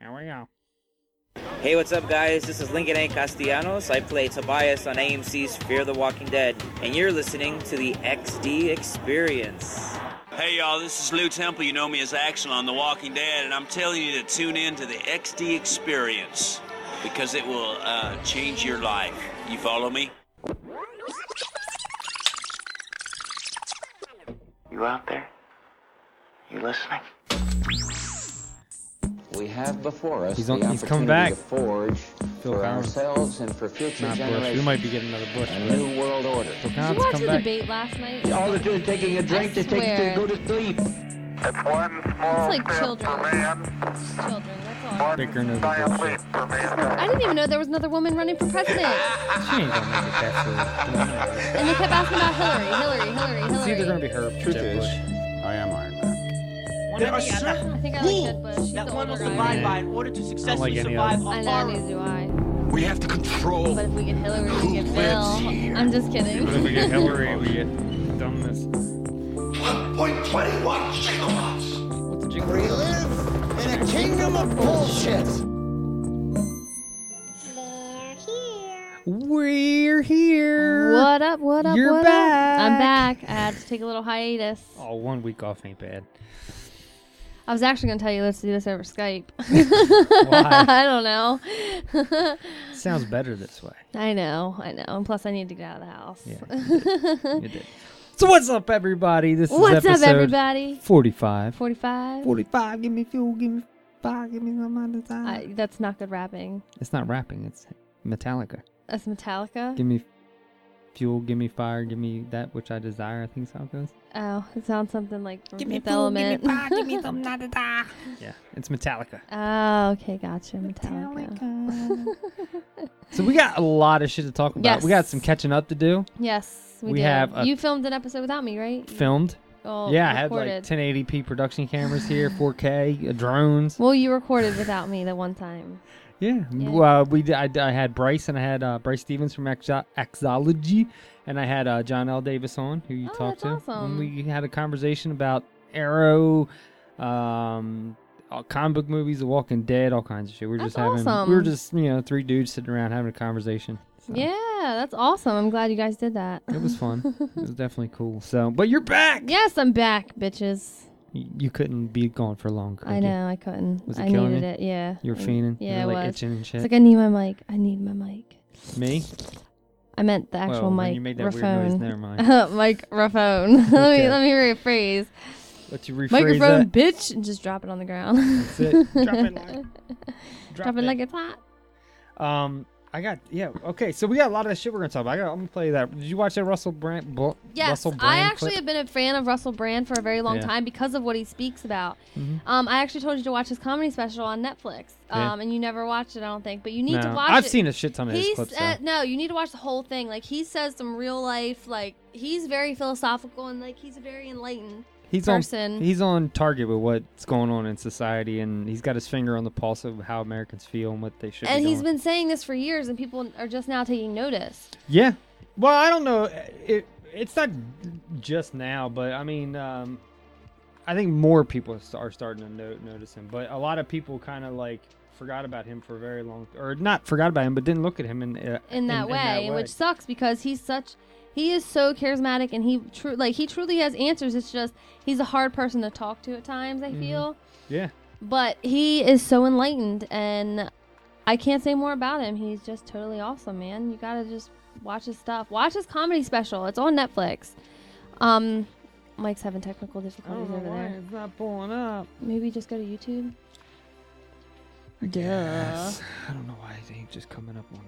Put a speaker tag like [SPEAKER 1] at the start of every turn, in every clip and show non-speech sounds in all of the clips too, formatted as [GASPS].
[SPEAKER 1] Here we go.
[SPEAKER 2] Hey, what's up, guys? This is Lincoln A. Castellanos. I play Tobias on AMC's Fear the Walking Dead, and you're listening to the XD Experience.
[SPEAKER 3] Hey y'all, this is Lou Temple. You know me as Axel on The Walking Dead, and I'm telling you to tune in to the XD Experience because it will uh, change your life. You follow me?
[SPEAKER 4] You out there? You listening?
[SPEAKER 5] We have before us
[SPEAKER 1] He's
[SPEAKER 5] the
[SPEAKER 1] on- he's
[SPEAKER 5] opportunity
[SPEAKER 1] come back.
[SPEAKER 5] to forge
[SPEAKER 1] Phil
[SPEAKER 5] for
[SPEAKER 1] Collins.
[SPEAKER 5] ourselves and for future
[SPEAKER 1] Not Bush. We
[SPEAKER 5] generations
[SPEAKER 1] might be getting another Bush.
[SPEAKER 5] a new world order.
[SPEAKER 1] Phil
[SPEAKER 6] Did you
[SPEAKER 1] Collins,
[SPEAKER 6] watch
[SPEAKER 1] come
[SPEAKER 6] the
[SPEAKER 1] back.
[SPEAKER 6] debate last night?
[SPEAKER 5] All they're doing is taking a drink to take to
[SPEAKER 6] swear.
[SPEAKER 5] go to sleep.
[SPEAKER 4] It's one small
[SPEAKER 6] It's like
[SPEAKER 4] step
[SPEAKER 6] children.
[SPEAKER 4] for man,
[SPEAKER 6] It's Children, that's all.
[SPEAKER 4] one
[SPEAKER 1] Bickering over
[SPEAKER 4] giant
[SPEAKER 1] bullshit.
[SPEAKER 4] leap for mankind.
[SPEAKER 6] I didn't even know there was another woman running for president.
[SPEAKER 1] She ain't gonna make it that far.
[SPEAKER 6] And they kept asking about Hillary, Hillary, Hillary,
[SPEAKER 1] It's
[SPEAKER 6] Hillary.
[SPEAKER 1] either gonna be her or
[SPEAKER 7] Truth
[SPEAKER 1] Jeb
[SPEAKER 7] is,
[SPEAKER 1] Bush.
[SPEAKER 7] I am Iron Man.
[SPEAKER 8] There are certain
[SPEAKER 6] I think I like Jeb Bush.
[SPEAKER 8] rules
[SPEAKER 6] He's
[SPEAKER 8] that
[SPEAKER 6] the
[SPEAKER 8] one
[SPEAKER 6] older
[SPEAKER 8] must
[SPEAKER 6] guy.
[SPEAKER 8] abide by in order to successfully
[SPEAKER 1] any
[SPEAKER 8] survive
[SPEAKER 1] of
[SPEAKER 8] on
[SPEAKER 6] I
[SPEAKER 8] our
[SPEAKER 6] know, neither do I.
[SPEAKER 9] We have to control.
[SPEAKER 6] But if we get Hillary, we get
[SPEAKER 9] lives
[SPEAKER 6] Bill.
[SPEAKER 9] here?
[SPEAKER 6] I'm just kidding.
[SPEAKER 1] If we
[SPEAKER 6] [LAUGHS]
[SPEAKER 1] get Hillary, we get dumbness.
[SPEAKER 9] 1.21 gigawatts.
[SPEAKER 1] What's a jingle?
[SPEAKER 7] We live in a kingdom of bullshit.
[SPEAKER 1] We're here.
[SPEAKER 6] What up, what up,
[SPEAKER 1] You're
[SPEAKER 6] what up? I'm
[SPEAKER 1] back.
[SPEAKER 6] back. I had to take a little hiatus.
[SPEAKER 1] Oh, one week off ain't bad.
[SPEAKER 6] I was actually going to tell you let's do this over Skype. [LAUGHS]
[SPEAKER 1] Why?
[SPEAKER 6] I don't know. [LAUGHS]
[SPEAKER 1] Sounds better this way.
[SPEAKER 6] I know, I know. And plus, I need to get out of the house. [LAUGHS]
[SPEAKER 1] Yeah, You did. So what's up, everybody? This is
[SPEAKER 6] What's up,
[SPEAKER 1] episode
[SPEAKER 6] everybody?
[SPEAKER 1] 45.
[SPEAKER 6] 45?
[SPEAKER 1] 45. Give me fuel. Give me fire. Give me some of the time.
[SPEAKER 6] I, that's not good rapping.
[SPEAKER 1] It's not rapping. It's Metallica.
[SPEAKER 6] That's Metallica.
[SPEAKER 1] Give me fuel. Give me fire. Give me that which I desire. I think so it goes.
[SPEAKER 6] Oh, it sounds something like from Fifth [LAUGHS] Element.
[SPEAKER 1] Yeah, it's Metallica.
[SPEAKER 6] oh, okay, gotcha. Metallica.
[SPEAKER 1] so we got a lot of shit to talk about. We got
[SPEAKER 6] Yes.
[SPEAKER 1] some catching up to do.
[SPEAKER 6] [LAUGHS] Yes, we,
[SPEAKER 1] We
[SPEAKER 6] did.
[SPEAKER 1] have a-
[SPEAKER 6] you filmed an episode without me, right? You-
[SPEAKER 1] Filmed.
[SPEAKER 6] oh,
[SPEAKER 1] yeah, I
[SPEAKER 6] recorded.
[SPEAKER 1] had like 1080p production cameras here, 4K, uh, drones.
[SPEAKER 6] well, you recorded without me the one time.
[SPEAKER 1] Yeah.
[SPEAKER 6] Yeah.
[SPEAKER 1] Well, we did, I, d- I had Bryce and I had uh, Bryce Stevens from Axo- Axology, and I had uh, John L. Davis on, who you
[SPEAKER 6] Oh,
[SPEAKER 1] talked
[SPEAKER 6] that's
[SPEAKER 1] to.
[SPEAKER 6] awesome.
[SPEAKER 1] And we had a conversation about Arrow, um, all comic book movies, The Walking Dead, all kinds of shit. We were
[SPEAKER 6] That's
[SPEAKER 1] just having, we were
[SPEAKER 6] awesome.
[SPEAKER 1] just you know three dudes sitting around having a conversation. [LAUGHS] So
[SPEAKER 6] Yeah, that's awesome. I'm glad you guys did that.
[SPEAKER 1] It was fun.
[SPEAKER 6] [LAUGHS]
[SPEAKER 1] it was definitely cool. So, but you're back.
[SPEAKER 6] yes, I'm back, bitches.
[SPEAKER 1] Y- You couldn't be gone for long. Could
[SPEAKER 6] I
[SPEAKER 1] you?
[SPEAKER 6] know, I couldn't.
[SPEAKER 1] Was it
[SPEAKER 6] I
[SPEAKER 1] killing
[SPEAKER 6] needed
[SPEAKER 1] you?
[SPEAKER 6] it. Yeah.
[SPEAKER 1] You're
[SPEAKER 6] I-
[SPEAKER 1] fiending.
[SPEAKER 6] Yeah,
[SPEAKER 1] You're,
[SPEAKER 6] it
[SPEAKER 1] like
[SPEAKER 6] was.
[SPEAKER 1] itching and shit.
[SPEAKER 6] It's like I need my mic. I need my mic.
[SPEAKER 1] Me?
[SPEAKER 6] I meant the actual
[SPEAKER 1] well,
[SPEAKER 6] mic.
[SPEAKER 1] when Oh, you made that
[SPEAKER 6] Raphone.
[SPEAKER 1] weird noise.
[SPEAKER 6] [LAUGHS]
[SPEAKER 1] Never mind.
[SPEAKER 6] microphone. [LAUGHS] let me
[SPEAKER 1] Okay.
[SPEAKER 6] let me rephrase.
[SPEAKER 1] Let you rephrase
[SPEAKER 6] Microphone,
[SPEAKER 1] that.
[SPEAKER 6] bitch, and just drop it on the ground.
[SPEAKER 1] That's it. Drop it like-
[SPEAKER 6] [LAUGHS] drop,
[SPEAKER 1] Drop
[SPEAKER 6] it
[SPEAKER 1] that.
[SPEAKER 6] like it's hot.
[SPEAKER 1] Um, I got yeah. Okay, so we got a lot of shit we're gonna talk about. I got, I'm gonna play that. Did you watch that Russell Brand? Bl-
[SPEAKER 6] Yes,
[SPEAKER 1] Russell
[SPEAKER 6] I
[SPEAKER 1] Brand
[SPEAKER 6] actually have been a fan of Russell Brand for a very long
[SPEAKER 1] Yeah.
[SPEAKER 6] time because of what he speaks about.
[SPEAKER 1] Mhm.
[SPEAKER 6] Um, I actually told you to watch his comedy special on Netflix,
[SPEAKER 1] Yeah.
[SPEAKER 6] um, and you never watched it, I don't think. But you need to watch
[SPEAKER 1] I've
[SPEAKER 6] it.
[SPEAKER 1] seen a shit ton of his
[SPEAKER 6] He's
[SPEAKER 1] clips.
[SPEAKER 6] uh,
[SPEAKER 1] though.
[SPEAKER 6] no, you need to watch the whole thing. Like he says some real life, like he's very philosophical and like he's very enlightened.
[SPEAKER 1] He's on
[SPEAKER 6] person.
[SPEAKER 1] he's on target with what's going on in society, and he's got his finger on the pulse of how Americans feel and what they should.
[SPEAKER 6] and
[SPEAKER 1] be
[SPEAKER 6] he's
[SPEAKER 1] doing.
[SPEAKER 6] been saying this for years, and people are just now taking notice.
[SPEAKER 1] yeah. Well, I don't know. It it's not just now, but I mean, um, I think more people s- are starting to no- notice him. But a lot of people kind of like forgot about him for a very long, or not forgot about him, but didn't look at him in uh,
[SPEAKER 6] in that, way,
[SPEAKER 1] in
[SPEAKER 6] which sucks because he's such he is so charismatic and he true like he truly has answers it's just he's a hard person to talk to at times i
[SPEAKER 1] Mhm.
[SPEAKER 6] feel
[SPEAKER 1] yeah.
[SPEAKER 6] but he is so enlightened and i can't say more about him he's just totally awesome man you gotta just watch his stuff watch his comedy special it's on netflix um mike's having technical
[SPEAKER 1] I don't
[SPEAKER 6] difficulties
[SPEAKER 1] know
[SPEAKER 6] over
[SPEAKER 1] why
[SPEAKER 6] there
[SPEAKER 1] it's not pulling up.
[SPEAKER 6] maybe just go to youtube Duh.
[SPEAKER 1] Yes. I don't know why it ain't just coming up on the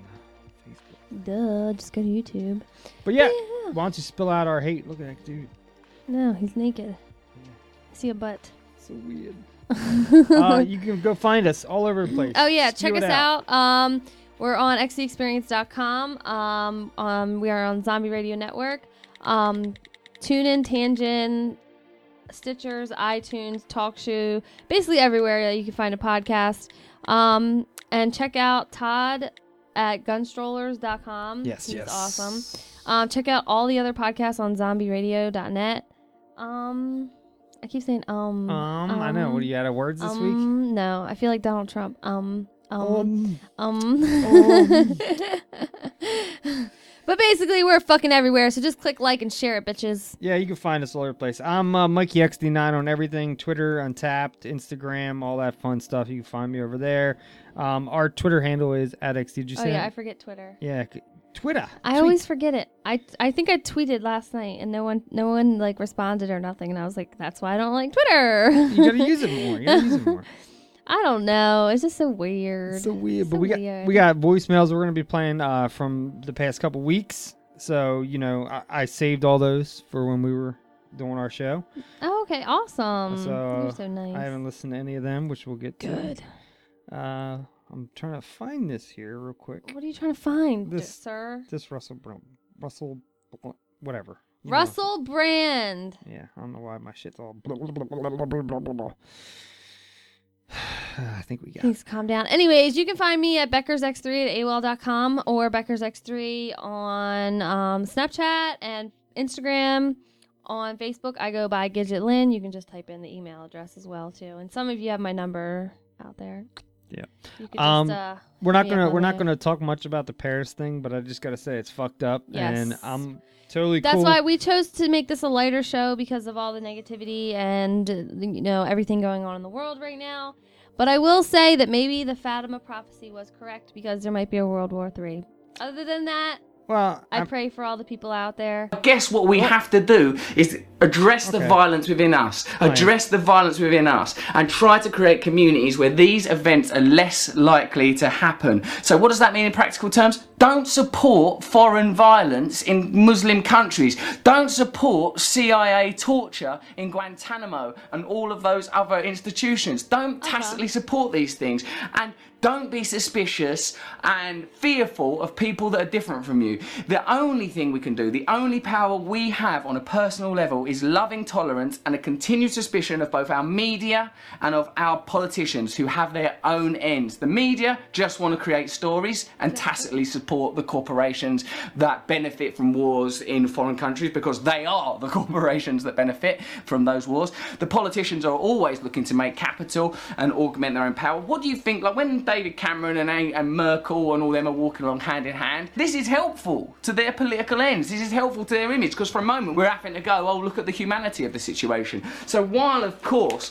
[SPEAKER 1] Facebook.
[SPEAKER 6] Duh. Just go to YouTube.
[SPEAKER 1] But yeah, why don't you spill out our hate? Look at that
[SPEAKER 6] [LAUGHS]
[SPEAKER 1] dude.
[SPEAKER 6] No, he's naked. I see a butt.
[SPEAKER 1] So weird. uh, you can go find us all over the place.
[SPEAKER 6] Oh yeah,
[SPEAKER 1] Spew
[SPEAKER 6] check us
[SPEAKER 1] it
[SPEAKER 6] out. Um, we're on xdexperience.com. Um, um, we are on Zombie Radio Network. Um, tune in Tangent, Stitchers, iTunes, TalkShoe, basically everywhere that you can find a podcast. Um, and check out Todd at gunstrollers.com.
[SPEAKER 1] Yes,
[SPEAKER 6] He's
[SPEAKER 1] yes.
[SPEAKER 6] awesome. Um, check out all the other podcasts on zombieradio.net. Um, I keep saying um.
[SPEAKER 1] Um, I know. What are you out of words this week?
[SPEAKER 6] um, No, I feel like Donald Trump. Um, um, um. [LAUGHS] but basically, we're fucking everywhere. So just click like and share it, bitches.
[SPEAKER 1] Yeah, you can find us all over the place. I'm uh, MikeyXD9 on everything Twitter, Untapped, Instagram, all that fun stuff. You can find me over there. Um, our Twitter handle is at XD. Did you
[SPEAKER 6] Oh
[SPEAKER 1] say
[SPEAKER 6] yeah, I
[SPEAKER 1] that?
[SPEAKER 6] forget Twitter.
[SPEAKER 1] yeah, c- Twitter.
[SPEAKER 6] I
[SPEAKER 1] Tweet.
[SPEAKER 6] always forget it. I I think I tweeted last night and no one no one like responded or nothing, and I was like, that's why I don't like Twitter.
[SPEAKER 1] You gotta use it more. You gotta use it more.
[SPEAKER 6] [LAUGHS] I don't know. It's just so weird.
[SPEAKER 1] so weird. But
[SPEAKER 6] So
[SPEAKER 1] we got
[SPEAKER 6] weird.
[SPEAKER 1] we got voicemails we're gonna be playing uh, from the past couple weeks. So you know, I, I saved all those for when we were doing our show.
[SPEAKER 6] oh, okay, awesome.
[SPEAKER 1] So,
[SPEAKER 6] You're so nice.
[SPEAKER 1] I haven't listened to any of them, which we'll get to.
[SPEAKER 6] Good.
[SPEAKER 1] Uh, I'm trying to find this here real quick.
[SPEAKER 6] What are you trying to find, d-
[SPEAKER 1] This-
[SPEAKER 6] sir?
[SPEAKER 1] This Russell Brum, Russell, Bl- whatever. you know.
[SPEAKER 6] Russell Brand.
[SPEAKER 1] Yeah, I don't know why my shit's all. Blah, blah, blah, blah, blah, blah, blah, blah, [SIGHS] blah. I think we got. it.
[SPEAKER 6] Please calm down. Anyways, you can find me at BeckersX3 at AOL.com or BeckersX3 on um, Snapchat and Instagram. On Facebook, I go by Gidget Lynn. You can just type in the email address as well too. And some of you have my number out there.
[SPEAKER 1] Yeah.
[SPEAKER 6] You could
[SPEAKER 1] Um,
[SPEAKER 6] just, uh,
[SPEAKER 1] We're not
[SPEAKER 6] Yeah,
[SPEAKER 1] gonna
[SPEAKER 6] by
[SPEAKER 1] we're
[SPEAKER 6] the
[SPEAKER 1] not
[SPEAKER 6] way.
[SPEAKER 1] gonna talk much about the Paris thing, but I just gotta say it's fucked up, and
[SPEAKER 6] Yes.
[SPEAKER 1] I'm totally.
[SPEAKER 6] That's
[SPEAKER 1] cool.
[SPEAKER 6] why we chose to make this a lighter show because of all the negativity and uh, you know everything going on in the world right now. But I will say that maybe the Fatima prophecy was correct because there might be a World War Three. Other than that,
[SPEAKER 1] Well,
[SPEAKER 6] I
[SPEAKER 1] I'm-
[SPEAKER 6] pray for all the people out there.
[SPEAKER 10] guess what we have to do is address the
[SPEAKER 1] Okay.
[SPEAKER 10] violence within us address the violence within us and try to create communities where these events are less likely to happen so what does that mean in practical terms don't support foreign violence in muslim countries don't support cia torture in guantanamo and all of those other institutions don't tacitly support these things and don't be suspicious and fearful of people that are different from you. The only thing we can do, the only power we have on a personal level, is loving tolerance and a continued suspicion of both our media and of our politicians who have their own ends. The media just want to create stories and tacitly support the corporations that benefit from wars in foreign countries because they are the [LAUGHS] corporations that benefit from those wars. The politicians are always looking to make capital and augment their own power. What do you think? Like when David Cameron and, A- and Merkel and all them are walking along hand in hand, this is helpful to their political ends. This is helpful to their image because for a moment we're having to go, oh, look at the humanity of the situation. So while, of course,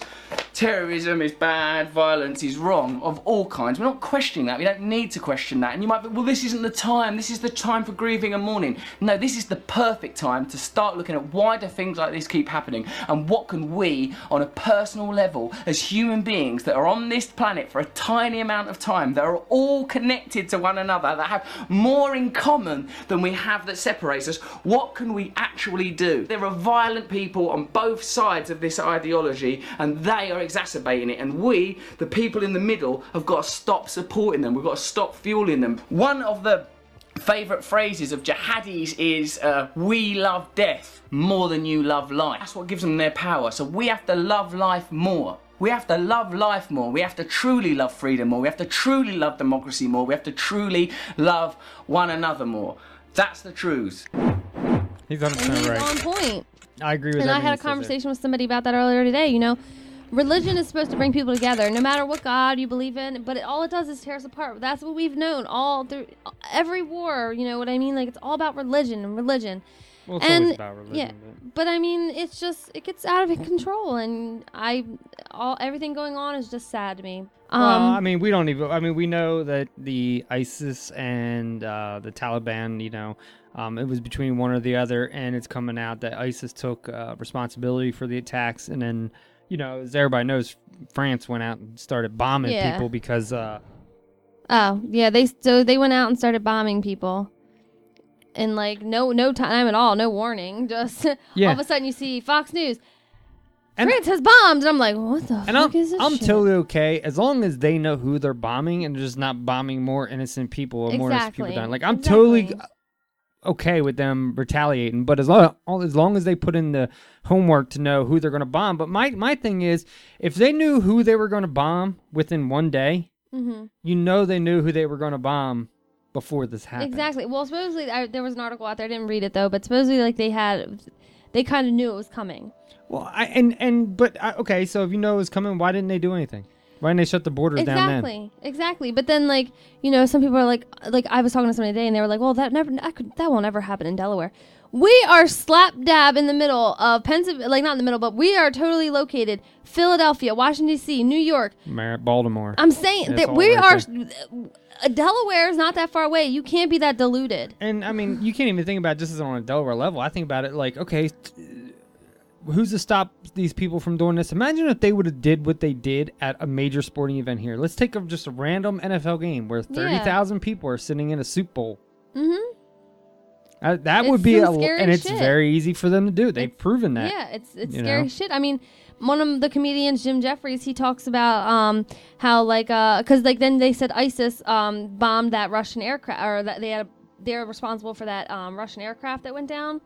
[SPEAKER 10] terrorism is bad, violence is wrong of all kinds, we're not questioning that. We don't need to question that. And you might think, well, this isn't the time. This is the time for grieving and mourning. No, this is the perfect time to start looking at why do things like this keep happening and what can we, on a personal level, as human beings that are on this planet for a tiny amount of time, that are all connected to one another, that have more in common than we have that separates us, what can we actually do? There are violent people on both sides of this ideology and they are exacerbating it. And we, the people in the middle, have got to stop supporting them, we've got to stop fueling them. One of the Favorite phrases of jihadis is uh, "We love death more than you love life." That's what gives them their power. So we have to love life more. We have to love life more. We have to truly love freedom more. We have to truly love democracy more. We have to truly love one another more. That's the truth.
[SPEAKER 6] And
[SPEAKER 1] he's 100
[SPEAKER 6] he's
[SPEAKER 1] percent right.
[SPEAKER 6] on point.
[SPEAKER 1] I agree with.
[SPEAKER 6] And I had a
[SPEAKER 1] everything he says there.
[SPEAKER 6] conversation with somebody about that earlier today. You know, religion is supposed to bring people together, no matter what God you believe in. But it, all it does is tear us apart. That's what we've known all through every war. You know what I mean? Like it's all about religion and religion.
[SPEAKER 1] Well, it's
[SPEAKER 6] and
[SPEAKER 1] always about religion.
[SPEAKER 6] yeah,
[SPEAKER 1] but-
[SPEAKER 6] but I mean, it's just it gets out of control, and I all everything going on is just sad to me. Um,
[SPEAKER 1] well, I mean, we don't even. I mean, we know that the ISIS and uh, the Taliban, you know, um, it was between one or the other, and it's coming out that ISIS took uh, responsibility for the attacks, and then, you know, as everybody knows, France went out and started bombing
[SPEAKER 6] Yeah.
[SPEAKER 1] people because uh,
[SPEAKER 6] Oh yeah, they so they went out and started bombing people, and like no no time at all, no warning. [LAUGHS] Just all
[SPEAKER 1] Yeah.
[SPEAKER 6] of a sudden you see Fox News,
[SPEAKER 1] And-
[SPEAKER 6] France has bombed, and I'm like, what the
[SPEAKER 1] And
[SPEAKER 6] fuck
[SPEAKER 1] I'm,
[SPEAKER 6] is this?
[SPEAKER 1] I'm
[SPEAKER 6] shit?
[SPEAKER 1] totally okay as long as they know who they're bombing and just not bombing more innocent people or more innocent people
[SPEAKER 6] Exactly.
[SPEAKER 1] dying. Like I'm totally uh,
[SPEAKER 6] Exactly.
[SPEAKER 1] okay with them retaliating, but as long as long as they put in the homework to know who they're going to bomb. But my my thing is, if they knew who they were going to bomb within one day,
[SPEAKER 6] Mhm.
[SPEAKER 1] you know they knew who they were going to bomb before this happened.
[SPEAKER 6] exactly. Well, supposedly I, there was an article out there. I didn't read it though, but supposedly like they had they kind of knew it was coming.
[SPEAKER 1] Well, I, and and but I, okay, so if you know it was coming, why didn't they do anything? Why didn't they shut the borders down then?
[SPEAKER 6] Exactly, exactly. But then, like you know, some people are like, like I was talking to somebody today, and they were like, "Well, that never, that, could, that won't ever happen in Delaware." We are slap dab in the middle of Pennsylvania, like not in the middle, but we are totally located Philadelphia, Washington D.C., New York.
[SPEAKER 1] Mar- Baltimore.
[SPEAKER 6] I'm saying
[SPEAKER 1] It's
[SPEAKER 6] that
[SPEAKER 1] all
[SPEAKER 6] we
[SPEAKER 1] right
[SPEAKER 6] are.
[SPEAKER 1] there.
[SPEAKER 6] uh, Delaware is not that far away. You can't be that deluded.
[SPEAKER 1] And I mean, you can't even think about it just as on a Delaware level. I think about it like, okay, t- who's to stop these people from doing this? Imagine if they would have did what they did at a major sporting event here. Let's take a, just a random NFL game where
[SPEAKER 6] Yeah.
[SPEAKER 1] thirty thousand people are sitting in a Soup Bowl.
[SPEAKER 6] Mm-hmm.
[SPEAKER 1] Uh, that
[SPEAKER 6] It's
[SPEAKER 1] would be a,
[SPEAKER 6] some
[SPEAKER 1] l-
[SPEAKER 6] scary
[SPEAKER 1] and it's
[SPEAKER 6] shit.
[SPEAKER 1] very easy for them to do. They've proven that.
[SPEAKER 6] Yeah, it's it's
[SPEAKER 1] you
[SPEAKER 6] scary
[SPEAKER 1] know?
[SPEAKER 6] shit. I mean, one of the comedians, Jim Jeffries, he talks about um how like uh because like then they said ISIS um bombed that Russian aircraft or that they had a, they're responsible for that um, Russian aircraft that went down.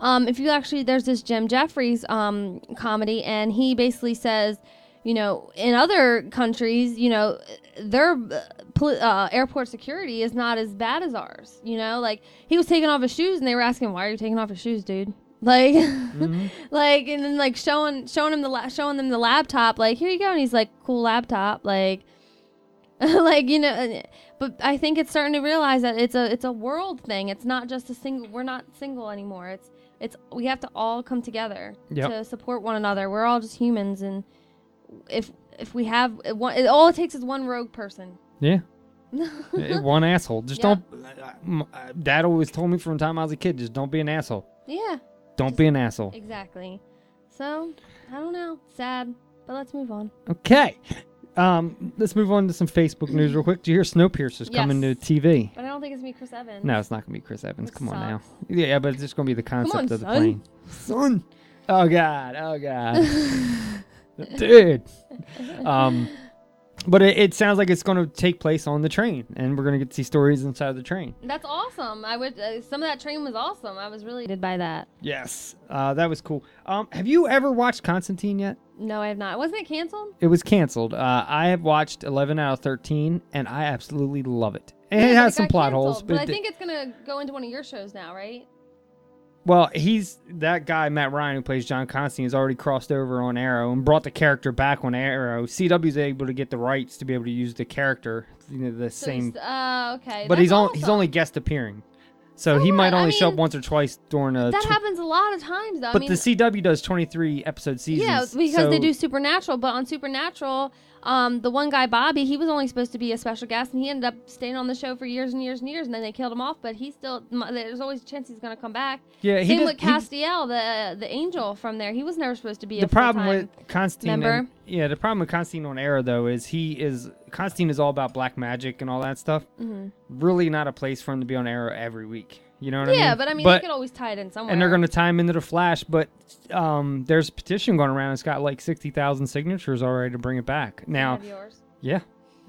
[SPEAKER 6] Um, if you actually, there's this Jim Jeffries um, comedy, and he basically says, you know, in other countries, you know, their uh, poli- uh, airport security is not as bad as ours. You know, like he was taking off his shoes, and they were asking, "Why are you taking off your shoes, dude?" [LAUGHS] Like, like, and then like showing showing him the la- showing them the laptop, like, "Here you go," and he's like, "Cool laptop," like. [LAUGHS] like you know and- but i think it's starting to realize that it's a it's a world thing it's not just a single we're not single anymore it's it's we have to all come together
[SPEAKER 11] Yep.
[SPEAKER 6] to support one another we're all just humans and if if we have it, one, it all it takes is one rogue person
[SPEAKER 1] Yeah.
[SPEAKER 6] [LAUGHS]
[SPEAKER 1] Uh, One asshole. Just
[SPEAKER 6] Yeah.
[SPEAKER 1] don't. I- I- m- I- Dad always told me from the time I was a kid, just don't be an asshole.
[SPEAKER 6] yeah
[SPEAKER 1] Don't be an asshole.
[SPEAKER 6] exactly so i don't know sad but let's move on
[SPEAKER 1] Okay. Um, let's move on to some Facebook news real quick. Do you hear Snowpiercer's coming to
[SPEAKER 6] Yes.
[SPEAKER 1] TV?
[SPEAKER 6] but i don't think it's me chris evans
[SPEAKER 1] No, it's not gonna be Chris Evans.
[SPEAKER 6] Which
[SPEAKER 1] Come on now. Yeah, but it's just gonna be the
[SPEAKER 6] on,
[SPEAKER 1] concept of the
[SPEAKER 6] son.
[SPEAKER 1] plane. Son. Oh god.
[SPEAKER 6] [LAUGHS]
[SPEAKER 1] Oh god. Dude. Um, but it, it sounds like it's gonna take place on the train, and we're gonna get to see stories inside the train.
[SPEAKER 6] that's awesome i would uh, some of that train was awesome i was really did by that
[SPEAKER 1] Yes. Uh, that was cool. Um, have you ever watched Constantine yet?
[SPEAKER 6] no i have not wasn't it canceled
[SPEAKER 1] It was canceled. Uh, I have watched 11 out of 13, and I absolutely love it. And
[SPEAKER 6] Yeah,
[SPEAKER 1] it
[SPEAKER 6] but
[SPEAKER 1] has some
[SPEAKER 6] got
[SPEAKER 1] plot
[SPEAKER 6] canceled,
[SPEAKER 1] holes,
[SPEAKER 6] but i
[SPEAKER 1] it did-
[SPEAKER 6] think it's gonna go into one of your shows now right
[SPEAKER 1] Well, he's that guy Matt Ryan who plays John Constantine has already crossed over on Arrow and brought the character back on Arrow. CW's able to get the rights to be able to use the character, you know, the
[SPEAKER 6] So
[SPEAKER 1] same.
[SPEAKER 6] he's- uh, okay
[SPEAKER 1] but
[SPEAKER 6] that's
[SPEAKER 1] he's on,
[SPEAKER 6] awesome.
[SPEAKER 1] he's only guest appearing, so he might
[SPEAKER 6] I
[SPEAKER 1] only show up
[SPEAKER 6] mean,
[SPEAKER 1] once or twice during a.
[SPEAKER 6] that
[SPEAKER 1] uh, tw-
[SPEAKER 6] happens a lot of times though
[SPEAKER 1] but
[SPEAKER 6] i mean
[SPEAKER 1] the CW does twenty three episode seasons.
[SPEAKER 6] Yeah, because they
[SPEAKER 1] so-
[SPEAKER 6] do Supernatural, but on Supernatural, um, the one guy Bobby, he was only supposed to be a special guest, and he ended up staying on the show for years and years and years, and then they killed him off. But he still, m- there's always a chance he's gonna come back.
[SPEAKER 1] Yeah, he
[SPEAKER 6] same
[SPEAKER 1] did-
[SPEAKER 6] with
[SPEAKER 1] he-
[SPEAKER 6] Castiel, the the angel from there. He was never supposed to be.
[SPEAKER 1] the
[SPEAKER 6] a
[SPEAKER 1] problem
[SPEAKER 6] full-time-
[SPEAKER 1] with Constantine. and-
[SPEAKER 6] member.
[SPEAKER 1] yeah, the problem with Constantine on Arrow though is he is Constantine is all about black magic and all that stuff.
[SPEAKER 6] Mhm.
[SPEAKER 1] Really, not a place for him to be on Arrow every week. You know what I mean?
[SPEAKER 6] yeah, but I mean, they could always tie it in somewhere.
[SPEAKER 1] and they're going to tie him into the Flash. But um, there's a petition going around. It's got like sixty thousand signatures already to bring it back. Now,
[SPEAKER 6] have yours?
[SPEAKER 1] yeah,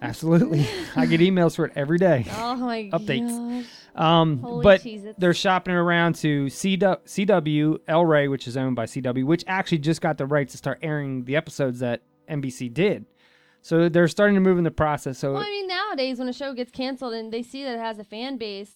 [SPEAKER 1] absolutely. I get emails for it every day.
[SPEAKER 6] [LAUGHS] Oh my
[SPEAKER 1] Updates.
[SPEAKER 6] gosh.
[SPEAKER 1] Um,
[SPEAKER 6] Holy
[SPEAKER 1] but
[SPEAKER 6] Cheez-Its.
[SPEAKER 1] they're shopping around to CW, CW El Rey, which is owned by CW, which actually just got the rights to start airing the episodes that NBC did. So they're starting to move in the process. So
[SPEAKER 6] Well, I mean, nowadays when a show gets canceled and they see that it has a fan base,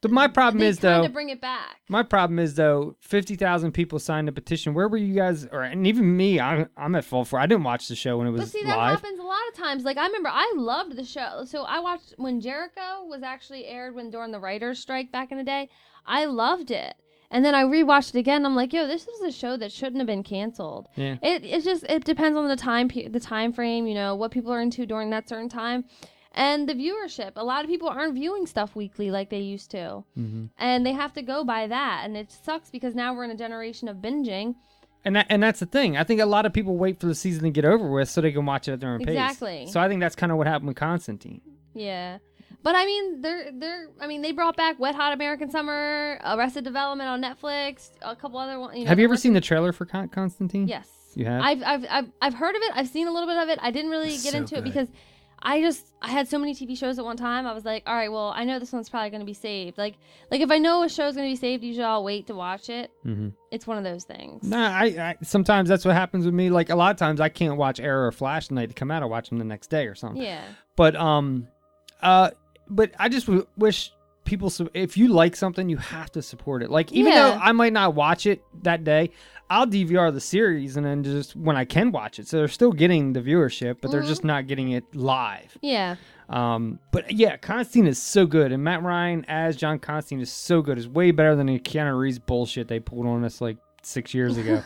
[SPEAKER 1] th- my problem
[SPEAKER 6] they
[SPEAKER 1] is
[SPEAKER 6] kinda
[SPEAKER 1] though.
[SPEAKER 6] bring it back.
[SPEAKER 1] My problem is though, fifty thousand people signed a petition. Where were you guys? Or and even me, I'm I'm at fault for. I didn't watch the show when it was
[SPEAKER 6] But see, that
[SPEAKER 1] live.
[SPEAKER 6] happens a lot of times. Like I remember, I loved the show. So I watched when Jericho was actually aired when during the writers' strike back in the day. I loved it, and then I rewatched it again. I'm like, yo, this is a show that shouldn't have been canceled.
[SPEAKER 11] Yeah.
[SPEAKER 6] It it just it depends on the time pe- the time frame. You know what people are into during that certain time, and the viewership. A lot of people aren't viewing stuff weekly like they used to,
[SPEAKER 1] Mhm.
[SPEAKER 6] and they have to go by that, and it sucks because now we're in a generation of binging.
[SPEAKER 1] And that, and that's the thing. I think a lot of people wait for the season to get over with so they can watch it at their own pace.
[SPEAKER 6] Exactly.
[SPEAKER 1] So I think that's kind of what happened with Constantine.
[SPEAKER 6] Yeah. But I mean, they're they're. I mean, they brought back Wet Hot American Summer, Arrested Development on Netflix, a couple other ones. You know,
[SPEAKER 1] have you
[SPEAKER 6] the
[SPEAKER 1] ever
[SPEAKER 6] rest-
[SPEAKER 1] seen the trailer for Con- Constantine?
[SPEAKER 6] Yes.
[SPEAKER 1] You have.
[SPEAKER 6] I've, I've I've I've heard of it. I've seen a little bit of it. I didn't really
[SPEAKER 1] It's
[SPEAKER 6] get
[SPEAKER 1] so
[SPEAKER 6] into
[SPEAKER 1] good.
[SPEAKER 6] it because I just I had so many TV shows at one time. I was like, all right, well, I know this one's probably going to be saved. Like like if I know a show's going to be saved, usually I'll wait to watch it.
[SPEAKER 1] mm-hmm.
[SPEAKER 6] It's one of those things.
[SPEAKER 1] Nah, I, I sometimes that's what happens with me. Like a lot of times I can't watch Arrow or Flash tonight to come out. I watch them the next day or something.
[SPEAKER 6] Yeah.
[SPEAKER 1] But um, uh, but I just w- wish people. su- If you like something, you have to support it. Like even
[SPEAKER 6] Yeah.
[SPEAKER 1] though I might not watch it that day, I'll DVR the series and then just when I can watch it. So they're still getting the viewership, but they're
[SPEAKER 6] Mm-hmm.
[SPEAKER 1] just not getting it live.
[SPEAKER 6] Yeah.
[SPEAKER 1] Um, but yeah, Constantine is so good, and Matt Ryan as John Constantine is so good. Is way better than the Keanu Reeves bullshit they pulled on us like six years ago.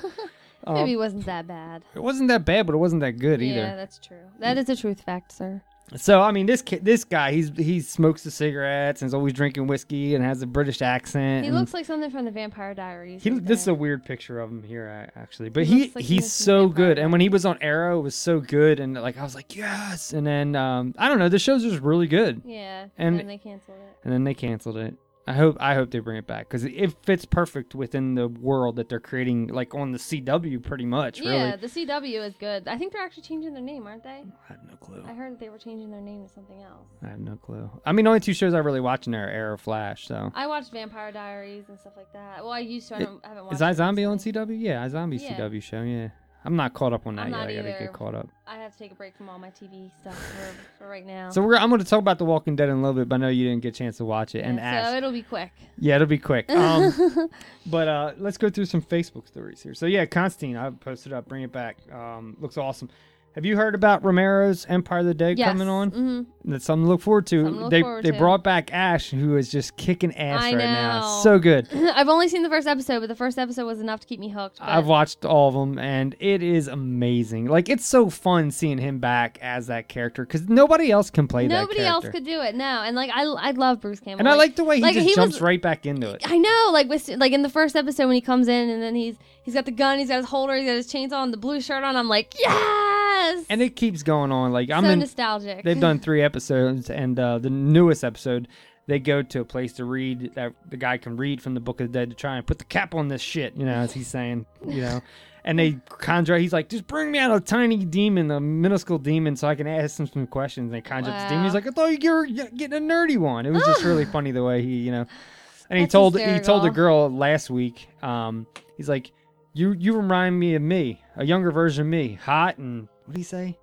[SPEAKER 6] [LAUGHS]
[SPEAKER 1] Um,
[SPEAKER 6] Maybe it wasn't that bad.
[SPEAKER 1] it wasn't that bad, but it wasn't that good either.
[SPEAKER 6] Yeah, that's true. That is a truth fact, sir.
[SPEAKER 1] So I mean, this kid, this guy, he's he smokes the cigarettes and is always drinking whiskey and has a British accent.
[SPEAKER 6] He
[SPEAKER 1] and
[SPEAKER 6] looks like something from the Vampire Diaries.
[SPEAKER 1] he-
[SPEAKER 6] right
[SPEAKER 1] this is
[SPEAKER 6] there.
[SPEAKER 1] a weird picture of him here, a- actually. But
[SPEAKER 6] He
[SPEAKER 1] he,
[SPEAKER 6] looks like he
[SPEAKER 1] he's
[SPEAKER 6] was from
[SPEAKER 1] so good. And when he was on Arrow, it was so good. And like I was like, yes. And then um, I don't know, the show's just really good.
[SPEAKER 6] Yeah.
[SPEAKER 1] and-
[SPEAKER 6] And, they canceled it.
[SPEAKER 1] And then they canceled it. I hope I hope they bring it back because it fits perfect within the world that they're creating, like on the CW, pretty much. Really,
[SPEAKER 6] Yeah, the CW is good. I think they're actually changing their name, aren't they?
[SPEAKER 1] I have no clue.
[SPEAKER 6] I heard that they were changing their name to something else.
[SPEAKER 1] I have no clue. I mean, the only two shows I really watch in there are Arrow, Flash. So
[SPEAKER 6] I watched Vampire Diaries and stuff like that. Well, I used to. I,
[SPEAKER 1] It-
[SPEAKER 6] don't, I haven't watched.
[SPEAKER 1] Is
[SPEAKER 6] it
[SPEAKER 1] I Zombie on
[SPEAKER 6] recently.
[SPEAKER 1] CW? Yeah, I Zombie
[SPEAKER 6] Yeah.
[SPEAKER 1] CW show. Yeah, I'm not caught up on that
[SPEAKER 6] I'm
[SPEAKER 1] yet.
[SPEAKER 6] not
[SPEAKER 1] I gotta
[SPEAKER 6] either.
[SPEAKER 1] get caught up.
[SPEAKER 6] I have to take a break from all my TV stuff for, for right now.
[SPEAKER 1] So we're I'm gonna talk about The Walking Dead in a little bit, but I know you didn't get a chance to watch it. And
[SPEAKER 6] Yeah, so
[SPEAKER 1] ask.
[SPEAKER 6] it'll be quick.
[SPEAKER 1] yeah, it'll
[SPEAKER 6] [LAUGHS]
[SPEAKER 1] be quick. Um, but uh, let's go through some Facebook stories here. So yeah, Constantine, I posted up. Bring it back. Um, looks awesome. Have you heard about Romero's Empire of the Dead
[SPEAKER 6] Yes,
[SPEAKER 1] coming on?
[SPEAKER 6] mhm.
[SPEAKER 1] That's something to look forward to.
[SPEAKER 6] Something to look
[SPEAKER 1] they
[SPEAKER 6] forward
[SPEAKER 1] they
[SPEAKER 6] to.
[SPEAKER 1] brought back Ash, who is just kicking ass
[SPEAKER 6] I
[SPEAKER 1] right now.
[SPEAKER 6] know.
[SPEAKER 1] So good.
[SPEAKER 6] [LAUGHS] I've only seen the first episode, but the first episode was enough to keep me hooked. but-
[SPEAKER 1] I've watched all of them, and it is amazing. Like it's so fun seeing him back as that character because nobody else can play that
[SPEAKER 6] Nobody
[SPEAKER 1] character.
[SPEAKER 6] else could do it. No, and like I, I love Bruce Campbell.
[SPEAKER 1] And I like the way he
[SPEAKER 6] like,
[SPEAKER 1] just jumps
[SPEAKER 6] was,
[SPEAKER 1] right back into it.
[SPEAKER 6] I know, like with like in the first episode when he comes in and then he's he's got the gun, he's got his holder, he's got his chainsaw, and the blue shirt on. I'm like, yes,
[SPEAKER 1] And it keeps going on. Like I'm
[SPEAKER 6] so
[SPEAKER 1] in.
[SPEAKER 6] nostalgic.
[SPEAKER 1] They've done three episodes, and uh, the newest episode, they go to a place to read that the guy can read from the Book of the Dead to try and put the cap on this shit. You know, as he's saying,
[SPEAKER 6] [LAUGHS]
[SPEAKER 1] you know. And they conjure. He's like, "Just bring me out a tiny demon, a minuscule demon, so I can ask him some questions." And they conjure up the demon. He's
[SPEAKER 6] Wow.
[SPEAKER 1] like, "I thought you were getting a nerdy one." It was
[SPEAKER 6] [GASPS]
[SPEAKER 1] just really funny the way he, you know. And he
[SPEAKER 6] That's
[SPEAKER 1] told he told the
[SPEAKER 6] hysterical.
[SPEAKER 1] girl last week. Um, he's like, "You you remind me of me, a younger version of me, hot and what do you say?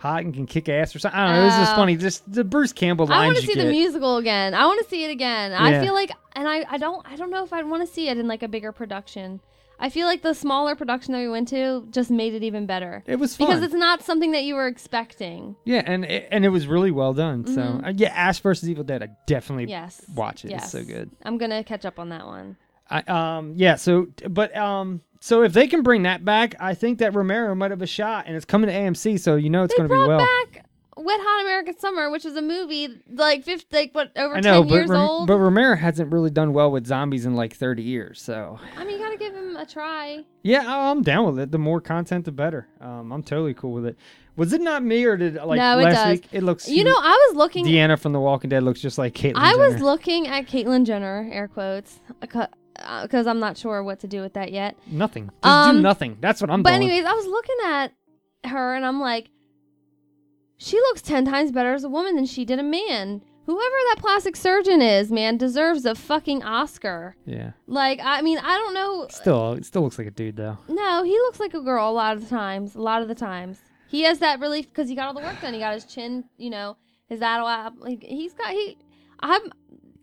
[SPEAKER 1] Hot and can kick ass or something. I don't know. It was just
[SPEAKER 6] Oh.
[SPEAKER 1] funny. Just the Bruce Campbell
[SPEAKER 6] I
[SPEAKER 1] lines
[SPEAKER 6] want to
[SPEAKER 1] you
[SPEAKER 6] see
[SPEAKER 1] get.
[SPEAKER 6] the musical again. I want to see it again. I
[SPEAKER 1] Yeah.
[SPEAKER 6] feel like, and I, I don't, I don't know if I'd want to see it in like a bigger production. I feel like the smaller production that we went to just made it even better
[SPEAKER 1] It was fun.
[SPEAKER 6] because it's not something that you were expecting.
[SPEAKER 1] yeah, and it, and it was really well done. So
[SPEAKER 6] Mhm.
[SPEAKER 1] uh, yeah, Ash versus Evil Dead. I definitely
[SPEAKER 6] Yes.
[SPEAKER 1] watch it. It's
[SPEAKER 6] Yes.
[SPEAKER 1] so good.
[SPEAKER 6] I'm gonna catch up on that one.
[SPEAKER 1] I um yeah. So but um so if they can bring that back, I think that Romero might have a shot, and it's coming to AMC. So you know it's
[SPEAKER 6] they
[SPEAKER 1] going to be
[SPEAKER 6] brought
[SPEAKER 1] well.
[SPEAKER 6] back Wet Hot American Summer, which was a movie like fifth, like what over
[SPEAKER 1] I know,
[SPEAKER 6] ten
[SPEAKER 1] but
[SPEAKER 6] years
[SPEAKER 1] Rom-
[SPEAKER 6] old.
[SPEAKER 1] but Romero hasn't really done well with zombies in like 30 years. So
[SPEAKER 6] I mean, you gotta give him a try.
[SPEAKER 1] Yeah, I- I'm down with it. The more content, the better. Um, I'm totally cool with it. Was it not me or did like
[SPEAKER 6] no, it
[SPEAKER 1] last
[SPEAKER 6] does.
[SPEAKER 1] week? It looks
[SPEAKER 6] You know, I was looking.
[SPEAKER 1] Deanna from The Walking Dead looks just like Caitlyn.
[SPEAKER 6] I was
[SPEAKER 1] Jenner.
[SPEAKER 6] looking at Caitlyn Jenner, air quotes, uh, because I'm not sure what to do with that yet.
[SPEAKER 1] nothing. Just do
[SPEAKER 6] Um,
[SPEAKER 1] nothing. That's what I'm
[SPEAKER 6] but
[SPEAKER 1] doing.
[SPEAKER 6] anyways, I was looking at her and I'm like, she looks ten times better as a woman than she did a man. Whoever that plastic surgeon is, man, deserves a fucking Oscar.
[SPEAKER 1] yeah,
[SPEAKER 6] Like, I mean, I don't know.
[SPEAKER 1] still, it still looks like a dude though.
[SPEAKER 6] No, he looks like a girl a lot of the times. A lot of the times, he has that relief because he got all the work done. He got his chin, you know, his that up. Like he's got he. I'm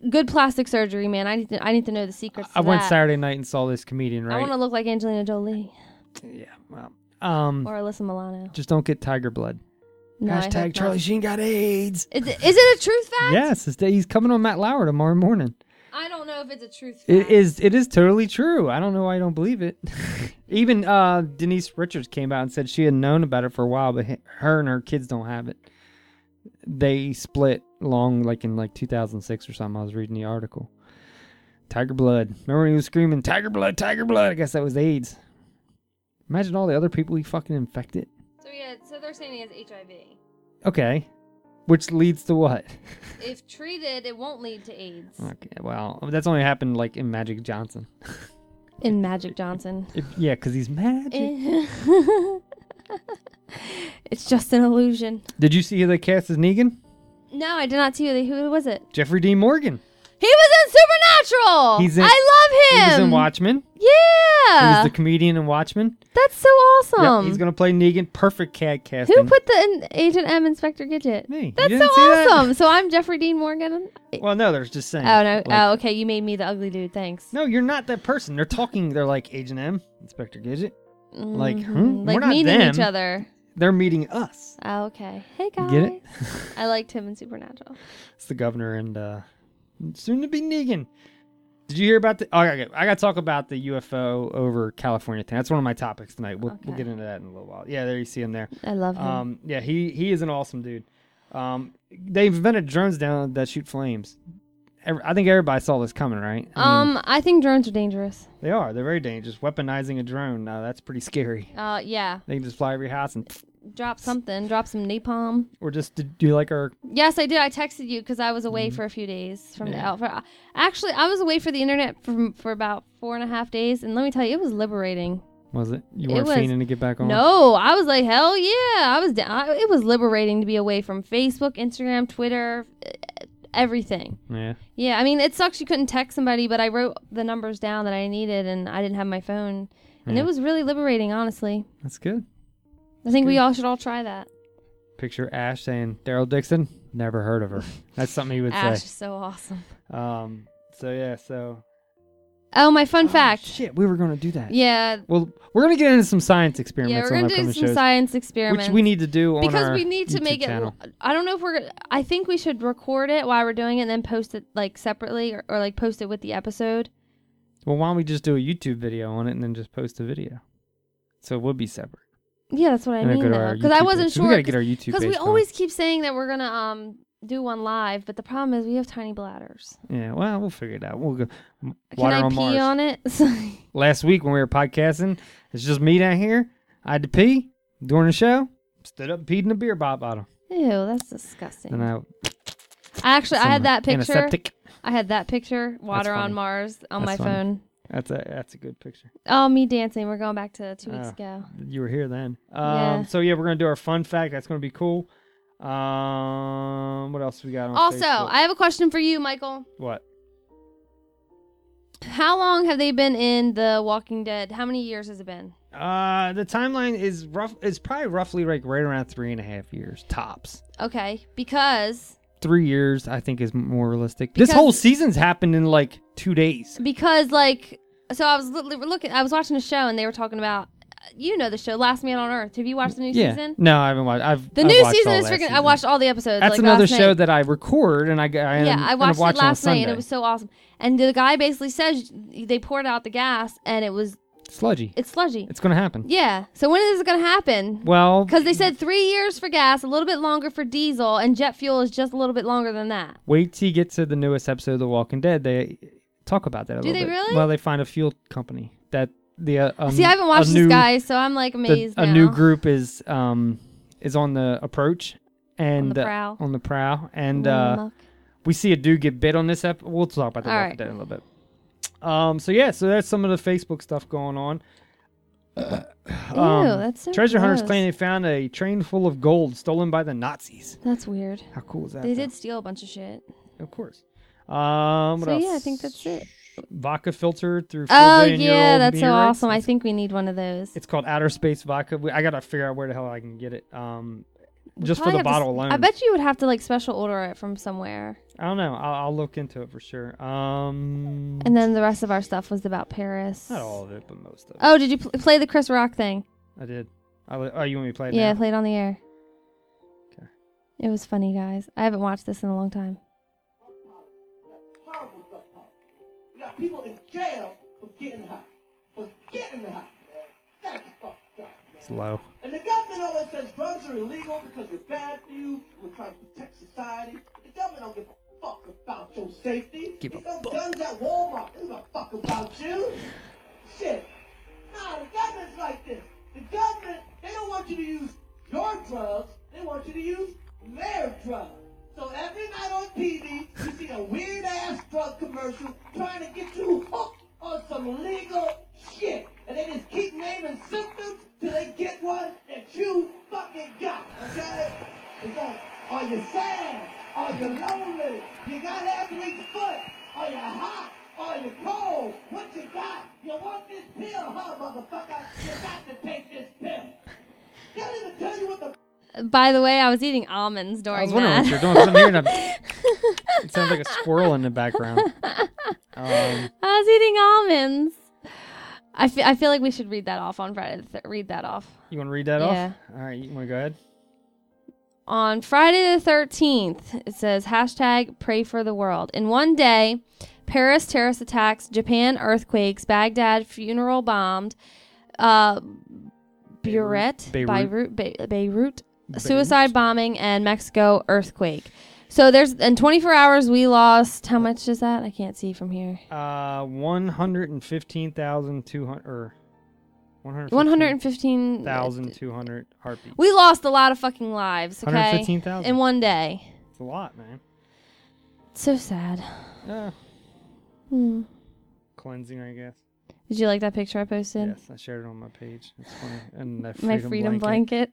[SPEAKER 6] good plastic surgery, man. I need to I need to know the secrets. To
[SPEAKER 1] I went
[SPEAKER 6] that.
[SPEAKER 1] Saturday night and saw this comedian.
[SPEAKER 6] I
[SPEAKER 1] Right?
[SPEAKER 6] want to look like Angelina Jolie
[SPEAKER 1] Yeah. Well, um,
[SPEAKER 6] or Alyssa Milano.
[SPEAKER 1] just don't get tiger blood.
[SPEAKER 6] No, I hope
[SPEAKER 1] Hashtag Charlie
[SPEAKER 6] not.
[SPEAKER 1] Sheen got AIDS.
[SPEAKER 6] Is it, is it a truth fact?
[SPEAKER 1] Yes, it's, he's coming on Matt Lauer tomorrow morning.
[SPEAKER 6] I don't know if it's a truth fact.
[SPEAKER 1] It is. It is totally true. I don't know why I don't believe it. [LAUGHS] Even uh, Denise Richards came out and said she had known about it for a while, but he- her and her kids don't have it. They split long, like in like 2006 or something. I was reading the article. Tiger Blood. Remember when he was screaming "Tiger Blood, Tiger Blood"? I guess that was AIDS. Imagine all the other people he fucking infected.
[SPEAKER 6] So yeah, so they're saying he has HIV.
[SPEAKER 1] Okay, which leads to what? [LAUGHS]
[SPEAKER 6] If treated, it won't lead to AIDS.
[SPEAKER 1] Okay, well, that's only happened like in Magic Johnson.
[SPEAKER 6] In Magic Johnson.
[SPEAKER 1] If, yeah, because he's magic.
[SPEAKER 6] [LAUGHS] it's just an illusion.
[SPEAKER 1] Did you see who they cast as Negan?
[SPEAKER 6] No, I did not see who they, who was it.
[SPEAKER 1] Jeffrey Dean Morgan.
[SPEAKER 6] He was in Supernatural.
[SPEAKER 1] He's in-
[SPEAKER 6] Oh, I love him.
[SPEAKER 1] He was in Watchmen. He
[SPEAKER 6] Yeah.
[SPEAKER 1] was the comedian in Watchmen.
[SPEAKER 6] That's so
[SPEAKER 1] Yeah,
[SPEAKER 6] awesome.
[SPEAKER 1] he's gonna play Negan. Perfect cat casting.
[SPEAKER 6] Who put the in, Agent M Inspector Gidget?
[SPEAKER 1] Me. You
[SPEAKER 6] That's so
[SPEAKER 1] didn't see that?
[SPEAKER 6] awesome. So I'm Jeffrey Dean Morgan.
[SPEAKER 1] Well, no, there's just saying.
[SPEAKER 6] Oh no.
[SPEAKER 1] like-
[SPEAKER 6] Oh, okay. You made me the ugly dude. Thanks.
[SPEAKER 1] No, you're not that person. They're talking. They're like Agent M, Inspector Gidget. Like,
[SPEAKER 6] Mhm.
[SPEAKER 1] hmm,
[SPEAKER 6] Like
[SPEAKER 1] we're not
[SPEAKER 6] meeting
[SPEAKER 1] them.
[SPEAKER 6] each other.
[SPEAKER 1] They're meeting us.
[SPEAKER 6] Oh, okay. Hey guys.
[SPEAKER 1] Get it?
[SPEAKER 6] I liked him in Supernatural.
[SPEAKER 1] It's the governor and uh, soon to be Negan. Did you hear about the? Oh, okay, I got to talk about the UFO over California thing. That's one of my topics tonight. We'll, we'll
[SPEAKER 6] Okay.
[SPEAKER 1] get into that in a little while. Yeah, there you see him there.
[SPEAKER 6] I love him.
[SPEAKER 1] Um, yeah, he he is an awesome dude. Um, they invented drones down that shoot flames. Every, I think everybody saw this coming, right? [LAUGHS] I mean,
[SPEAKER 6] um, I think drones are dangerous.
[SPEAKER 1] they are. They're very dangerous. Weaponizing a drone. Now that's pretty scary.
[SPEAKER 6] Uh, yeah.
[SPEAKER 1] They can just fly over your house and,
[SPEAKER 6] Drop something. Drop some napalm.
[SPEAKER 1] or just to do like our
[SPEAKER 6] Yes, I did. I texted you because I was away for a few days from the
[SPEAKER 1] Mm-hmm. Yeah.
[SPEAKER 6] out. For, actually, I was away for the internet for, for about four and a half days, and let me tell you, it was liberating.
[SPEAKER 1] was it? You
[SPEAKER 6] It
[SPEAKER 1] weren't
[SPEAKER 6] was-
[SPEAKER 1] fiending to get back on.
[SPEAKER 6] No, I was like, hell yeah, I was down. I- It was liberating to be away from Facebook, Instagram, Twitter, eh, everything.
[SPEAKER 1] Yeah.
[SPEAKER 6] Yeah, I mean, it sucks you couldn't text somebody, but I wrote the numbers down that I needed, and I didn't have my phone, and
[SPEAKER 1] Yeah.
[SPEAKER 6] it was really liberating, honestly.
[SPEAKER 1] That's good.
[SPEAKER 6] I think we
[SPEAKER 1] good.
[SPEAKER 6] all should all try that.
[SPEAKER 1] picture Ash saying Daryl Dixon. Never heard [LAUGHS] of her. That's something he would
[SPEAKER 6] Ash is
[SPEAKER 1] say.
[SPEAKER 6] so awesome.
[SPEAKER 1] Um. So yeah. So
[SPEAKER 6] Oh, my fun fact.
[SPEAKER 1] shit, we were gonna do that.
[SPEAKER 6] Yeah,
[SPEAKER 1] Well, we're gonna get into some science
[SPEAKER 6] Yeah,
[SPEAKER 1] experiments
[SPEAKER 6] we're
[SPEAKER 1] on
[SPEAKER 6] gonna do
[SPEAKER 1] upcoming
[SPEAKER 6] some
[SPEAKER 1] shows,
[SPEAKER 6] science experiments.
[SPEAKER 1] which we need to do on
[SPEAKER 6] because
[SPEAKER 1] our
[SPEAKER 6] we need to
[SPEAKER 1] YouTube
[SPEAKER 6] make it.
[SPEAKER 1] channel.
[SPEAKER 6] I don't know if we're. gonna I think we should record it while we're doing it, and then post it like separately, or, or like post it with the episode.
[SPEAKER 1] Well, why don't we just do a YouTube video on it and then just post a video? So it would be separate.
[SPEAKER 6] Yeah, that's what I
[SPEAKER 1] And then
[SPEAKER 6] mean
[SPEAKER 1] go to
[SPEAKER 6] though,
[SPEAKER 1] our
[SPEAKER 6] because I
[SPEAKER 1] YouTube
[SPEAKER 6] wasn't
[SPEAKER 1] page.
[SPEAKER 6] sure.
[SPEAKER 1] We gotta get our YouTube
[SPEAKER 6] Because we
[SPEAKER 1] page going.
[SPEAKER 6] always keep saying that we're gonna um do one live, but the problem is we have tiny bladders.
[SPEAKER 1] Yeah. Well, we'll figure it out. We'll go. m-
[SPEAKER 6] Can
[SPEAKER 1] Water
[SPEAKER 6] I
[SPEAKER 1] on
[SPEAKER 6] pee
[SPEAKER 1] Mars.
[SPEAKER 6] on it? [LAUGHS]
[SPEAKER 1] Last week when we were podcasting, it's just me down here. I had to pee during the show. Stood up, and peed in a beer bo- bottle,
[SPEAKER 6] Ew, that's disgusting.
[SPEAKER 1] and I
[SPEAKER 6] Actually, I had
[SPEAKER 1] some
[SPEAKER 6] that picture.
[SPEAKER 1] antiseptic.
[SPEAKER 6] I had that picture. Water on
[SPEAKER 1] funny.
[SPEAKER 6] Mars on my
[SPEAKER 1] That's funny.
[SPEAKER 6] phone.
[SPEAKER 1] That's a that's a good picture.
[SPEAKER 6] Oh, me dancing. We're going back to two weeks
[SPEAKER 1] Oh.
[SPEAKER 6] ago.
[SPEAKER 1] You were here then. Um,
[SPEAKER 6] Yeah.
[SPEAKER 1] So yeah, we're gonna do our fun fact. That's gonna be cool. Um, what else we got? On
[SPEAKER 6] Also,
[SPEAKER 1] Facebook?
[SPEAKER 6] I have a question for you, Michael.
[SPEAKER 1] what?
[SPEAKER 6] How long have they been in The Walking Dead? How many years has it been?
[SPEAKER 1] Uh, the timeline is rough. Is probably roughly like right around three and a half years tops.
[SPEAKER 6] Okay, because
[SPEAKER 1] Three years, I think, is more realistic. this whole
[SPEAKER 6] Because-
[SPEAKER 1] season's happened in like two days.
[SPEAKER 6] because like so I was li- looking I was watching a show and they were talking about uh, you know the show Last Man on Earth. Have you watched the new
[SPEAKER 1] yeah.
[SPEAKER 6] season?
[SPEAKER 1] No, I haven't watched. I've
[SPEAKER 6] The
[SPEAKER 1] I've
[SPEAKER 6] new
[SPEAKER 1] watched
[SPEAKER 6] season
[SPEAKER 1] all
[SPEAKER 6] is
[SPEAKER 1] last
[SPEAKER 6] freaking. I
[SPEAKER 1] season.
[SPEAKER 6] watched all the episodes.
[SPEAKER 1] That's
[SPEAKER 6] like,
[SPEAKER 1] another
[SPEAKER 6] last
[SPEAKER 1] show
[SPEAKER 6] night.
[SPEAKER 1] that I record and I, g- I
[SPEAKER 6] yeah, I watched
[SPEAKER 1] watch
[SPEAKER 6] it last
[SPEAKER 1] on
[SPEAKER 6] night and
[SPEAKER 1] Sunday.
[SPEAKER 6] it was so awesome. And the guy basically says they poured out the gas and it was
[SPEAKER 1] sludgy.
[SPEAKER 6] it's sludgy.
[SPEAKER 1] It's gonna happen.
[SPEAKER 6] yeah. So when is it gonna happen?
[SPEAKER 1] Well,
[SPEAKER 6] Because they said three years for gas, a little bit longer for diesel, and jet fuel is just a little bit longer than that.
[SPEAKER 1] Wait till you get to the newest episode of The Walking Dead. They talk about that a
[SPEAKER 6] Do
[SPEAKER 1] little
[SPEAKER 6] they
[SPEAKER 1] bit.
[SPEAKER 6] really?
[SPEAKER 1] Well, they find a fuel company that the uh, um,
[SPEAKER 6] See, I haven't
[SPEAKER 1] a
[SPEAKER 6] watched
[SPEAKER 1] new-
[SPEAKER 6] this guy, so I'm like
[SPEAKER 1] the-
[SPEAKER 6] amazed.
[SPEAKER 1] a
[SPEAKER 6] now.
[SPEAKER 1] new group is um is on the approach and
[SPEAKER 6] the
[SPEAKER 1] uh,
[SPEAKER 6] prowl.
[SPEAKER 1] on the prowl. and
[SPEAKER 6] Little
[SPEAKER 1] uh,
[SPEAKER 6] muck.
[SPEAKER 1] we see a dude get bit on this ep. We'll talk about The
[SPEAKER 6] All
[SPEAKER 1] Walking
[SPEAKER 6] right.
[SPEAKER 1] Dead in a little bit. Um, so yeah, so that's some of the Facebook stuff going on. [COUGHS] Um,
[SPEAKER 6] Ew, that's so
[SPEAKER 1] treasure hunters
[SPEAKER 6] gross.
[SPEAKER 1] claim they found a train full of gold stolen by the Nazis.
[SPEAKER 6] That's weird.
[SPEAKER 1] How cool is that?
[SPEAKER 6] They
[SPEAKER 1] though?
[SPEAKER 6] did steal a bunch of shit.
[SPEAKER 1] of course. Um, what
[SPEAKER 6] so
[SPEAKER 1] else?
[SPEAKER 6] yeah, I think that's it.
[SPEAKER 1] vodka filter through.
[SPEAKER 6] Oh
[SPEAKER 1] 4 billion year
[SPEAKER 6] yeah,
[SPEAKER 1] old
[SPEAKER 6] that's so
[SPEAKER 1] meteorites.
[SPEAKER 6] awesome. I
[SPEAKER 1] It's-
[SPEAKER 6] think we need one of those.
[SPEAKER 1] It's called outer space vodka. We- I gotta figure out where the hell I can get it. Um,
[SPEAKER 6] We
[SPEAKER 1] just for
[SPEAKER 6] probably
[SPEAKER 1] the
[SPEAKER 6] have to s-
[SPEAKER 1] bottle alone.
[SPEAKER 6] I bet you would have to like special order it from somewhere.
[SPEAKER 1] I don't know. I'll, I'll look into it for sure. Um,
[SPEAKER 6] And then the rest of our stuff was about Paris.
[SPEAKER 1] not all of it, but most of it.
[SPEAKER 6] Oh, did you pl- play the Chris Rock thing?
[SPEAKER 1] I did. I li- oh, you want me to play it?
[SPEAKER 6] yeah, I
[SPEAKER 1] now?
[SPEAKER 6] played on the air.
[SPEAKER 1] Okay.
[SPEAKER 6] It was funny, guys. I haven't watched this in a long time.
[SPEAKER 9] We got people in jail for getting high. For getting high. That's fucked up.
[SPEAKER 1] It's low.
[SPEAKER 9] And the government always says drugs are illegal because they're bad for you. We're trying to protect society. The government don't give a fuck about your safety.
[SPEAKER 1] Give a
[SPEAKER 9] they sell guns at Walmart. They don't give a fuck about you. Shit. Nah, the government's like this. The government, they don't want you to use your drugs. They want you to use their drugs. So every night on TV, you see a weird ass drug commercial trying to get you hooked on some illegal shit. And they just keep naming symptoms till they get one that you fucking got, okay? It's like, are you sad? Are you lonely? You got athlete's foot. Are you hot? Are you cold? What you got? You want this pill, huh, motherfucker? You got to take this pill. Can't even tell you what the
[SPEAKER 6] By the way, I was eating almonds during
[SPEAKER 1] I was wondering
[SPEAKER 6] that.
[SPEAKER 1] what
[SPEAKER 6] [LAUGHS]
[SPEAKER 1] you're doing. 'cause I'm hearing a, it sounds like a squirrel in
[SPEAKER 6] [LAUGHS]
[SPEAKER 1] the background. Um,
[SPEAKER 6] I was eating almonds. I fe- I feel like we should read that off on Friday. the Th- read that off.
[SPEAKER 1] you want to read that
[SPEAKER 6] Yeah.
[SPEAKER 1] off? All right, you want to go ahead?
[SPEAKER 6] On Friday the 13th, it says hashtag pray for the world. In one day, Paris terrorist attacks, Japan earthquakes, Baghdad funeral bombed, uh, Buret, Beirut,
[SPEAKER 1] Beirut.
[SPEAKER 6] Beirut, Beirut, suicide bombing, and Mexico earthquake. So there's in 24 hours we lost how much is that? I can't see from here.
[SPEAKER 1] Uh, one hundred and fifteen thousand two hundred or one hundred.
[SPEAKER 6] 115
[SPEAKER 1] thousand two hundred heartbeats.
[SPEAKER 6] We lost a lot of fucking lives, okay?
[SPEAKER 1] 115,000.
[SPEAKER 6] In one day.
[SPEAKER 1] It's a lot, man.
[SPEAKER 6] So sad.
[SPEAKER 1] Yeah.
[SPEAKER 6] Hmm.
[SPEAKER 1] Cleansing, I guess.
[SPEAKER 6] Did you like that picture I posted?
[SPEAKER 1] Yes, I shared it on my page. It's funny. And
[SPEAKER 6] [LAUGHS]
[SPEAKER 1] that
[SPEAKER 6] My freedom blanket.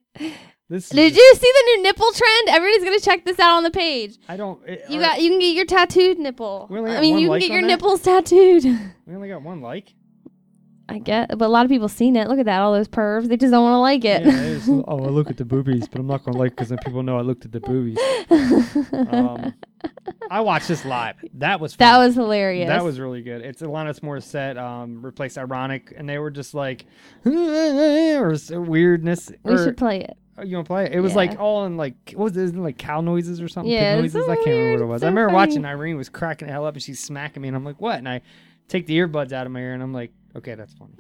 [SPEAKER 1] This is
[SPEAKER 6] Did
[SPEAKER 1] just-
[SPEAKER 6] you see the new nipple trend? Everybody's gonna check this out on the page.
[SPEAKER 1] I don't. It,
[SPEAKER 6] You
[SPEAKER 1] are-
[SPEAKER 6] got you can get your tattooed nipple.
[SPEAKER 1] We only
[SPEAKER 6] I
[SPEAKER 1] got
[SPEAKER 6] mean,
[SPEAKER 1] one
[SPEAKER 6] you can
[SPEAKER 1] like
[SPEAKER 6] get your
[SPEAKER 1] on that?
[SPEAKER 6] nipples tattooed. [LAUGHS]
[SPEAKER 1] We only got one like.
[SPEAKER 6] I get, but a lot of people seen it. Look at that, all those pervs. They just don't want to like it. [LAUGHS]
[SPEAKER 1] Yeah, it's, oh, I look at the boobies, but I'm not gonna like because then people know I looked at the boobies.
[SPEAKER 6] [LAUGHS]
[SPEAKER 1] Um, I watched this live. That was
[SPEAKER 6] that
[SPEAKER 1] fun.
[SPEAKER 6] was hilarious.
[SPEAKER 1] That was really good. It's Alanis Morissette um, replaced ironic, and they were just like [LAUGHS] or s- weirdness.
[SPEAKER 6] We
[SPEAKER 1] or-
[SPEAKER 6] should play it.
[SPEAKER 1] Oh, you want to play it? It was
[SPEAKER 6] Yeah.
[SPEAKER 1] like all in like what was it, Isn't it like cow noises or something? Pig
[SPEAKER 6] Yeah, it's
[SPEAKER 1] noises.
[SPEAKER 6] so
[SPEAKER 1] I can't remember what it
[SPEAKER 6] weird,
[SPEAKER 1] was.
[SPEAKER 6] so
[SPEAKER 1] I remember watching
[SPEAKER 6] funny.
[SPEAKER 1] Irene was cracking the hell up and she's smacking me, and I'm like, what? And I take the earbuds out of my ear, and I'm like, okay, that's
[SPEAKER 6] [LAUGHS]
[SPEAKER 1] funny.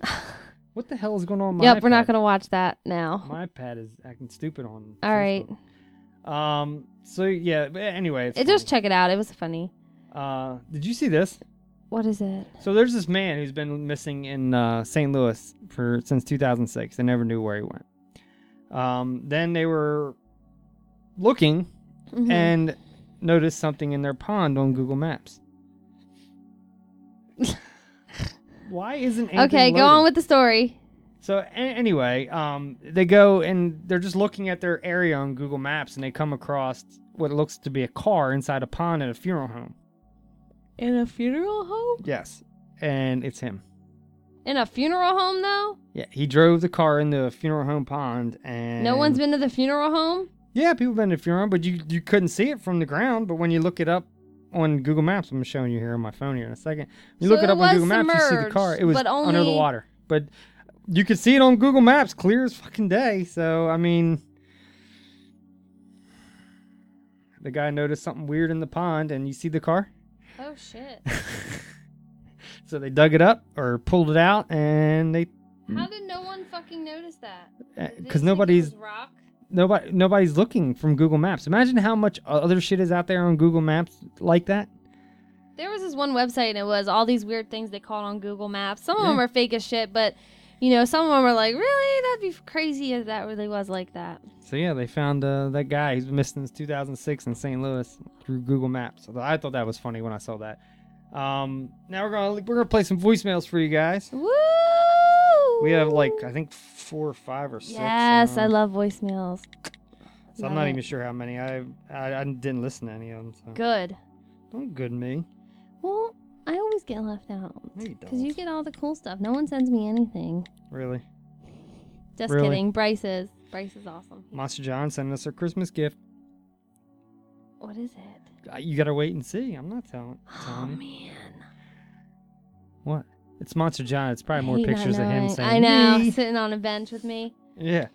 [SPEAKER 1] what the hell is going on? with my
[SPEAKER 6] Yep, we're not
[SPEAKER 1] iPad?
[SPEAKER 6] gonna watch that now.
[SPEAKER 1] My iPad is acting stupid on.
[SPEAKER 6] All right,
[SPEAKER 1] Facebook. Um. So yeah. But anyway, it's
[SPEAKER 6] it, just check it out. It was funny.
[SPEAKER 1] Uh, did you see this?
[SPEAKER 6] What is it?
[SPEAKER 1] So there's this man who's been missing in uh, St. Louis for since 2006. They never knew where he went. Um, then they were looking
[SPEAKER 6] Mhm.
[SPEAKER 1] and noticed something in their pond on Google Maps. Why isn't anything
[SPEAKER 6] okay, go
[SPEAKER 1] loading?
[SPEAKER 6] on with the story.
[SPEAKER 1] So a- anyway, um, they go and they're just looking at their area on Google Maps, and they come across what looks to be a car inside a pond at a funeral home.
[SPEAKER 6] In a funeral home?
[SPEAKER 1] Yes, and it's him.
[SPEAKER 6] In a funeral home, though?
[SPEAKER 1] Yeah, he drove the car into a funeral home pond, and
[SPEAKER 6] No one's been to the funeral home?
[SPEAKER 1] Yeah, people have been to funeral, home, but you you couldn't see it from the ground. But when you look it up on Google Maps, I'm showing you here on my phone here in a second. You
[SPEAKER 6] So
[SPEAKER 1] look it
[SPEAKER 6] it
[SPEAKER 1] up on Google
[SPEAKER 6] was
[SPEAKER 1] Maps, you see the
[SPEAKER 6] submerged,
[SPEAKER 1] car. It was
[SPEAKER 6] but
[SPEAKER 1] under the
[SPEAKER 6] only-
[SPEAKER 1] water, but you could see it on Google Maps, clear as fucking day. So I mean, the guy noticed something weird in the pond, and you see the car.
[SPEAKER 6] Oh,
[SPEAKER 1] [LAUGHS]
[SPEAKER 6] shit.
[SPEAKER 1] So they dug it up or pulled it out, and they
[SPEAKER 6] How did no one fucking notice that?
[SPEAKER 1] Uh,
[SPEAKER 6] Did they just
[SPEAKER 1] 'cause
[SPEAKER 6] think it
[SPEAKER 1] nobody's-
[SPEAKER 6] was Rock?
[SPEAKER 1] nobody nobody's looking from Google Maps. Imagine how much other shit is out there on Google Maps like that.
[SPEAKER 6] There was this one website, and it was all these weird things they called on Google Maps. Some of
[SPEAKER 1] Yeah.
[SPEAKER 6] them are fake as shit, but, you know, some of them are like, really? That'd be f- crazy if that really was like that.
[SPEAKER 1] So yeah, they found uh, that guy who's been missing since 2006 in St. Louis through Google Maps. So I thought that was funny when I saw that. Um, now we're gonna we're gonna play some voicemails for you guys.
[SPEAKER 6] Woo!
[SPEAKER 1] We have like I think four or five or six.
[SPEAKER 6] Yes,
[SPEAKER 1] don't
[SPEAKER 6] I
[SPEAKER 1] know.
[SPEAKER 6] love voicemails.
[SPEAKER 1] So I'm
[SPEAKER 6] love
[SPEAKER 1] not
[SPEAKER 6] it.
[SPEAKER 1] even sure how many. I, I I didn't listen to any of them. So.
[SPEAKER 6] Good.
[SPEAKER 1] Don't good me.
[SPEAKER 6] Well, I always get left out.
[SPEAKER 1] No, you
[SPEAKER 6] Because you get all the cool stuff. No one sends me anything.
[SPEAKER 1] Really.
[SPEAKER 6] Just
[SPEAKER 1] Really?
[SPEAKER 6] kidding. Bryce is. Bryce is awesome.
[SPEAKER 1] Monster John sending us a Christmas gift.
[SPEAKER 6] What is it?
[SPEAKER 1] Uh, You gotta wait and see. I'm not telling.
[SPEAKER 6] Oh,
[SPEAKER 1] telling you.
[SPEAKER 6] man.
[SPEAKER 1] What? It's Monster John. It's probably more
[SPEAKER 6] He not
[SPEAKER 1] pictures of him
[SPEAKER 6] knowing.
[SPEAKER 1] saying.
[SPEAKER 6] I know, [LAUGHS]
[SPEAKER 1] "Yee."
[SPEAKER 6] sitting on a bench with me.
[SPEAKER 1] Yeah.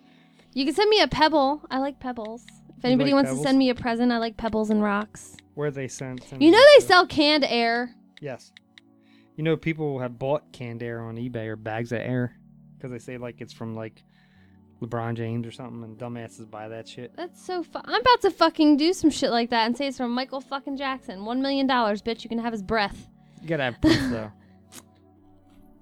[SPEAKER 6] You can send me a pebble. I like pebbles. If
[SPEAKER 1] You
[SPEAKER 6] anybody
[SPEAKER 1] like
[SPEAKER 6] wants
[SPEAKER 1] pebbles?
[SPEAKER 6] to send me a present, I like pebbles and rocks.
[SPEAKER 1] Where they send. send
[SPEAKER 6] You
[SPEAKER 1] them
[SPEAKER 6] know they
[SPEAKER 1] to.
[SPEAKER 6] sell canned air.
[SPEAKER 1] Yes. You know people have bought canned air on eBay or bags of air because they say like it's from like LeBron James or something, and dumbasses buy that shit.
[SPEAKER 6] That's so fun. I'm about to fucking do some shit like that and say it's from Michael fucking Jackson. One million dollars, bitch. You can have his breath.
[SPEAKER 1] You gotta
[SPEAKER 6] [LAUGHS]
[SPEAKER 1] have proof though.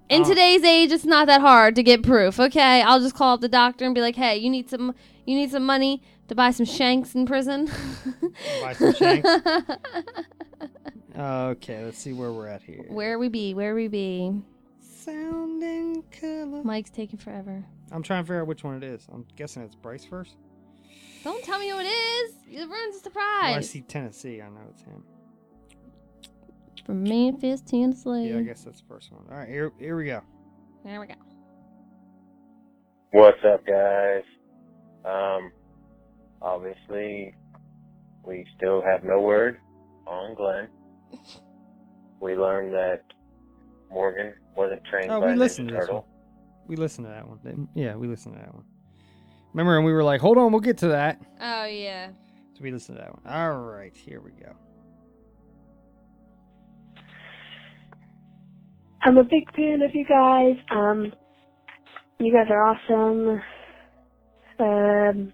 [SPEAKER 6] In
[SPEAKER 1] Oh.
[SPEAKER 6] today's age, it's not that hard to get proof. Okay, I'll just call up the doctor and be like, "Hey, you need some, you need some money to buy some shanks in prison."
[SPEAKER 1] Buy some shanks.
[SPEAKER 6] [LAUGHS]
[SPEAKER 1] okay, let's see where we're at here.
[SPEAKER 6] Where we be? Where we be?
[SPEAKER 1] Sounding color.
[SPEAKER 6] Mike's taking forever.
[SPEAKER 1] I'm trying to figure out which one it is. I'm guessing it's Bryce first.
[SPEAKER 6] Don't tell me who it is. It ruins the
[SPEAKER 1] Oh, I
[SPEAKER 6] surprise.
[SPEAKER 1] see Tennessee. I know it's him.
[SPEAKER 6] from Memphis, Tennessee.
[SPEAKER 1] Yeah, I guess that's the first one. All right, here, here we go.
[SPEAKER 6] There we go.
[SPEAKER 11] What's up, guys? Um, obviously, we still have no word on
[SPEAKER 1] [LAUGHS]
[SPEAKER 11] Glenn. We learned that Morgan wasn't trained
[SPEAKER 1] Oh,
[SPEAKER 11] by
[SPEAKER 1] we
[SPEAKER 11] a
[SPEAKER 1] listened
[SPEAKER 11] Ninja
[SPEAKER 1] to this one.
[SPEAKER 11] Turtle.
[SPEAKER 1] We listened to that one. didn't- Yeah, we listened to that one. Remember, and we were like, "Hold on, we'll get to that."
[SPEAKER 6] Oh yeah.
[SPEAKER 1] So we listened to that one. All right, here we go.
[SPEAKER 12] I'm a big fan of you guys. Um, you guys are awesome. Um,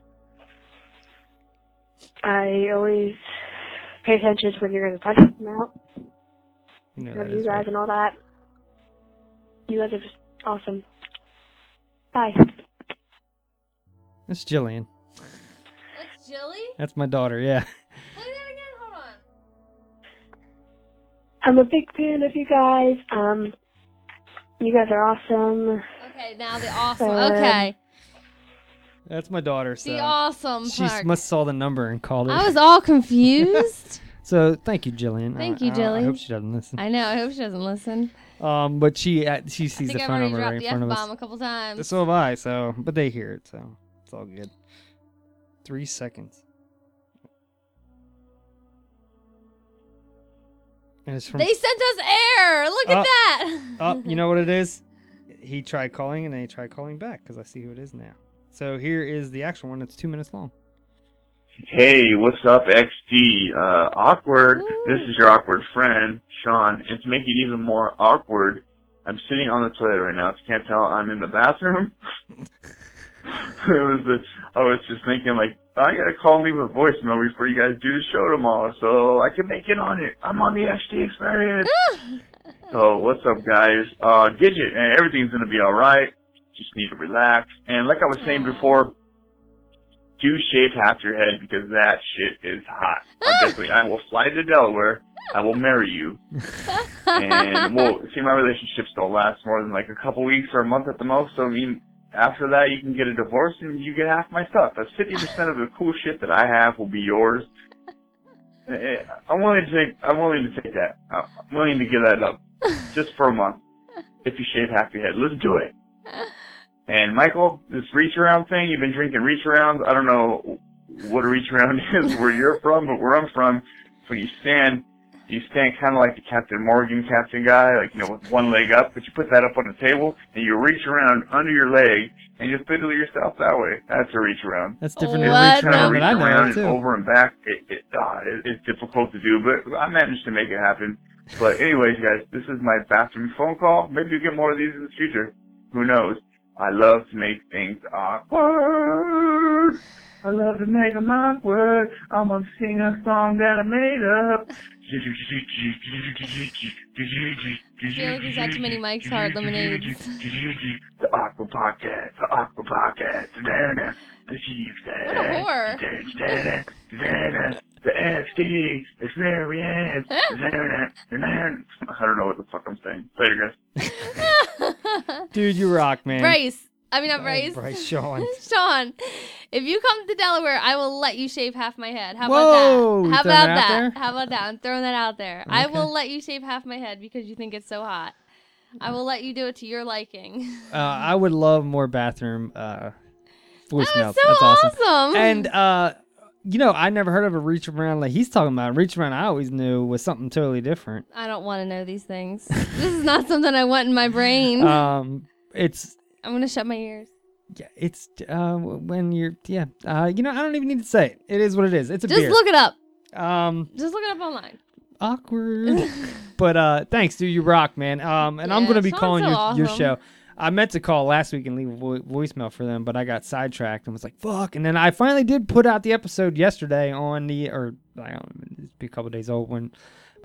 [SPEAKER 12] I always pay attention to when you're going to punch them out.
[SPEAKER 1] You know
[SPEAKER 12] Love
[SPEAKER 1] that
[SPEAKER 12] you
[SPEAKER 1] is
[SPEAKER 12] guys
[SPEAKER 1] right.
[SPEAKER 12] and all that. You guys are just awesome. Bye.
[SPEAKER 1] That's Jillian.
[SPEAKER 6] That's Jilly.
[SPEAKER 1] That's my daughter. Yeah.
[SPEAKER 6] Play that again. Hold on.
[SPEAKER 12] I'm a big fan of you guys. Um, you guys are awesome.
[SPEAKER 6] Okay, now
[SPEAKER 1] [LAUGHS]
[SPEAKER 6] the awesome.
[SPEAKER 12] Um,
[SPEAKER 6] Okay,
[SPEAKER 1] That's my daughter. So
[SPEAKER 6] the awesome
[SPEAKER 1] she
[SPEAKER 6] part.
[SPEAKER 1] must saw the number and called it.
[SPEAKER 6] I
[SPEAKER 1] [LAUGHS]
[SPEAKER 6] was all confused.
[SPEAKER 1] so thank you, Jillian. I-
[SPEAKER 6] Thank you,
[SPEAKER 1] I- I,
[SPEAKER 6] Jilly.
[SPEAKER 1] hope she doesn't listen.
[SPEAKER 6] I know. I hope she doesn't listen.
[SPEAKER 1] Um, but she uh, she
[SPEAKER 6] I
[SPEAKER 1] sees the
[SPEAKER 6] think I've
[SPEAKER 1] phone
[SPEAKER 6] already
[SPEAKER 1] number right
[SPEAKER 6] dropped
[SPEAKER 1] in
[SPEAKER 6] the f
[SPEAKER 1] front of
[SPEAKER 6] bomb a
[SPEAKER 1] us.
[SPEAKER 6] couple times.
[SPEAKER 1] So have I. So, but they hear it, so it's all good. Three seconds. And it's from
[SPEAKER 6] They sent us air. Look at
[SPEAKER 1] Up,
[SPEAKER 6] that.
[SPEAKER 1] Oh,
[SPEAKER 6] [LAUGHS]
[SPEAKER 1] you know what it is? He tried calling and then he tried calling back because I see who it is now. So here is the actual one. It's two minutes long.
[SPEAKER 13] Hey, what's up, XD? Uh, awkward. This is your awkward friend, Sean. And to make it even more awkward, I'm sitting on the toilet right now. If you can't tell, I'm in the bathroom. [LAUGHS] it was the, I was just thinking, like, I gotta call and leave a voicemail before you guys do the show tomorrow, so I can make it on it. I'm on the XD experience.
[SPEAKER 6] Ah.
[SPEAKER 13] so, what's up, guys? Uh, Gidget, and everything's gonna be alright. Just need to relax. And like I was saying before, do shave half your head because that shit is hot. I'm definitely, I will fly to Delaware. I will marry you. And well, see, my relationships don't last more than like a couple weeks or a month at the most. So I mean, after that, you can get a divorce and you get half my stuff. That's fifty percent of the cool shit that I have will be yours. Eh, eh, I'm willing to take. I'm willing to take that. I'm willing to give that up just for a month if you shave half your head. Let's do it. And Michael, this reach around thing, you've been drinking reach arounds. I don't know what a reach around [LAUGHS] is where you're from, but where I'm from, so you stand, you stand kind of like the Captain Morgan Captain guy, like, you know, with one leg up, but you put that up on the table and you reach around under your leg and you fiddle yourself that way. That's a reach around.
[SPEAKER 1] That's different
[SPEAKER 13] It's
[SPEAKER 1] than a reach
[SPEAKER 13] kinda
[SPEAKER 1] around, but
[SPEAKER 13] reach
[SPEAKER 1] I know it
[SPEAKER 13] around and
[SPEAKER 1] too.
[SPEAKER 13] over and back. It, it, ah, it, it's difficult to do, but I managed to make it happen. But anyways, guys, this is my bathroom phone call. Maybe you get more of these in the future. Who knows? I love to make things uh, awkward. Word. I love to make them awkward. I'm gonna sing a song that I made up.
[SPEAKER 6] I feel like he's had too many Mike's Hard Lemonades.
[SPEAKER 13] The Aqua Podcast. The Aqua Podcast. The Chiefs.
[SPEAKER 6] What a whore.
[SPEAKER 13] The XD Experience. I don't know what the fuck I'm saying. Later, guys.
[SPEAKER 6] Uh,
[SPEAKER 1] Dude, you rock, man.
[SPEAKER 6] Bryce. I mean, not Bryce.
[SPEAKER 1] Bryce, Sean.
[SPEAKER 6] [LAUGHS] Sean, if you come to Delaware, I will let you shave half my head. How
[SPEAKER 1] Whoa,
[SPEAKER 6] about
[SPEAKER 1] you
[SPEAKER 6] that? How about
[SPEAKER 1] throwing it out
[SPEAKER 6] that?
[SPEAKER 1] there?
[SPEAKER 6] How about that? I'm throwing that out there. I
[SPEAKER 1] Okay.
[SPEAKER 6] will let you shave half my head because you think it's so hot. I will let you do it to your liking. [LAUGHS]
[SPEAKER 1] Uh, I would love more bathroom uh,
[SPEAKER 6] Oh,
[SPEAKER 1] voicemails.
[SPEAKER 6] so
[SPEAKER 1] That's awesome.
[SPEAKER 6] awesome.
[SPEAKER 1] And uh, you know, I never heard of a reach around like he's talking about. Reach around, I always knew was something totally different.
[SPEAKER 6] I don't want to know these things. this is not something I want in my brain.
[SPEAKER 1] [LAUGHS] Um, it's
[SPEAKER 6] I'm gonna shut my ears.
[SPEAKER 1] yeah, it's uh, when you're yeah. Uh, you know, I don't even need to say it. It is what it is. It's a
[SPEAKER 6] Just
[SPEAKER 1] beer.
[SPEAKER 6] look it up.
[SPEAKER 1] Um,
[SPEAKER 6] Just look it up online. [LAUGHS]
[SPEAKER 1] awkward. but uh, thanks, dude. You rock, man. Um, and I'm
[SPEAKER 6] Yeah,
[SPEAKER 1] gonna be
[SPEAKER 6] Sean's
[SPEAKER 1] calling
[SPEAKER 6] so
[SPEAKER 1] your, your
[SPEAKER 6] awesome.
[SPEAKER 1] show. I meant to call last week and leave a vo- voicemail for them, but I got sidetracked and was like, "Fuck!" And then I finally did put out the episode yesterday on the or I don't it's be a couple days old when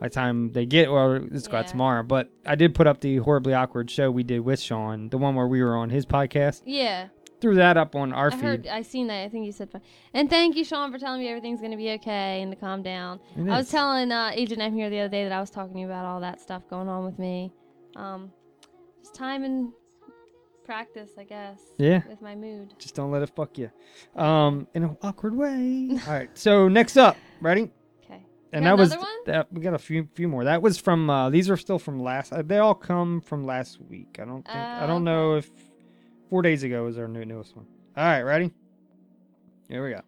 [SPEAKER 1] by the time they get or it's got tomorrow. But I did put up the horribly awkward show we did with Sean, the one where we were on his podcast.
[SPEAKER 6] Yeah.
[SPEAKER 1] Threw that up on our
[SPEAKER 6] I
[SPEAKER 1] feed.
[SPEAKER 6] heard. I seen that. I think you said fine. And thank you, Sean, for telling me everything's gonna be okay and to calm down.
[SPEAKER 1] It
[SPEAKER 6] I was
[SPEAKER 1] is.
[SPEAKER 6] telling uh, Agent M here the other day that I was talking to you about all that stuff going on with me. Um, just time and practice, I guess.
[SPEAKER 1] Yeah.
[SPEAKER 6] With my mood.
[SPEAKER 1] Just don't let it
[SPEAKER 6] [LAUGHS]
[SPEAKER 1] fuck you. Um, in an awkward way. All right. So next up, ready?
[SPEAKER 6] Okay.
[SPEAKER 1] and
[SPEAKER 6] got
[SPEAKER 1] that was
[SPEAKER 6] another
[SPEAKER 1] that we got a few few more. That was from uh, these are still from last. Uh, they all come from last week. I don't think I don't know if four days ago is our new, newest one. All right, ready? Here we go.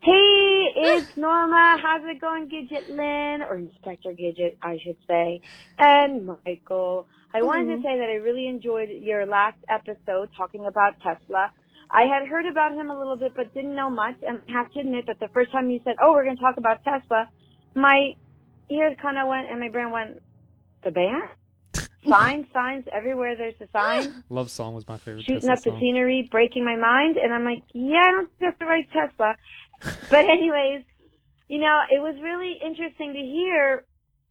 [SPEAKER 12] Hey,
[SPEAKER 6] [LAUGHS]
[SPEAKER 12] it's Norma. How's it going, Gidget Lynn? Or Inspector Gidget, I should say. And Michael. I wanted
[SPEAKER 6] Mm-hmm.
[SPEAKER 12] to
[SPEAKER 14] Mhm.
[SPEAKER 12] say that I really enjoyed your last episode talking about Tesla. I had heard about him a little bit, but didn't know much. And I have to admit that the first time you said, oh, we're going to talk about Tesla, my ears kind of went and my brain
[SPEAKER 6] [LAUGHS]
[SPEAKER 12] went, the [LAUGHS] band? Signs, signs, everywhere there's a sign
[SPEAKER 1] Love song was my favorite.
[SPEAKER 12] shooting
[SPEAKER 1] Tesla
[SPEAKER 12] up the
[SPEAKER 1] song.
[SPEAKER 12] scenery, breaking my mind, and I'm like, yeah, I don't think that's the right Tesla. [LAUGHS] but anyways, you know, it was really interesting to hear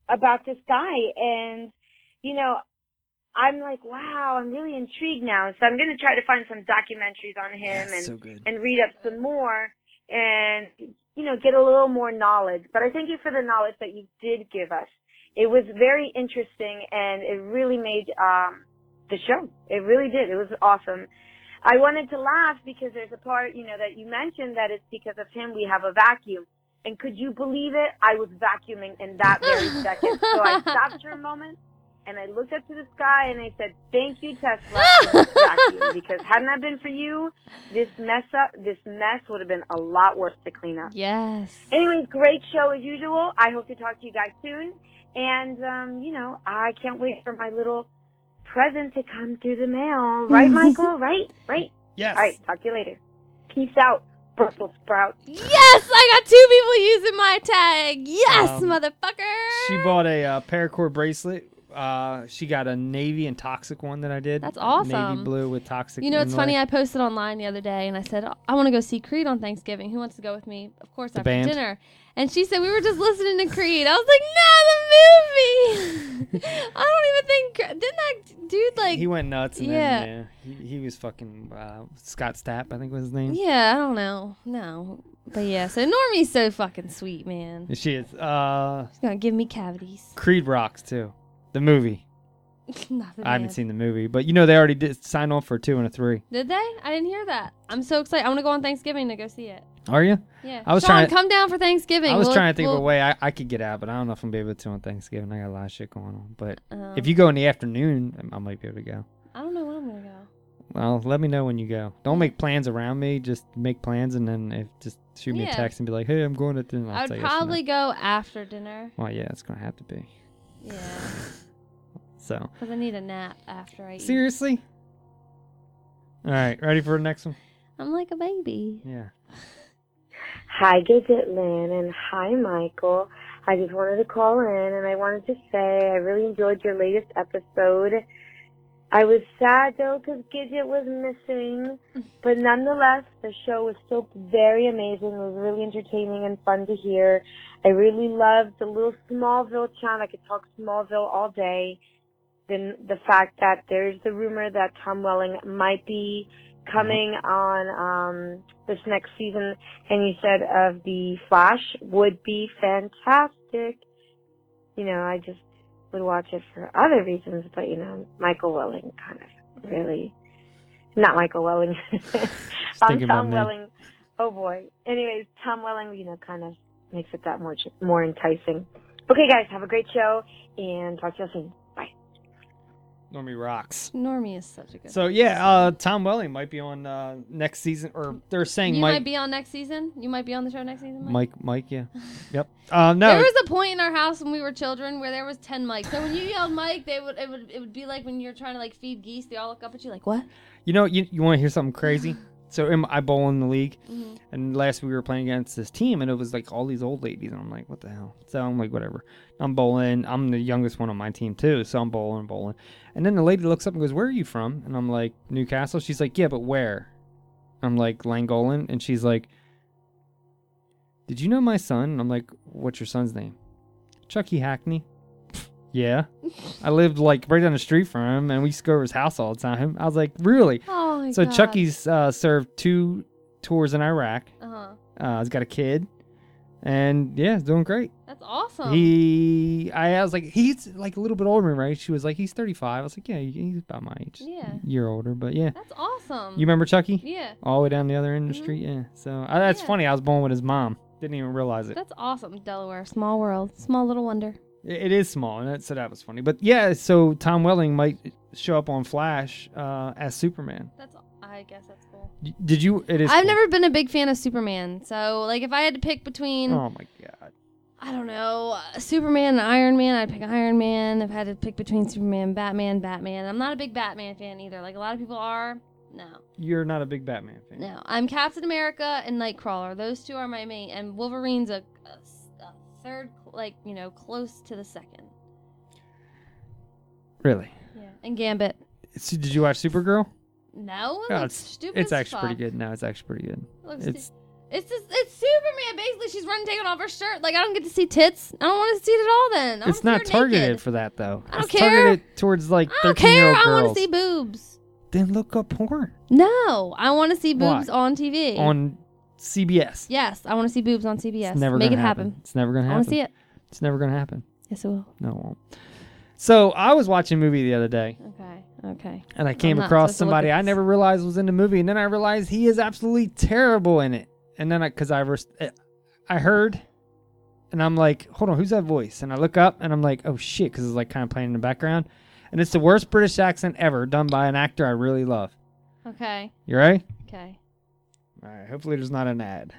[SPEAKER 12] about this guy, and you know, I'm like, wow, I'm really intrigued now. So I'm gonna try to find some documentaries on him and
[SPEAKER 15] so good.
[SPEAKER 12] and read up some more, and you know, get a little more knowledge. But I thank you for the knowledge that you did give us. It was very interesting, and it really made um, the show. It really did. It was awesome. I wanted to laugh because there's a part, you know, that you mentioned that it's because of him we have a vacuum. And could you believe it? I was vacuuming in that very second. So I stopped for a moment and I looked up to the sky and I said, thank you,
[SPEAKER 6] [LAUGHS]
[SPEAKER 12] Tesla, for this vacuum. Because hadn't that been for you, this mess up, this mess would have been a lot worse to clean up.
[SPEAKER 6] Yes.
[SPEAKER 12] Anyways, great show as usual. I hope to talk to you guys soon. And, um, you know, I can't wait for my little present to come through the mail.
[SPEAKER 6] [LAUGHS]
[SPEAKER 12] Right, Michael? right? Right?
[SPEAKER 1] Yes.
[SPEAKER 12] All right, talk to you later. Peace out, Brussels sprout.
[SPEAKER 6] Yes, I got two people using my tag. Yes,
[SPEAKER 1] Um,
[SPEAKER 6] motherfucker.
[SPEAKER 1] She bought a uh, paracord bracelet. Uh, she got a navy and toxic one that I did.
[SPEAKER 6] That's
[SPEAKER 1] Navy
[SPEAKER 6] awesome.
[SPEAKER 1] blue with toxic.
[SPEAKER 6] You know, it's funny.
[SPEAKER 1] inlay.
[SPEAKER 6] I posted online the other day and I said, I want to go see Creed on Thanksgiving. Who wants to go with me? Of course,
[SPEAKER 1] The
[SPEAKER 6] after
[SPEAKER 1] band.
[SPEAKER 6] dinner. And she said, We were just listening to Creed. I was like, No, the movie. [LAUGHS] I don't even think. Didn't that dude, like.
[SPEAKER 1] he went nuts. And
[SPEAKER 6] yeah.
[SPEAKER 1] Then, yeah. He, he was fucking uh, Scott Stapp, I think was his name.
[SPEAKER 6] Yeah, I don't know. No. But yeah, so Normie's so fucking sweet, man.
[SPEAKER 1] She is. Uh,
[SPEAKER 6] She's going to give me cavities. [LAUGHS]
[SPEAKER 1] Creed rocks too. The movie.
[SPEAKER 6] Not the
[SPEAKER 1] I haven't
[SPEAKER 6] band.
[SPEAKER 1] seen the movie, but you know they already did sign off for a two and a three.
[SPEAKER 6] Did they? I didn't hear that. I'm so excited. I want to go on Thanksgiving to go see it.
[SPEAKER 1] Are you?
[SPEAKER 6] Yeah.
[SPEAKER 1] I was
[SPEAKER 6] Sean,
[SPEAKER 1] trying.
[SPEAKER 6] come down for Thanksgiving.
[SPEAKER 1] I was
[SPEAKER 6] We'll-
[SPEAKER 1] trying to think of
[SPEAKER 6] we'll-
[SPEAKER 1] a way I, I could get out, but I don't know if I'm gonna be able to on Thanksgiving. I got a lot of shit going on. But if
[SPEAKER 6] Oh.
[SPEAKER 1] you go in the afternoon, I I might be able to go.
[SPEAKER 6] I don't know when I'm going to go.
[SPEAKER 1] Well, let me know when you go. Don't make plans around me. Just make plans, and then if just shoot me
[SPEAKER 6] Yeah.
[SPEAKER 1] a text and be like, "Hey, I'm going to dinner." I'll
[SPEAKER 6] I
[SPEAKER 1] say
[SPEAKER 6] would
[SPEAKER 1] yes or no.
[SPEAKER 6] probably go after dinner.
[SPEAKER 1] Well, yeah, it's gonna have to be.
[SPEAKER 6] Yeah.
[SPEAKER 1] So
[SPEAKER 6] Because I need a nap after I eat.
[SPEAKER 1] seriously. All right, ready for the next one?
[SPEAKER 6] I'm like a baby.
[SPEAKER 1] Yeah.
[SPEAKER 12] Hi, Gidget Lynn, and hi, Michael. I just wanted to call in and I wanted to say I really enjoyed your latest episode. I was sad though because Gidget was missing, but nonetheless, the show was still very amazing. It was really entertaining and fun to hear. I really loved the little Smallville town. I could talk Smallville all day. Then the fact that there's the rumor that Tom Welling might be coming on um, this next season, and you said of the Flash would be fantastic. You know, I just would watch it for other reasons, but you know, Michael Welling kind of really, not Michael Welling, [LAUGHS] um,
[SPEAKER 15] thinking about
[SPEAKER 12] Tom
[SPEAKER 15] me.
[SPEAKER 12] Welling. Oh boy. Anyways, Tom Welling, you know, kind of makes it that much more enticing. Okay, guys, have a great show and talk to you soon. Bye.
[SPEAKER 1] Normie rocks.
[SPEAKER 6] Normie is such a good.
[SPEAKER 1] So yeah, uh, Tom Welling might be on uh, next season, or they're saying
[SPEAKER 6] you might,
[SPEAKER 1] Mike.
[SPEAKER 6] be on next season. You might be on the show next season. Mike.
[SPEAKER 1] Mike, Mike,
[SPEAKER 6] [LAUGHS]
[SPEAKER 1] yeah, yep. Uh, no,
[SPEAKER 6] There was a point in our house when we were children where there was ten mics. So when you yelled Mike, they would it would it would be like when you're trying to like feed geese, they all look up at you like what?
[SPEAKER 1] You know, you, you want to hear something crazy?
[SPEAKER 6] [LAUGHS]
[SPEAKER 1] so am I bowl in the league,
[SPEAKER 6] Mhm.
[SPEAKER 1] and last we were playing against this team, and it was like all these old ladies, and I'm like, what the hell? So I'm like, whatever. I'm bowling. I'm the youngest one on my team too, so I'm bowling, bowling. And then the lady looks up and goes, "Where are you from?" And I'm like, "Newcastle." She's like, "Yeah, but where?" I'm like, "Langolan," and she's like, "Did you know my son?" And I'm like, "What's your son's name?" Chucky Hackney. Yeah. I lived like right down the street from him and we used to go over his house all the time. I was like, really?
[SPEAKER 6] Oh my
[SPEAKER 1] so
[SPEAKER 6] God.
[SPEAKER 1] Chucky's uh, served two tours in Iraq.
[SPEAKER 6] Uh huh.
[SPEAKER 1] Uh, he's got a kid. And yeah, he's doing great.
[SPEAKER 6] That's awesome.
[SPEAKER 1] He, I, I was like, he's like a little bit older than me, right? She was like, he's 35. I was like, yeah, he- he's about my age.
[SPEAKER 6] Yeah.
[SPEAKER 1] Year older, but yeah.
[SPEAKER 6] That's awesome.
[SPEAKER 1] You remember Chucky?
[SPEAKER 6] Yeah. Mm-hmm.
[SPEAKER 1] All the way down the other end of the street. Yeah. So I, that's funny. I was born with his mom. Didn't even realize it.
[SPEAKER 6] That's awesome, Delaware. Small world, small little wonder.
[SPEAKER 1] I- It is small, and that, so that was funny. But yeah, so Tom Welling might show up on Flash uh, as Superman.
[SPEAKER 6] That's I guess that's cool.
[SPEAKER 1] Y- Did you? It is.
[SPEAKER 6] I've
[SPEAKER 1] cool.
[SPEAKER 6] never been a big fan of Superman, so like if I had to pick between
[SPEAKER 1] Oh my god.
[SPEAKER 6] I don't know uh, Superman and Iron Man, I'd pick Iron Man. If I had to pick between Superman, and Batman, Batman. I'm not a big Batman fan either. Like a lot of people are. No,
[SPEAKER 1] You're not a big Batman fan.
[SPEAKER 6] no. I'm Captain America and Nightcrawler. Those two are my main, and Wolverine's a, a s- a third, like you know, close to the second.
[SPEAKER 1] Really?
[SPEAKER 6] Yeah. And Gambit.
[SPEAKER 1] So did you watch Supergirl?
[SPEAKER 6] No, it
[SPEAKER 1] Oh,
[SPEAKER 6] looks stupid.
[SPEAKER 1] It's
[SPEAKER 6] as
[SPEAKER 1] actually pretty
[SPEAKER 6] fuck.
[SPEAKER 1] good. No, it's actually pretty good.
[SPEAKER 6] Looks
[SPEAKER 1] it's
[SPEAKER 6] stu- It's just, it's Superman. Basically, she's running, taking off her shirt. Like I don't get to see tits. I don't want to see it at all. Then I don't
[SPEAKER 1] it's not
[SPEAKER 6] care naked.
[SPEAKER 1] targeted for that though.
[SPEAKER 6] I don't
[SPEAKER 1] it's
[SPEAKER 6] care.
[SPEAKER 1] targeted towards like
[SPEAKER 6] I don't
[SPEAKER 1] thirteen year
[SPEAKER 6] care.
[SPEAKER 1] old
[SPEAKER 6] I
[SPEAKER 1] girls.
[SPEAKER 6] want to see boobs.
[SPEAKER 1] Then look up porn
[SPEAKER 6] No, I want to see
[SPEAKER 1] Why?
[SPEAKER 6] boobs on TV.
[SPEAKER 1] on CBS.
[SPEAKER 6] yes, I want to see boobs on CBS.
[SPEAKER 1] It's never
[SPEAKER 6] Make
[SPEAKER 1] gonna
[SPEAKER 6] it happen.
[SPEAKER 1] It's never gonna
[SPEAKER 6] I
[SPEAKER 1] happen.
[SPEAKER 6] wanna see it.
[SPEAKER 1] It's never gonna happen.
[SPEAKER 6] Yes, it will.
[SPEAKER 1] No, it won't. So I was watching a movie the other day,
[SPEAKER 6] Okay. Okay.
[SPEAKER 1] and I
[SPEAKER 6] I'm
[SPEAKER 1] came
[SPEAKER 6] not
[SPEAKER 1] across
[SPEAKER 6] supposed to look
[SPEAKER 1] somebody
[SPEAKER 6] at
[SPEAKER 1] I
[SPEAKER 6] this.
[SPEAKER 1] never realized was in the movie, and then I realized he is absolutely terrible in it. And then I, because I, res- eh, I heard, and I'm like, hold on, who's that voice? And I look up, and I'm like, oh shit, because it's like kind of playing in the background, and it's the worst British accent ever done by an actor I really love.
[SPEAKER 6] Okay.
[SPEAKER 1] You ready?
[SPEAKER 6] Okay.
[SPEAKER 1] All right. Hopefully, there's not an ad.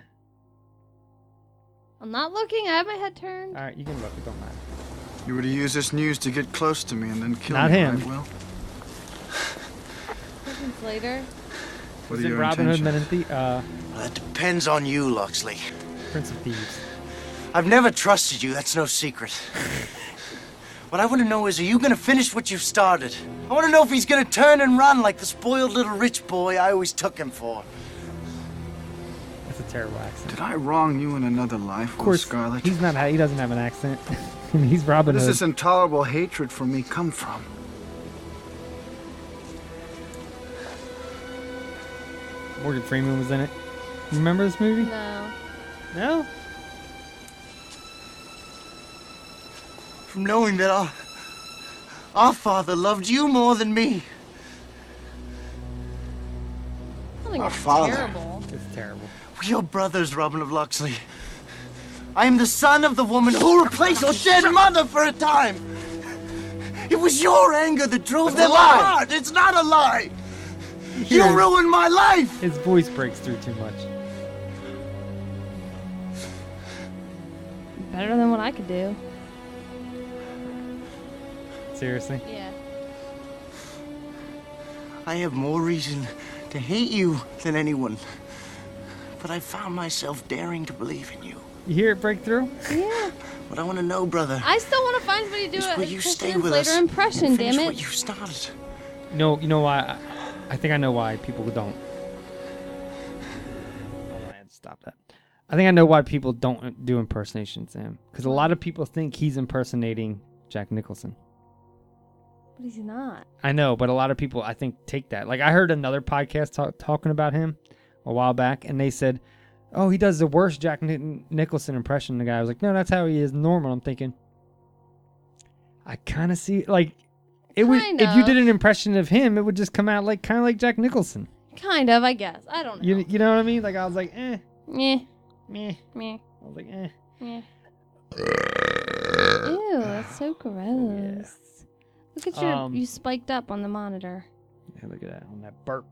[SPEAKER 6] I'm not looking. I have my head turned.
[SPEAKER 1] All right, you can look. It don't matter.
[SPEAKER 14] You were to use this news to get close to me and then kill
[SPEAKER 1] Not
[SPEAKER 14] me,
[SPEAKER 1] him.
[SPEAKER 14] right, Will?
[SPEAKER 6] Looking Later.
[SPEAKER 14] What
[SPEAKER 1] It's
[SPEAKER 14] are
[SPEAKER 1] in
[SPEAKER 14] your
[SPEAKER 1] Robin Hood Men in
[SPEAKER 14] intentions?
[SPEAKER 1] the- uh,
[SPEAKER 15] That depends on you, Loxley.
[SPEAKER 1] Prince of Thieves.
[SPEAKER 15] I've never trusted you, that's no secret. what I want to know is are you going to finish what you've started? I want to know if he's going to turn and run like the spoiled little rich boy I always took him for.
[SPEAKER 1] That's a terrible accent.
[SPEAKER 14] Did I wrong you in another life,
[SPEAKER 1] Of course,
[SPEAKER 14] Scarlet?
[SPEAKER 1] he's not. He doesn't have an accent. [LAUGHS] I mean, he's Robin
[SPEAKER 14] Where does
[SPEAKER 1] Hood.
[SPEAKER 14] this intolerable hatred for me come from?
[SPEAKER 1] Morgan Freeman was in it. You remember this movie?
[SPEAKER 6] No.
[SPEAKER 1] No.
[SPEAKER 15] From knowing that our, our father loved you more than me.
[SPEAKER 6] Something
[SPEAKER 15] Our father.
[SPEAKER 6] terrible.
[SPEAKER 1] It's terrible.
[SPEAKER 15] We are brothers, Robin of Loxley. I am the son of the woman who replaced your dead mother for a time. It was your anger that drove
[SPEAKER 14] It's a
[SPEAKER 15] them
[SPEAKER 14] lie.
[SPEAKER 15] apart. It's not a lie.
[SPEAKER 1] You
[SPEAKER 15] ruined my life.
[SPEAKER 1] His voice breaks through too much.
[SPEAKER 6] Better than what I could do.
[SPEAKER 1] Seriously.
[SPEAKER 6] Yeah.
[SPEAKER 15] I have more reason to hate you than anyone. But I found myself daring to believe in you.
[SPEAKER 1] You hear it break through?
[SPEAKER 6] Yeah.
[SPEAKER 15] What I want to know, brother,
[SPEAKER 6] I still want to find somebody to do
[SPEAKER 15] is
[SPEAKER 6] a
[SPEAKER 15] will you
[SPEAKER 6] Christian
[SPEAKER 15] stay with
[SPEAKER 6] Slater
[SPEAKER 15] us
[SPEAKER 6] impression.
[SPEAKER 15] and
[SPEAKER 6] Damn
[SPEAKER 15] finish
[SPEAKER 6] it.
[SPEAKER 15] what you started?
[SPEAKER 1] No. You know why? I, I think I know why people don't. Oh, I had to stop that. I think I know why people don't do impersonations of him because a lot of people think he's impersonating Jack Nicholson.
[SPEAKER 6] But he's not.
[SPEAKER 1] I know, but a lot of people I think take that. Like I heard another podcast talk, talking about him a while back, and they said, "Oh, he does the worst Jack Ni- Nicholson impression." The guy was like, "No, that's how he is normal." I'm thinking, I kind of see like it would
[SPEAKER 6] Kind
[SPEAKER 1] if you
[SPEAKER 6] of.
[SPEAKER 1] did an impression of him, it would just come out like kind of like Jack Nicholson.
[SPEAKER 6] Kind of, I guess. I don't know.
[SPEAKER 1] You you know what I mean? Like I was like, eh,
[SPEAKER 6] Meh.
[SPEAKER 1] meh.
[SPEAKER 6] Meh.
[SPEAKER 1] I was like, eh.
[SPEAKER 6] Meh. Ew, that's so gross. Look at your
[SPEAKER 1] Um,
[SPEAKER 6] you spiked up on the monitor.
[SPEAKER 1] Yeah, look at that on that
[SPEAKER 6] [COUGHS]
[SPEAKER 1] burp.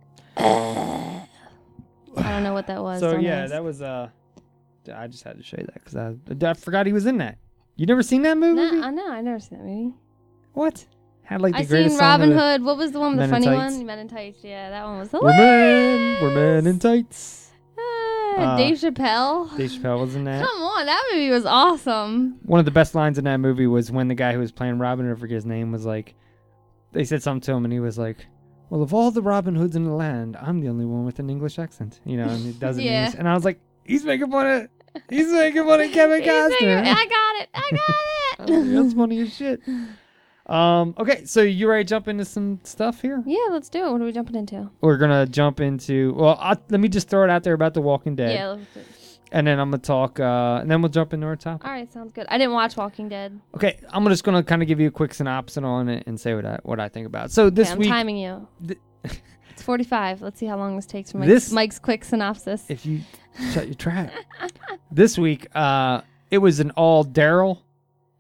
[SPEAKER 6] I don't know what that was.
[SPEAKER 1] so
[SPEAKER 6] don't
[SPEAKER 1] yeah,
[SPEAKER 6] ask.
[SPEAKER 1] that was uh, I just had to show you that because I I forgot he was in that. You never seen that movie?
[SPEAKER 6] Nah, I know. I never seen that movie.
[SPEAKER 1] What? Had like the
[SPEAKER 6] I
[SPEAKER 1] greatest
[SPEAKER 6] seen
[SPEAKER 1] song
[SPEAKER 6] Robin
[SPEAKER 1] of the-
[SPEAKER 6] Hood. What was the one? with The
[SPEAKER 1] Men in
[SPEAKER 6] funny
[SPEAKER 1] Tights.
[SPEAKER 6] one. Men in Tights. Yeah, that one was
[SPEAKER 1] We're
[SPEAKER 6] hilarious.
[SPEAKER 1] men, we're men in tights. Uh,
[SPEAKER 6] Ah, Dave Chappelle.
[SPEAKER 1] Dave Chappelle was
[SPEAKER 6] [LAUGHS]
[SPEAKER 1] in that.
[SPEAKER 6] Come on, that movie was awesome.
[SPEAKER 1] One of the best lines in that movie was when the guy who was playing Robin, I forget his name, was like, they said something to him, and he was like, "Well, of all the Robin Hoods in the land, I'm the only one with an English accent." You know, and he does it. in
[SPEAKER 6] Yeah.
[SPEAKER 1] English. And I was like, he's making fun of, he's making fun of
[SPEAKER 6] [LAUGHS]
[SPEAKER 1] Kevin
[SPEAKER 6] He's making-
[SPEAKER 1] Costner.
[SPEAKER 6] I got it. I
[SPEAKER 1] [LAUGHS]
[SPEAKER 6] got it.
[SPEAKER 1] That's funny as shit. Um. Okay, so you ready to jump into some stuff here?
[SPEAKER 6] yeah, let's do it. What are we jumping into?
[SPEAKER 1] We're gonna jump into. Well, i let me just throw it out there about The Walking Dead.
[SPEAKER 6] Yeah. Let's do it.
[SPEAKER 1] and then I'm gonna talk, uh, and then we'll jump into our topic.
[SPEAKER 6] All right, sounds good. I didn't watch Walking Dead.
[SPEAKER 1] Okay, I'm just gonna kind of give you a quick synopsis on it and say what I what I think about. It. So
[SPEAKER 6] Okay,
[SPEAKER 1] this
[SPEAKER 6] I'm
[SPEAKER 1] week,
[SPEAKER 6] timing [LAUGHS] you. it's 45. Let's see how long this takes for Mike's,
[SPEAKER 1] This-
[SPEAKER 6] Mike's quick synopsis.
[SPEAKER 1] if you Shut your trap. this week, uh, it was an all Daryl,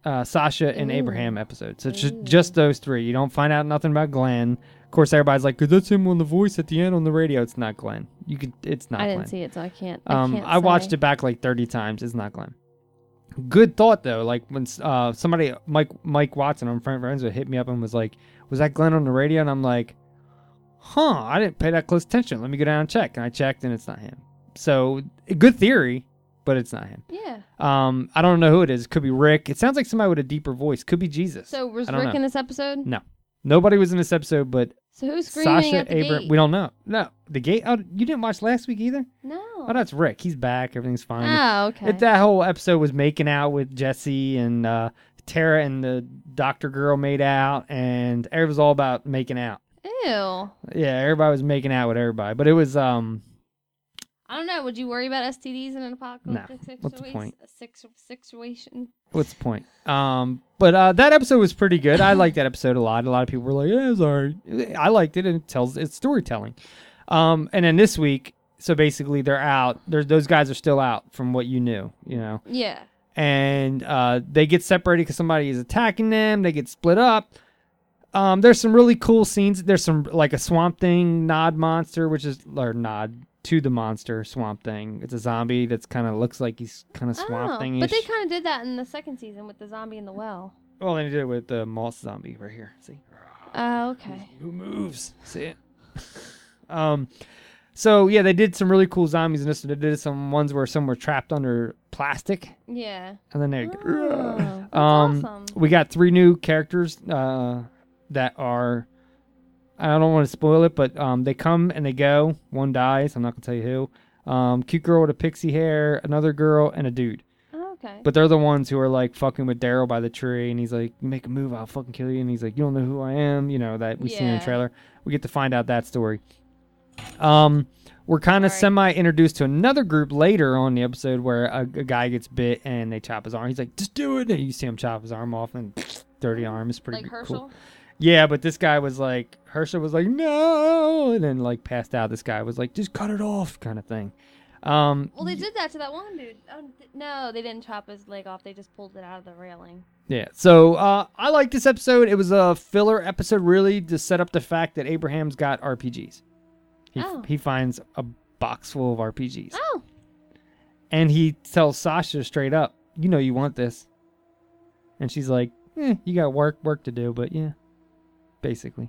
[SPEAKER 1] uh, Sasha, and Abraham episode. So just, just those three. You don't find out nothing about Glenn. Of course, everybody's like, "Cause that's him on the voice at the end on the radio." It's not Glenn. You can. It's not.
[SPEAKER 6] I
[SPEAKER 1] Glenn.
[SPEAKER 6] didn't see it, so I can't.
[SPEAKER 1] Um,
[SPEAKER 6] I, can't
[SPEAKER 1] I watched
[SPEAKER 6] say.
[SPEAKER 1] it back like 30 times. It's not Glenn. Good thought though. Like when uh, somebody Mike Mike Watson, I'm friend friends with, hit me up and was like, "Was that Glenn on the radio?" And I'm like, "Huh, I didn't pay that close attention. Let me go down and check." And I checked, and it's not him. So good theory, but it's not him.
[SPEAKER 6] Yeah.
[SPEAKER 1] Um, I don't know who it is. Could be Rick. It sounds like somebody with a deeper voice. Could be Jesus.
[SPEAKER 6] So was
[SPEAKER 1] I don't
[SPEAKER 6] Rick
[SPEAKER 1] know.
[SPEAKER 6] in this episode?
[SPEAKER 1] No, nobody was in this episode, but
[SPEAKER 6] So who's screaming
[SPEAKER 1] Sasha
[SPEAKER 6] at the
[SPEAKER 1] Abra-
[SPEAKER 6] gate?
[SPEAKER 1] We don't know. No, the gate. Oh, you didn't watch last week either.
[SPEAKER 6] No.
[SPEAKER 1] Oh, that's Rick. He's back. Everything's fine.
[SPEAKER 6] Oh, okay.
[SPEAKER 1] It, that whole episode was making out with Jesse and uh, Tara and the doctor girl made out, and it was all about making out.
[SPEAKER 6] Ew.
[SPEAKER 1] Yeah, everybody was making out with everybody, but it was um
[SPEAKER 6] I don't know. Would you worry about STDs in an apocalyptic situation?
[SPEAKER 1] What's the point?
[SPEAKER 6] Six, situation.
[SPEAKER 1] What's the point? Um, but uh, that episode was pretty good. I liked that episode a lot. A lot of people were like, "Yeah, it's alright." I liked it, and it tells it's storytelling. Um, and then this week, so basically they're out. They're, those guys are still out from what you knew, you know.
[SPEAKER 6] Yeah.
[SPEAKER 1] And uh, they get separated because somebody is attacking them. They get split up. Um, there's some really cool scenes. There's some like a swamp thing nod monster, which is or nod to the monster swamp thing. It's a zombie that's kind of looks like he's kind of
[SPEAKER 6] Oh,
[SPEAKER 1] swamp thing.
[SPEAKER 6] but they kind of did that in the second season with the zombie in the well.
[SPEAKER 1] Well, they did it with the moss zombie right here. See,
[SPEAKER 6] Oh, okay.
[SPEAKER 1] who moves? See it. [LAUGHS] Um, so yeah, they did some really cool zombies in this. They did some ones where some were trapped under plastic,
[SPEAKER 6] Yeah. Oh,
[SPEAKER 1] and then they.
[SPEAKER 6] that's
[SPEAKER 1] um,
[SPEAKER 6] awesome.
[SPEAKER 1] we got three new characters uh, that are. I don't want to spoil it, but um, they come and they go. One dies. I'm not gonna tell you who. Um, cute girl with a pixie hair, another girl, and a dude.
[SPEAKER 6] Oh, Okay.
[SPEAKER 1] But they're the ones who are like fucking with Daryl by the tree, and he's like, "You make a move, I'll fucking kill you." And he's like, "You don't know who I am," you know that we see in the
[SPEAKER 6] Yeah.
[SPEAKER 1] trailer. We get to find out that story. Um, we're kind of semi introduced to another group later on the episode where a, a guy gets bit and they chop his arm. He's like, "Just do it!" And you see him chop his arm off, and [SNIFFS] dirty arm is pretty
[SPEAKER 6] Like
[SPEAKER 1] cool.
[SPEAKER 6] Herschel?
[SPEAKER 1] Yeah, but this guy was like, Herschel was like, "No," and then like passed out. This guy was like, "Just cut it off," kind of thing. Um,
[SPEAKER 6] Well, they did that to that one dude. Oh, th- no, they didn't chop his leg off. They just pulled it out of the railing.
[SPEAKER 1] Yeah. So uh, I like this episode. It was a filler episode, really, to set up the fact that Abraham's got RPGs. He,
[SPEAKER 6] Oh.
[SPEAKER 1] he finds a box full of RPGs.
[SPEAKER 6] Oh.
[SPEAKER 1] And he tells Sasha straight up, You know, you want this. And she's like, eh, You got work, work to do, but yeah. Basically.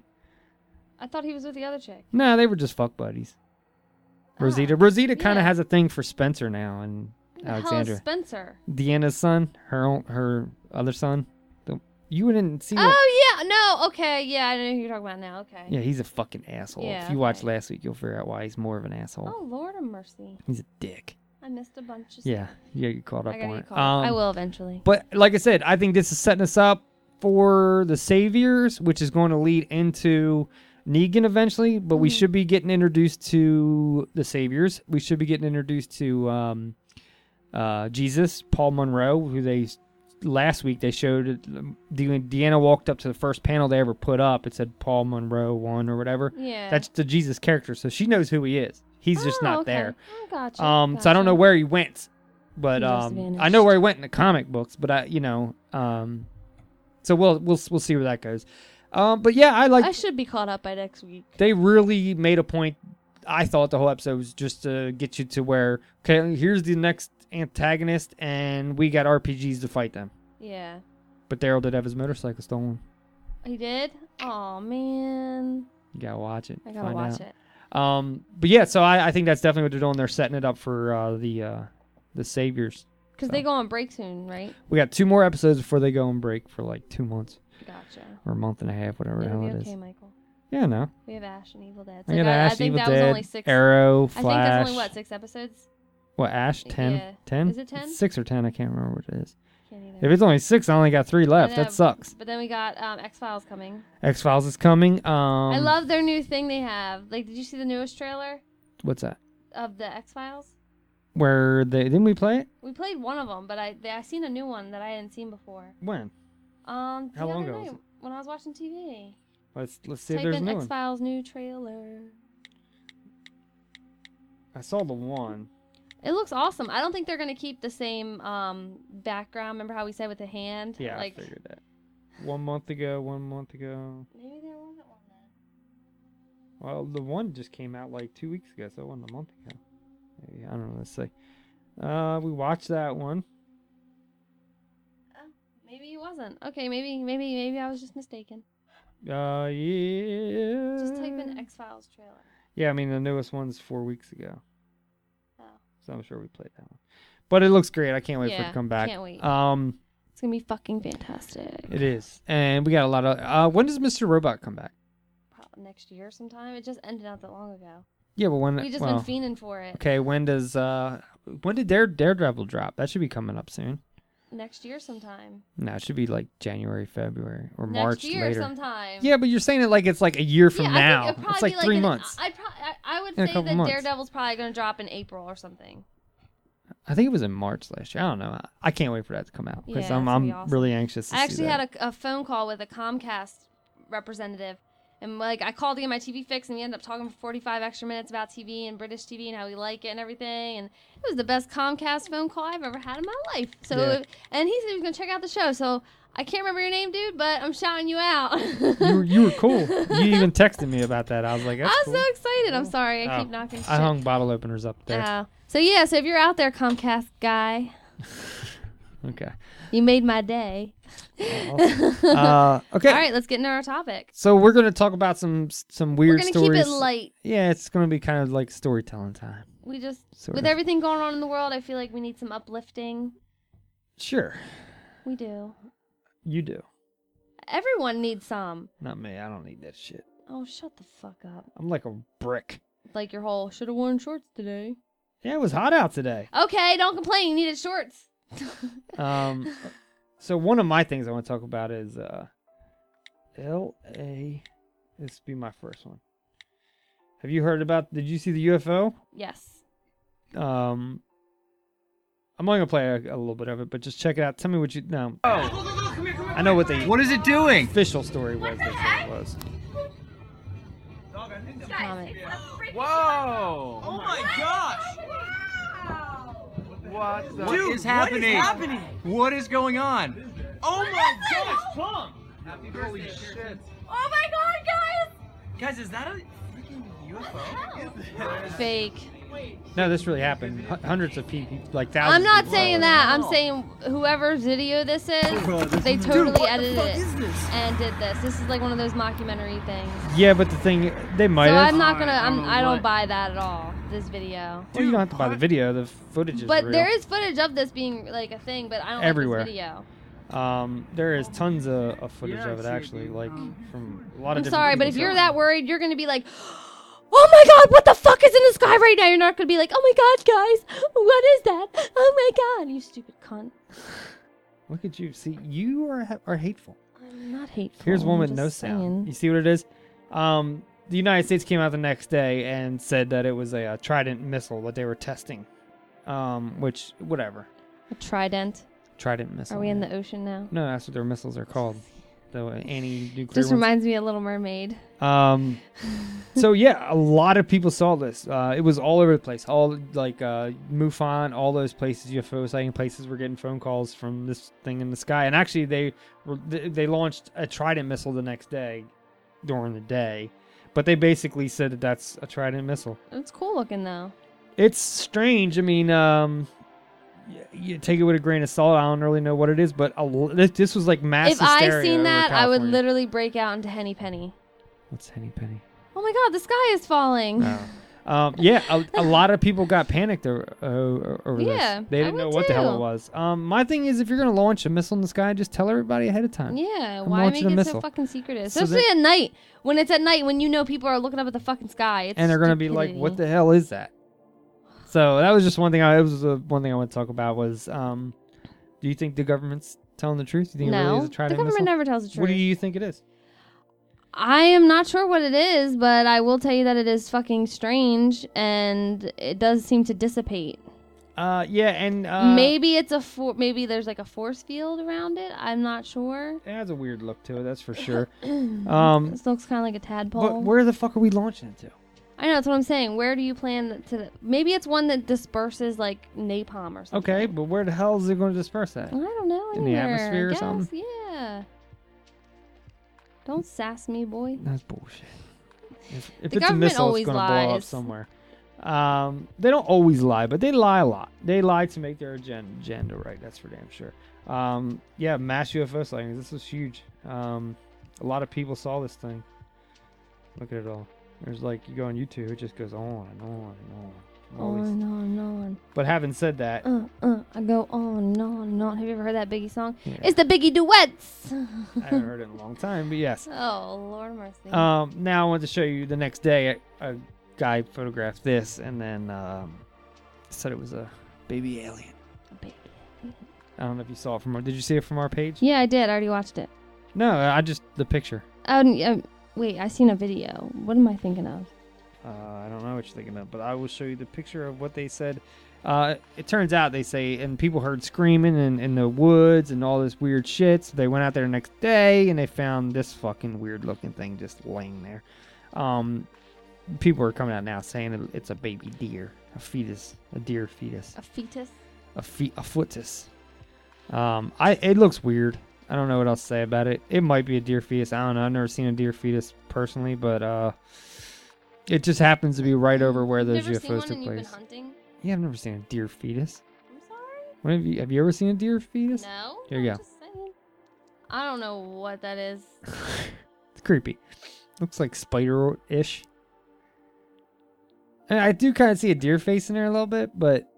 [SPEAKER 6] I thought he was with the other chick.
[SPEAKER 1] Nah, they were just fuck buddies.
[SPEAKER 6] Ah,
[SPEAKER 1] Rosita. Rosita kind of has a thing for Spencer now and
[SPEAKER 6] Hell,
[SPEAKER 1] Alexandra.
[SPEAKER 6] Spencer.
[SPEAKER 1] Deanna's son, her own, her other son. The- You didn't see that.
[SPEAKER 6] Oh yeah. No. Okay. Yeah, I know who you're talking about now. Okay.
[SPEAKER 1] Yeah, he's a fucking asshole. if
[SPEAKER 6] Yeah,
[SPEAKER 1] you watched last week, you'll figure out why he's more of an asshole.
[SPEAKER 6] Oh Lord of mercy.
[SPEAKER 1] He's a dick.
[SPEAKER 6] I missed a bunch of
[SPEAKER 1] Yeah,
[SPEAKER 6] stuff.
[SPEAKER 1] yeah, you caught
[SPEAKER 6] I
[SPEAKER 1] up
[SPEAKER 6] gotta
[SPEAKER 1] on
[SPEAKER 6] get
[SPEAKER 1] it. Um,
[SPEAKER 6] caught up. I will eventually.
[SPEAKER 1] But like I said, I think this is setting us up for the Saviors, which is going to lead into Negan eventually. But
[SPEAKER 6] Mm-hmm.
[SPEAKER 1] we should be getting introduced to the Saviors. We should be getting introduced to um, uh, Jesus, Paul Monroe, who they last week they showed. it- De- Deanna walked up to the first panel they ever put up. It said Paul Monroe one or whatever.
[SPEAKER 6] Yeah. Oh,
[SPEAKER 1] that's the Jesus character, so she knows who he is. He's just not
[SPEAKER 6] okay.
[SPEAKER 1] there.
[SPEAKER 6] I gotcha,
[SPEAKER 1] Um, so I don't know
[SPEAKER 6] gotcha.
[SPEAKER 1] where he went, but
[SPEAKER 6] He just
[SPEAKER 1] um, I know
[SPEAKER 6] vanished.
[SPEAKER 1] where he went in the comic books. But I, you know, um, so we'll we'll we'll see where that goes. Um, but yeah, I like
[SPEAKER 6] I should be caught up by next week.
[SPEAKER 1] they really made a point. I thought the whole episode was just to get you to where okay, here's the next antagonist, and we got RPGs to fight them.
[SPEAKER 6] Yeah.
[SPEAKER 1] But Daryl did have his motorcycle stolen.
[SPEAKER 6] He did. Oh man.
[SPEAKER 1] You gotta watch it.
[SPEAKER 6] I gotta
[SPEAKER 1] find
[SPEAKER 6] watch
[SPEAKER 1] out. Um, but yeah, so I, I think that's definitely what they're doing. They're setting it up for uh, the uh, the saviors.
[SPEAKER 6] Because they go on break soon, right?
[SPEAKER 1] We got two more episodes before they go on break for like two months
[SPEAKER 6] Gotcha.
[SPEAKER 1] or a month and a half, whatever the
[SPEAKER 6] It'll
[SPEAKER 1] hell
[SPEAKER 6] be
[SPEAKER 1] it is.
[SPEAKER 6] okay, Michael.
[SPEAKER 1] Yeah, no.
[SPEAKER 6] We have Ash and Evil Dead.
[SPEAKER 1] I
[SPEAKER 6] So
[SPEAKER 1] got
[SPEAKER 6] that-
[SPEAKER 1] Ash,
[SPEAKER 6] I think
[SPEAKER 1] Evil
[SPEAKER 6] that was only
[SPEAKER 1] Dead,
[SPEAKER 6] six.
[SPEAKER 1] Arrow,
[SPEAKER 6] I think that's
[SPEAKER 1] Flash.
[SPEAKER 6] only what six episodes.
[SPEAKER 1] What Ash? Ten?
[SPEAKER 6] Yeah.
[SPEAKER 1] Ten?
[SPEAKER 6] Is it 10?
[SPEAKER 1] Six or ten? I can't remember what it is.
[SPEAKER 6] Can't either.
[SPEAKER 1] If it's only six, I only got three
[SPEAKER 6] I
[SPEAKER 1] left.
[SPEAKER 6] know,
[SPEAKER 1] That sucks.
[SPEAKER 6] But then we got um, X Files coming.
[SPEAKER 1] X Files is coming. Um,
[SPEAKER 6] I love their new thing they have. Like, did you see the newest trailer
[SPEAKER 1] What's that?
[SPEAKER 6] of the X Files?
[SPEAKER 1] Where they didn't we play it?
[SPEAKER 6] We played one of them, but I they, I seen a new one that I hadn't seen before.
[SPEAKER 1] When?
[SPEAKER 6] Um, the
[SPEAKER 1] How
[SPEAKER 6] other
[SPEAKER 1] long ago was
[SPEAKER 6] night when I was watching TV.
[SPEAKER 1] Let's let's see
[SPEAKER 6] Type
[SPEAKER 1] if there's a
[SPEAKER 6] in
[SPEAKER 1] new
[SPEAKER 6] X
[SPEAKER 1] one.
[SPEAKER 6] Files new trailer.
[SPEAKER 1] I saw the one.
[SPEAKER 6] It looks awesome. I don't think they're gonna keep the same um, background. Remember how we said with the hand?
[SPEAKER 1] Yeah,
[SPEAKER 6] like
[SPEAKER 1] I figured that. One month ago, one month ago.
[SPEAKER 6] maybe there wasn't one.
[SPEAKER 1] Well, the one just came out like two weeks ago, so it wasn't a month ago. Maybe I don't know. Let's see. Uh, we watched that one.
[SPEAKER 6] Maybe it wasn't. Okay, maybe maybe maybe I was just mistaken.
[SPEAKER 1] Uh, yeah.
[SPEAKER 6] Just type in X Files trailer.
[SPEAKER 1] Yeah, I mean the newest one's four weeks ago.
[SPEAKER 6] Oh.
[SPEAKER 1] So I'm sure we played that one. But it looks great. I can't wait for it
[SPEAKER 6] Yeah,
[SPEAKER 1] to come back.
[SPEAKER 6] can't wait.
[SPEAKER 1] Um,
[SPEAKER 6] It's gonna be fucking fantastic.
[SPEAKER 1] it is, and we got a lot of. Uh, when does Mr. Robot come back?
[SPEAKER 6] Probably next year sometime. It just ended not that long ago.
[SPEAKER 1] Yeah, but when
[SPEAKER 6] we just
[SPEAKER 1] well,
[SPEAKER 6] been fiending for it.
[SPEAKER 1] Okay, when does uh when did Dare Daredevil drop? That should be coming up soon.
[SPEAKER 6] Next year sometime.
[SPEAKER 1] No, it should be like January, February, or
[SPEAKER 6] Next
[SPEAKER 1] March
[SPEAKER 6] year
[SPEAKER 1] later.
[SPEAKER 6] sometime.
[SPEAKER 1] Yeah, but you're saying it like it's like a year from
[SPEAKER 6] yeah, I
[SPEAKER 1] now.
[SPEAKER 6] think it'd
[SPEAKER 1] It's
[SPEAKER 6] probably
[SPEAKER 1] like,
[SPEAKER 6] be like uh,
[SPEAKER 1] three
[SPEAKER 6] in-
[SPEAKER 1] months.
[SPEAKER 6] I'd pro- I, I would
[SPEAKER 1] In a
[SPEAKER 6] say
[SPEAKER 1] couple
[SPEAKER 6] that
[SPEAKER 1] months.
[SPEAKER 6] Daredevil's probably gonna drop in April or something.
[SPEAKER 1] I think it was in March last year. I don't know. I, I can't wait for that to come out because
[SPEAKER 6] Yeah,
[SPEAKER 1] I'm
[SPEAKER 6] that's gonna be
[SPEAKER 1] I'm
[SPEAKER 6] awesome.
[SPEAKER 1] really anxious. To
[SPEAKER 6] I
[SPEAKER 1] see
[SPEAKER 6] actually
[SPEAKER 1] that.
[SPEAKER 6] had a, a phone call with a Comcast representative, and like I called to get my TV fixed, and we ended up talking for 45 extra minutes about TV and British TV and how we like it and everything. And it was the best Comcast phone call I've ever had in my life. So,
[SPEAKER 1] Yeah.
[SPEAKER 6] and he said he was gonna check out the show. So I can't remember your name, dude, but I'm shouting you out. [LAUGHS]
[SPEAKER 1] you, were, you were cool. You even texted me about that. I was like,
[SPEAKER 6] I
[SPEAKER 1] That's
[SPEAKER 6] was
[SPEAKER 1] cool.
[SPEAKER 6] so excited. I'm sorry, I
[SPEAKER 1] Oh,
[SPEAKER 6] keep knocking.
[SPEAKER 1] I hung bottle openers up
[SPEAKER 6] shit.
[SPEAKER 1] there.
[SPEAKER 6] Oh. so yeah, so if you're out there, Comcast guy,
[SPEAKER 1] okay.
[SPEAKER 6] you made my day. [LAUGHS]
[SPEAKER 1] Uh, okay.
[SPEAKER 6] All right, let's get into our topic.
[SPEAKER 1] So we're gonna talk about some some weird
[SPEAKER 6] gonna keep
[SPEAKER 1] stories.
[SPEAKER 6] it light.
[SPEAKER 1] Yeah, it's gonna be kind of like storytelling time.
[SPEAKER 6] We just
[SPEAKER 1] Sort
[SPEAKER 6] with
[SPEAKER 1] of.
[SPEAKER 6] everything going on in the world, I feel like we need some uplifting.
[SPEAKER 1] Sure,
[SPEAKER 6] We do.
[SPEAKER 1] you do.
[SPEAKER 6] Everyone needs some.
[SPEAKER 1] Not me. I don't need that shit.
[SPEAKER 6] Oh, shut the fuck up.
[SPEAKER 1] I'm like a brick.
[SPEAKER 6] Like your whole should have worn shorts today.
[SPEAKER 1] Yeah, it was hot out today.
[SPEAKER 6] Okay, don't complain. You needed shorts.
[SPEAKER 1] Um, so one of my things I want to talk about is uh, L.A. This be my first one. Have you heard about? Did you see the UFO?
[SPEAKER 6] Yes.
[SPEAKER 1] Um, I'm only gonna play a, a little bit of it, but just check it out. Tell me what you know.
[SPEAKER 9] Oh.
[SPEAKER 1] I know what they. What is it doing? Official story was. They said it was.
[SPEAKER 9] Whoa! Oh my gosh! What
[SPEAKER 16] Dude, What is happening? What is going on?
[SPEAKER 9] Oh my gosh, Tom! Happy
[SPEAKER 16] Holy
[SPEAKER 9] birthday,
[SPEAKER 16] shit.
[SPEAKER 9] Oh my god, guys!
[SPEAKER 16] Guys, is that a freaking UFO?
[SPEAKER 6] Fake.
[SPEAKER 1] No, this really happened. H- hundreds of people, like thousands.
[SPEAKER 6] I'm not
[SPEAKER 1] of
[SPEAKER 6] saying
[SPEAKER 1] people.
[SPEAKER 6] that. I'm saying whoever's video Oh, this is, they totally edited it and did this. This is like one of those mockumentary things.
[SPEAKER 1] Yeah, but the thing they might
[SPEAKER 6] so
[SPEAKER 1] have.
[SPEAKER 6] I'm not gonna. I'm, I don't
[SPEAKER 1] what-
[SPEAKER 6] buy that at all. This video.
[SPEAKER 1] Well, you don't have to buy the video. The footage is
[SPEAKER 6] But
[SPEAKER 1] real.
[SPEAKER 6] there is footage of this being like a thing, but I don't
[SPEAKER 1] Everywhere.
[SPEAKER 6] like this video.
[SPEAKER 1] Um, there is tons of, of footage
[SPEAKER 6] Yeah, I
[SPEAKER 1] of it
[SPEAKER 6] see Oh. it,
[SPEAKER 1] actually, like from a lot
[SPEAKER 6] I'm
[SPEAKER 1] of. different
[SPEAKER 6] sorry, but if
[SPEAKER 1] people.
[SPEAKER 6] you're that worried, you're gonna be like, "Oh my God, what the fuck is in the sky right now?" You're not gonna be like, "Oh my God, guys, what is that? Oh my God, you stupid cunt."
[SPEAKER 1] Look at you. See, you are ha- are hateful.
[SPEAKER 6] I'm not hateful.
[SPEAKER 1] Here's one
[SPEAKER 6] Oh, I'm
[SPEAKER 1] with no
[SPEAKER 6] just
[SPEAKER 1] sound.
[SPEAKER 6] saying.
[SPEAKER 1] You see what it is? Um, the United States came out the next day and said that it was a, uh Trident missile that they were testing. Um, which whatever.
[SPEAKER 6] A trident.
[SPEAKER 1] Trident missile.
[SPEAKER 6] Are we in
[SPEAKER 1] yeah.
[SPEAKER 6] the ocean now?
[SPEAKER 1] No, that's what their missiles are called. The anti-nuclear.
[SPEAKER 6] Just
[SPEAKER 1] ones.
[SPEAKER 6] reminds me of Little Mermaid. [LAUGHS]
[SPEAKER 1] Um, so yeah, a lot of people saw this. Uh, it was all over the place. All like uh, MUFON, all those places, UFO sighting places, were getting phone calls from this thing in the sky. And actually, they were- th- they launched a Trident missile the next day, during the day, but they basically said that that's a Trident missile.
[SPEAKER 6] It's cool looking though.
[SPEAKER 1] It's strange. I mean, um, y- you take it with a grain of salt. I don't really know what it is, but a l- this, this was like mass.
[SPEAKER 6] if I
[SPEAKER 1] hysteria
[SPEAKER 6] seen
[SPEAKER 1] over
[SPEAKER 6] that, I would
[SPEAKER 1] California.
[SPEAKER 6] literally break out into Henny Penny.
[SPEAKER 1] What's Henny Penny?
[SPEAKER 6] Oh my God, the sky is falling.
[SPEAKER 1] [LAUGHS] Um, yeah, a, a lot of people got panicked o- o- over
[SPEAKER 6] Yeah,
[SPEAKER 1] this. They
[SPEAKER 6] I
[SPEAKER 1] didn't know
[SPEAKER 6] would
[SPEAKER 1] what the hell
[SPEAKER 6] too.
[SPEAKER 1] it was. Um, my thing is, if you're gonna launch a missile in the sky, just tell everybody ahead of time.
[SPEAKER 6] Yeah,
[SPEAKER 1] I'm
[SPEAKER 6] why make
[SPEAKER 1] launching a
[SPEAKER 6] it so
[SPEAKER 1] missile.
[SPEAKER 6] fucking secretive?
[SPEAKER 1] So
[SPEAKER 6] Especially at night, when it's at night, when you know people are looking up at the fucking sky. It's
[SPEAKER 1] and they're gonna be like, "What the hell is that?" So that was just one thing. I it was uh, one thing I want to talk about was, um, do you think the government's telling the truth? Do you think it really
[SPEAKER 6] No,
[SPEAKER 1] is a
[SPEAKER 6] the
[SPEAKER 1] trident
[SPEAKER 6] government
[SPEAKER 1] missile?
[SPEAKER 6] never tells the
[SPEAKER 1] What do
[SPEAKER 6] truth.
[SPEAKER 1] you think it is?
[SPEAKER 6] I am not sure what it is, but I will tell you that it is fucking strange, and it does seem to dissipate.
[SPEAKER 1] Uh, yeah, and uh,
[SPEAKER 6] maybe it's a for- maybe there's like a force field around it. I'm not sure.
[SPEAKER 1] it has a
[SPEAKER 6] [COUGHS]
[SPEAKER 1] weird look to it. That's for sure.
[SPEAKER 6] um,
[SPEAKER 1] [CLEARS THROAT] Um,
[SPEAKER 6] this looks kind of like a tadpole.
[SPEAKER 1] but where the fuck are we launching it to?
[SPEAKER 6] I know that's what I'm saying. Where do you plan to? Maybe it's one that disperses like napalm or something.
[SPEAKER 1] Okay, but where the hell is it going to disperse that?
[SPEAKER 6] I don't know.
[SPEAKER 1] In
[SPEAKER 6] anywhere,
[SPEAKER 1] the
[SPEAKER 6] I
[SPEAKER 1] atmosphere or
[SPEAKER 6] guess,
[SPEAKER 1] something?
[SPEAKER 6] Yeah. Don't sass me, boy.
[SPEAKER 1] That's bullshit. If, if
[SPEAKER 6] The
[SPEAKER 1] it's a
[SPEAKER 6] government
[SPEAKER 1] missile,
[SPEAKER 6] always
[SPEAKER 1] it's going to blow up
[SPEAKER 6] lies.
[SPEAKER 1] somewhere. Um, they don't always lie, but they lie a lot. They lie to make their agenda, agenda right. That's for damn sure. Um, yeah, mass UFO sightings. This was huge. Um, a lot of people saw this thing. Look at it all. There's like you go on YouTube, it just goes on and on and on. All
[SPEAKER 6] On
[SPEAKER 1] these-
[SPEAKER 6] and on and on.
[SPEAKER 1] But having
[SPEAKER 6] [LAUGHS]
[SPEAKER 1] said that,
[SPEAKER 6] Uh, uh, I go on and on and on. Have you ever heard that Biggie song?
[SPEAKER 1] Yeah.
[SPEAKER 6] It's the Biggie duets.
[SPEAKER 1] [LAUGHS] I haven't heard it in a long time. But yes,
[SPEAKER 6] [LAUGHS] oh Lord mercy.
[SPEAKER 1] Um, now I want to show you the next day. A, a guy photographed this and then um, said it was a baby alien. I don't know if you saw it from our. Did you see it from our page?
[SPEAKER 6] yeah, I did. I already watched it.
[SPEAKER 1] No, I just the picture.
[SPEAKER 6] Oh, n- um, wait, I seen a video. What am I thinking of?
[SPEAKER 1] Uh, I don't know what you're thinking of, but I will show you the picture of what they said. Uh, it turns out they say, and people heard screaming in, in the woods and all this weird shit. So they went out there the next day and they found this fucking weird looking thing just laying there. Um, people are coming out now saying it, it's a baby deer, a fetus, a deer fetus,
[SPEAKER 6] A fetus.
[SPEAKER 1] a feet, a footus. Um, I it looks weird. I don't know what else to say about it. It might be a deer fetus. I don't know. I've never seen a deer fetus personally, but uh, it just happens to be right over where those
[SPEAKER 6] Never seen
[SPEAKER 1] UFOs
[SPEAKER 6] one
[SPEAKER 1] took
[SPEAKER 6] and you've been
[SPEAKER 1] place.
[SPEAKER 6] hunting.
[SPEAKER 1] Yeah, I've never seen a deer fetus. What have you have you ever seen a deer fetus?
[SPEAKER 6] No.
[SPEAKER 1] Here you
[SPEAKER 6] I'm
[SPEAKER 1] go.
[SPEAKER 6] just saying. I don't know what that is.
[SPEAKER 1] It's creepy. Looks like spider ish. I do kind of see a deer face in there a little bit, but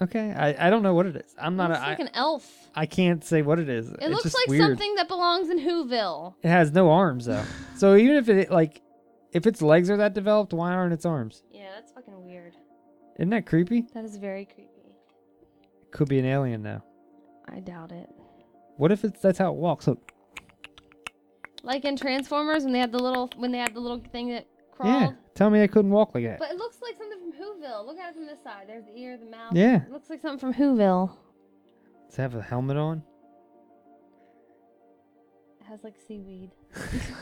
[SPEAKER 1] okay. I, I don't know what it is. I'm not.
[SPEAKER 6] Looks
[SPEAKER 1] a, I,
[SPEAKER 6] like an elf.
[SPEAKER 1] I can't say what it is.
[SPEAKER 6] It
[SPEAKER 1] it's
[SPEAKER 6] looks
[SPEAKER 1] just
[SPEAKER 6] like
[SPEAKER 1] weird.
[SPEAKER 6] something that belongs in Whoville.
[SPEAKER 1] It has no arms though. so even if it like, if its legs are that developed, why aren't its arms?
[SPEAKER 6] Yeah, that's fucking weird.
[SPEAKER 1] Isn't that creepy?
[SPEAKER 6] That is very creepy.
[SPEAKER 1] Could be an alien though.
[SPEAKER 6] I doubt it.
[SPEAKER 1] What if it's that's how it walks? Look.
[SPEAKER 6] Like in Transformers when they had the little when they had the little thing that crawled.
[SPEAKER 1] Yeah. Tell me I couldn't walk like that.
[SPEAKER 6] But it looks like something from Whoville. Look at it from this side. There's the ear, the mouth.
[SPEAKER 1] Yeah.
[SPEAKER 6] It looks like something from Whoville.
[SPEAKER 1] Does it have a helmet on?
[SPEAKER 6] It has like seaweed.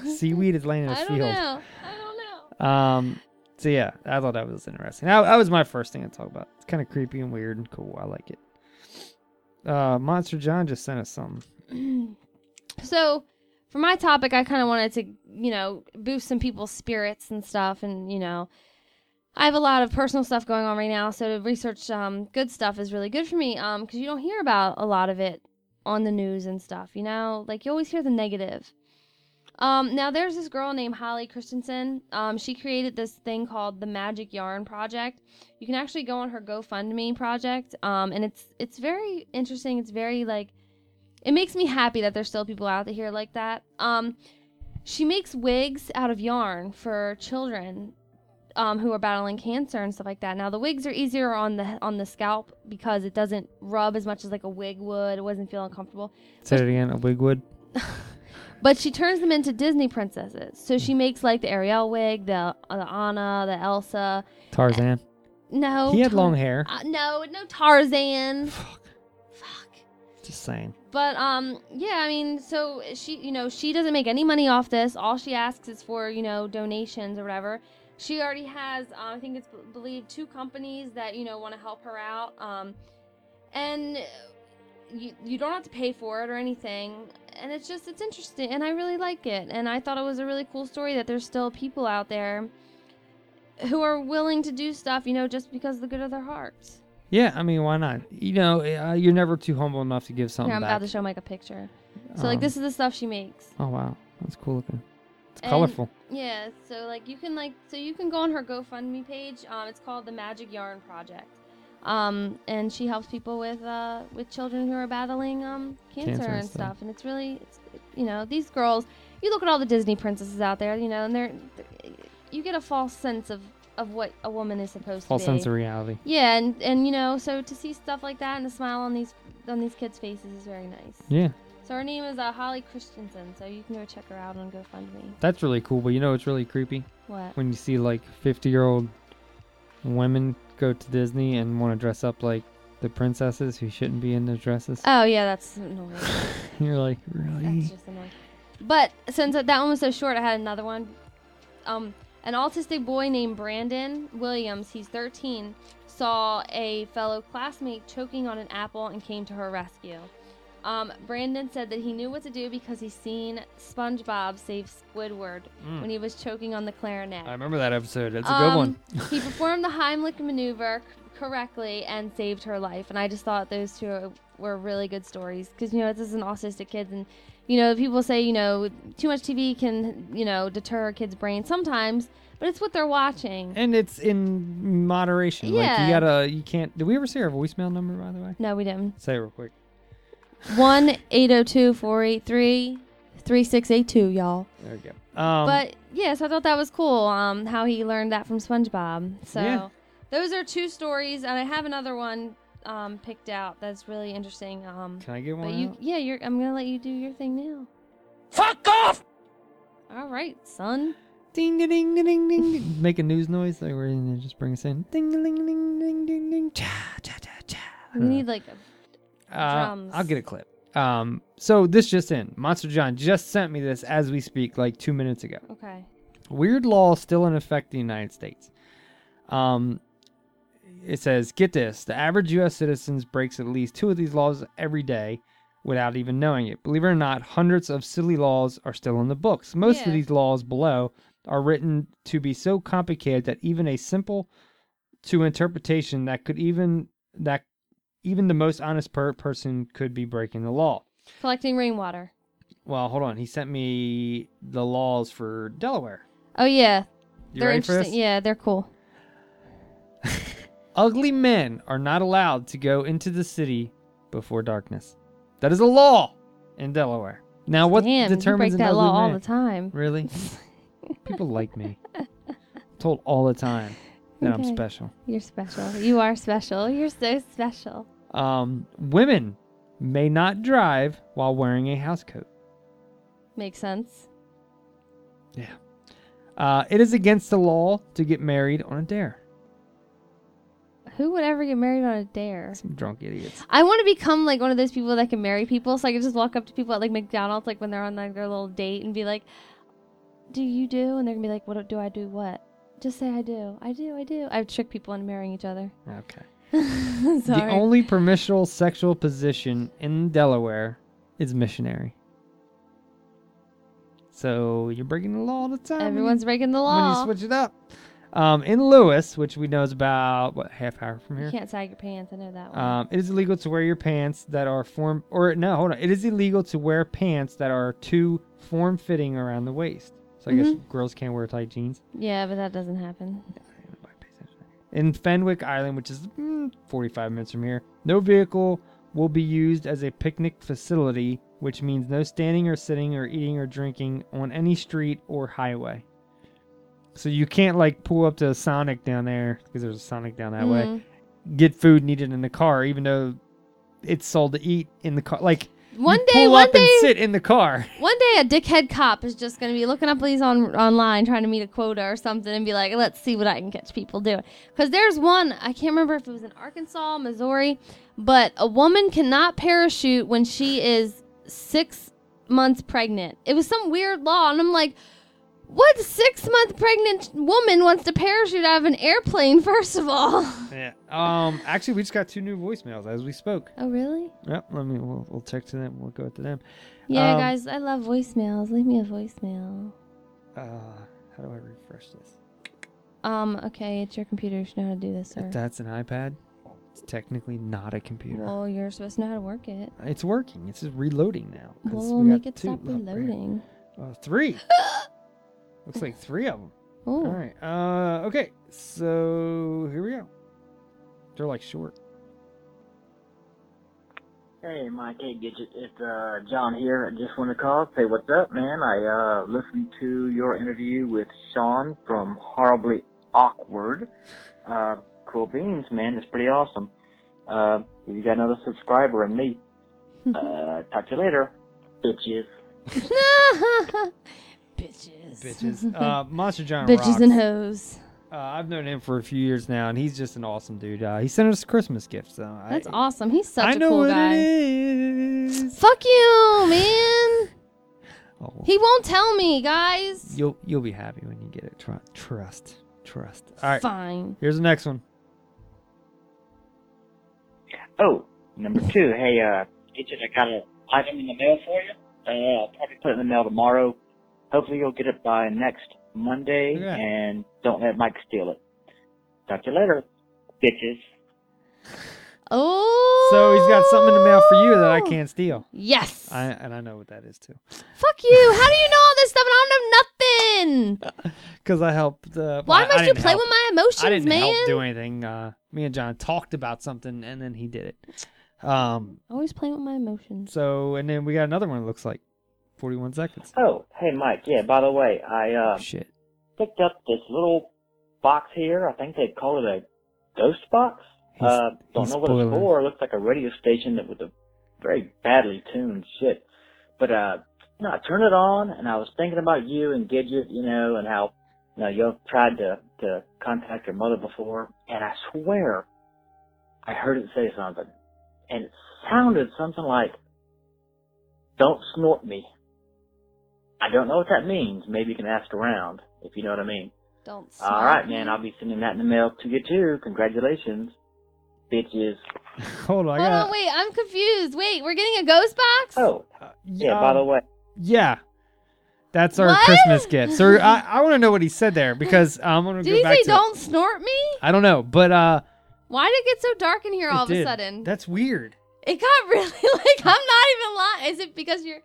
[SPEAKER 6] [LAUGHS]
[SPEAKER 1] Seaweed is laying in
[SPEAKER 6] [LAUGHS]
[SPEAKER 1] a
[SPEAKER 6] I
[SPEAKER 1] field.
[SPEAKER 6] don't know. I don't know.
[SPEAKER 1] Um. So yeah, I thought that was interesting. That, that was my first thing to talk about. It's kind of creepy and weird and cool. I like it. Uh, Monster John just sent us something.
[SPEAKER 6] [CLEARS THROAT] so for my topic i kind of wanted to you know boost some people's spirits and stuff and you know i have a lot of personal stuff going on right now so to research um, good stuff is really good for me because you don't hear about a lot of it on the news and stuff you know like you always hear the negative um, now there's this girl named holly christensen um, she created this thing called the magic yarn project you can actually go on her gofundme project um, and it's it's very interesting it's very like it makes me happy that there's still people out here like that. Um, she makes wigs out of yarn for children um, who are battling cancer and stuff like that. Now the wigs are easier on the on the scalp because it doesn't rub as much as like a wig would. It wasn't feel uncomfortable.
[SPEAKER 1] Say it again. A wigwood.
[SPEAKER 6] But she turns them into Disney princesses. So she makes like the Ariel wig, the, uh, the Anna, the Elsa.
[SPEAKER 1] Tarzan.
[SPEAKER 6] No,
[SPEAKER 1] He had
[SPEAKER 6] Tar-
[SPEAKER 1] long hair.
[SPEAKER 6] Uh, no, no Tarzan.
[SPEAKER 1] Just saying.
[SPEAKER 6] But um, yeah, I mean, so she, you know, she doesn't make any money off this. All she asks is for you know donations or whatever. She already has, um, I think it's b- believed, two companies that you know want to help her out. Um, and you you don't have to pay for it or anything. And it's just it's interesting, and I really like it. And I thought it was a really cool story that there's still people out there who are willing to do stuff, you know, just because of the good of their hearts.
[SPEAKER 1] Yeah, I mean, why not? You know, uh, you're never too humble enough to give
[SPEAKER 6] Here,
[SPEAKER 1] something
[SPEAKER 6] I'm
[SPEAKER 1] back.
[SPEAKER 6] about to show Mike a picture. So like
[SPEAKER 1] Um,
[SPEAKER 6] this is the stuff she makes.
[SPEAKER 1] Oh wow, that's cool looking. It's
[SPEAKER 6] And-
[SPEAKER 1] colorful.
[SPEAKER 6] Yeah, so like you can like so you can go on her GoFundMe page. Um, it's called the Magic Yarn Project. Um, and she helps people with uh with children who are battling um cancer,
[SPEAKER 17] Cancer and
[SPEAKER 6] and
[SPEAKER 17] stuff.
[SPEAKER 6] stuff. And it's really it's you know these girls. You look at all the Disney princesses out there, you know, and they're, they're- you get a false sense of of what a woman is supposed
[SPEAKER 1] False
[SPEAKER 6] to be.
[SPEAKER 1] sense of reality.
[SPEAKER 6] Yeah, and and you know so to see stuff like that and the smile on these on these kids' faces is very nice.
[SPEAKER 1] Yeah,
[SPEAKER 6] So her name is uh, Holly Christensen. So you can go check her out on GoFundMe.
[SPEAKER 1] that's really cool. But you know, it's really creepy
[SPEAKER 6] What?
[SPEAKER 1] when you see like 50 year old women go to Disney and want to dress up like the princesses who shouldn't be in those dresses.
[SPEAKER 6] Oh yeah, that's annoying.
[SPEAKER 1] [LAUGHS] You're like, really?
[SPEAKER 6] But since that one was so short, I had another one. Um, An autistic boy named Brandon Williams, he's 13, saw a fellow classmate choking on an apple and came to her rescue. Um, Brandon said that he knew what to do because he's seen SpongeBob save Squidward
[SPEAKER 1] Mm.
[SPEAKER 6] when he was choking on the clarinet.
[SPEAKER 1] I remember that episode. That's a good
[SPEAKER 6] Um,
[SPEAKER 1] one.
[SPEAKER 6] he performed the Heimlich maneuver c- correctly and saved her life. And I just thought those two were really good stories because you know this is an autistic kid, and you know people say you know too much TV can you know deter a kid's brain sometimes, but it's what they're watching.
[SPEAKER 1] And it's in moderation. Like
[SPEAKER 6] Yeah.
[SPEAKER 1] you gotta, you can't. Did we ever see our voicemail number by the way?
[SPEAKER 6] No, we didn't.
[SPEAKER 1] Say it real quick.
[SPEAKER 6] One eight zero two four eight three three six eight two, y'all.
[SPEAKER 1] There we go. Um,
[SPEAKER 6] but yeah, so I thought that was cool. Um, how he learned that from SpongeBob. So
[SPEAKER 1] Yeah.
[SPEAKER 6] those are two stories, and I have another one um, picked out that's really interesting. Um,
[SPEAKER 1] Can I
[SPEAKER 9] [LAUGHS]
[SPEAKER 1] get
[SPEAKER 6] but
[SPEAKER 1] one
[SPEAKER 6] you,
[SPEAKER 1] out?
[SPEAKER 6] yeah, you're. I'm gonna let you do your thing now.
[SPEAKER 10] Fuck off!
[SPEAKER 6] All right, son.
[SPEAKER 1] Ding ding ding ding ding. make a news noise. Like we're gonna just bring us in. Ding ding ding ding ding ding. Cha cha cha cha.
[SPEAKER 6] We need like a
[SPEAKER 1] Uh,
[SPEAKER 6] drums.
[SPEAKER 1] I'll get a clip. Um, so this just in. Monster John just sent me this as we speak, like two minutes ago.
[SPEAKER 6] okay.
[SPEAKER 1] Weird law still in effect in the United States. Um, it says, get this: the average U.S. citizen breaks at least two of these laws every day, without even knowing it. Believe it or not, hundreds of silly laws are still in the books. Most
[SPEAKER 6] Yeah.
[SPEAKER 1] of these laws below are written to be so complicated that even a simple to interpretation that could even that even the most honest per- person could be breaking the law.
[SPEAKER 6] Collecting rainwater.
[SPEAKER 1] Well, hold on. He sent me the laws for Delaware.
[SPEAKER 6] Oh yeah,
[SPEAKER 1] You
[SPEAKER 6] they're
[SPEAKER 1] ready for
[SPEAKER 6] interesting.
[SPEAKER 1] this?
[SPEAKER 6] Yeah, they're cool.
[SPEAKER 1] Ugly men are not allowed to go into the city before darkness. That is a law in Delaware. Now, what
[SPEAKER 6] Damn, you break
[SPEAKER 1] determines an
[SPEAKER 6] that
[SPEAKER 1] ugly
[SPEAKER 6] law all
[SPEAKER 1] man?
[SPEAKER 6] the time. [LAUGHS]
[SPEAKER 1] Really? People like me. I'm told all the time that I'm
[SPEAKER 6] Okay.
[SPEAKER 1] special.
[SPEAKER 6] You're special. You are special. You're so special.
[SPEAKER 1] Um, women may not drive while wearing a housecoat.
[SPEAKER 6] Makes sense.
[SPEAKER 1] Yeah. Uh, it is against the law to get married on a dare.
[SPEAKER 6] Who would ever get married on a dare?
[SPEAKER 1] Some drunk idiots.
[SPEAKER 6] I want to become like one of those people that can marry people, so I can just walk up to people at like McDonald's, like when they're on like their little date, and be like, "Do you do?" And they're gonna be like, "What do I do? What?" Just say I do. I do. I do. I've tricked people into marrying each other.
[SPEAKER 1] Okay.
[SPEAKER 6] [LAUGHS] Sorry.
[SPEAKER 1] The only permissible sexual position in Delaware is missionary. So you're breaking the law all the time. when you-
[SPEAKER 6] Everyone's breaking the
[SPEAKER 1] When
[SPEAKER 6] law.
[SPEAKER 1] you switch it up. Um, in Lewis, which we know is about what half hour from
[SPEAKER 6] You
[SPEAKER 1] here.
[SPEAKER 6] can't sag your pants. I know that one.
[SPEAKER 1] Um, it is illegal to wear your pants that are form or no, hold on. It is illegal to wear pants that are too form fitting around the waist. So I
[SPEAKER 6] Mm-hmm.
[SPEAKER 1] guess girls can't wear tight jeans.
[SPEAKER 6] yeah, but that doesn't happen.
[SPEAKER 1] in Fenwick Island, which is mm, 45 minutes from here. No vehicle will be used as a picnic facility, which means no standing or sitting or eating or drinking on any street or highway. So you can't like pull up to a Sonic down there because there's a Sonic down that
[SPEAKER 6] Mhm.
[SPEAKER 1] way. Get food needed in the car, even though it's sold to eat in the car. Like you
[SPEAKER 6] One day-
[SPEAKER 1] pull
[SPEAKER 6] one
[SPEAKER 1] up
[SPEAKER 6] day-
[SPEAKER 1] and sit in the car.
[SPEAKER 6] One day, a dickhead cop is just going to be looking up these on online, trying to meet a quota or something, and be like, "Let's see what I can catch people doing." Because there's one I can't remember if it was in Arkansas, Missouri, but a woman cannot parachute when she is six months pregnant. It was some weird law, and I'm like, "What six month pregnant woman wants to parachute out of an airplane?" First of all, [LAUGHS]
[SPEAKER 1] Yeah. Um. Actually, we just got two new voicemails as we spoke.
[SPEAKER 6] oh really?
[SPEAKER 1] Yep. Let me. We'll, we'll check to them. We'll go to them.
[SPEAKER 6] Yeah,
[SPEAKER 1] Um,
[SPEAKER 6] guys, I love voicemails. Leave me a voicemail.
[SPEAKER 1] Uh, how do I refresh this?
[SPEAKER 6] Um, okay, it's your computer. You should know how to do this, sir.
[SPEAKER 1] That's an iPad. It's technically not a computer.
[SPEAKER 6] Well, you're supposed to know how to work it.
[SPEAKER 1] It's working. It's just reloading now. 'cause
[SPEAKER 6] Well,
[SPEAKER 1] we got
[SPEAKER 6] make it
[SPEAKER 1] two
[SPEAKER 6] stop
[SPEAKER 1] up right here.
[SPEAKER 6] reloading.
[SPEAKER 1] Uh,
[SPEAKER 6] [LAUGHS]
[SPEAKER 1] three. Looks like three of them.
[SPEAKER 6] Ooh.
[SPEAKER 1] All right. Uh. Okay. So here we go. They're like short.
[SPEAKER 17] Hey, Mike. Hey, Gidget. It's uh, John here. I just want to call, say what's up, man. I uh, listened to your interview with Sean from Horribly Awkward. Uh, cool beans, man. It's pretty awesome. Uh, you got another subscriber and me. Uh, talk to you later, bitches.
[SPEAKER 6] Bitches. [LAUGHS]
[SPEAKER 1] [LAUGHS] Bitches. Uh, Monster John.
[SPEAKER 6] Bitches
[SPEAKER 1] rocks.
[SPEAKER 6] and hoes.
[SPEAKER 1] Uh, I've known him for a few years now, and he's just an awesome dude. Uh, he sent us a Christmas gift, so I,
[SPEAKER 6] That's awesome. He's such
[SPEAKER 1] I
[SPEAKER 6] a
[SPEAKER 1] know
[SPEAKER 6] cool
[SPEAKER 1] what it
[SPEAKER 6] guy.
[SPEAKER 1] is.
[SPEAKER 6] Fuck you, man.
[SPEAKER 1] Oh. [LAUGHS]
[SPEAKER 6] He won't tell me, guys.
[SPEAKER 1] You'll you'll be happy when you get get it. Tru- Trust. Trust. All right.
[SPEAKER 6] Fine.
[SPEAKER 1] Here's the next one.
[SPEAKER 17] Oh, number two. Hey, uh, Gidget, I got an item in the mail for you. Uh, I'll probably put it in the mail tomorrow. Hopefully you'll get it by next Monday,
[SPEAKER 1] Oh, Yeah.
[SPEAKER 17] and don't let Mike steal it. Talk to you later, bitches.
[SPEAKER 6] Oh.
[SPEAKER 1] So he's got something in the mail for you that I can't steal.
[SPEAKER 6] Yes.
[SPEAKER 1] I, and I know what that is too,
[SPEAKER 6] Fuck you. How do you know all this stuff and I don't know nothing?
[SPEAKER 1] [LAUGHS] because I helped. Uh,
[SPEAKER 6] Why
[SPEAKER 1] well, I- I
[SPEAKER 6] must you
[SPEAKER 1] didn't
[SPEAKER 6] play
[SPEAKER 1] help.
[SPEAKER 6] with my emotions,
[SPEAKER 1] I didn't
[SPEAKER 6] man?
[SPEAKER 1] help do anything. Uh, me and John talked about something, and then he did it. Um.
[SPEAKER 6] Always playing with my emotions.
[SPEAKER 1] So and then we got another one. It looks like, forty-one seconds.
[SPEAKER 17] Oh, hey, Mike. Yeah, by the way, I uh,
[SPEAKER 1] Oh, Shit.
[SPEAKER 17] picked up this little box here. I think they call it a ghost box. uh, don't
[SPEAKER 1] he's
[SPEAKER 17] know what
[SPEAKER 1] spoiling.
[SPEAKER 17] it's for. It looks like a radio station that with a very badly tuned shit. But uh, you know, I turned it on and I was thinking about you and Gidget, you know, and how you know you've tried to to contact your mother before, and I swear I heard it say something, and it sounded something like, "Don't snort me." I don't know what that means. Maybe you can ask around if you know what I mean.
[SPEAKER 6] Don't.
[SPEAKER 17] All right, man. I'll be sending that in the mail to you too. Congratulations, bitches.
[SPEAKER 1] [LAUGHS] Hold on. I
[SPEAKER 6] Hold
[SPEAKER 1] gotta,
[SPEAKER 6] on, wait. I'm confused. Wait, we're getting a ghost box?
[SPEAKER 17] Oh.
[SPEAKER 1] Uh,
[SPEAKER 17] Yeah. by the way,
[SPEAKER 1] Yeah. That's our
[SPEAKER 6] What?
[SPEAKER 1] Christmas gift. So I, I want to know what he said there because I'm gonna
[SPEAKER 6] Did
[SPEAKER 1] go
[SPEAKER 6] he
[SPEAKER 1] back
[SPEAKER 6] say
[SPEAKER 1] to. it.
[SPEAKER 6] don't snort me?
[SPEAKER 1] I don't know, but uh,
[SPEAKER 6] Why did it get so dark in here
[SPEAKER 1] it
[SPEAKER 6] all of a
[SPEAKER 1] did.
[SPEAKER 6] sudden?
[SPEAKER 1] That's weird.
[SPEAKER 6] It got [LAUGHS] really like I'm not even lying. Is it because you're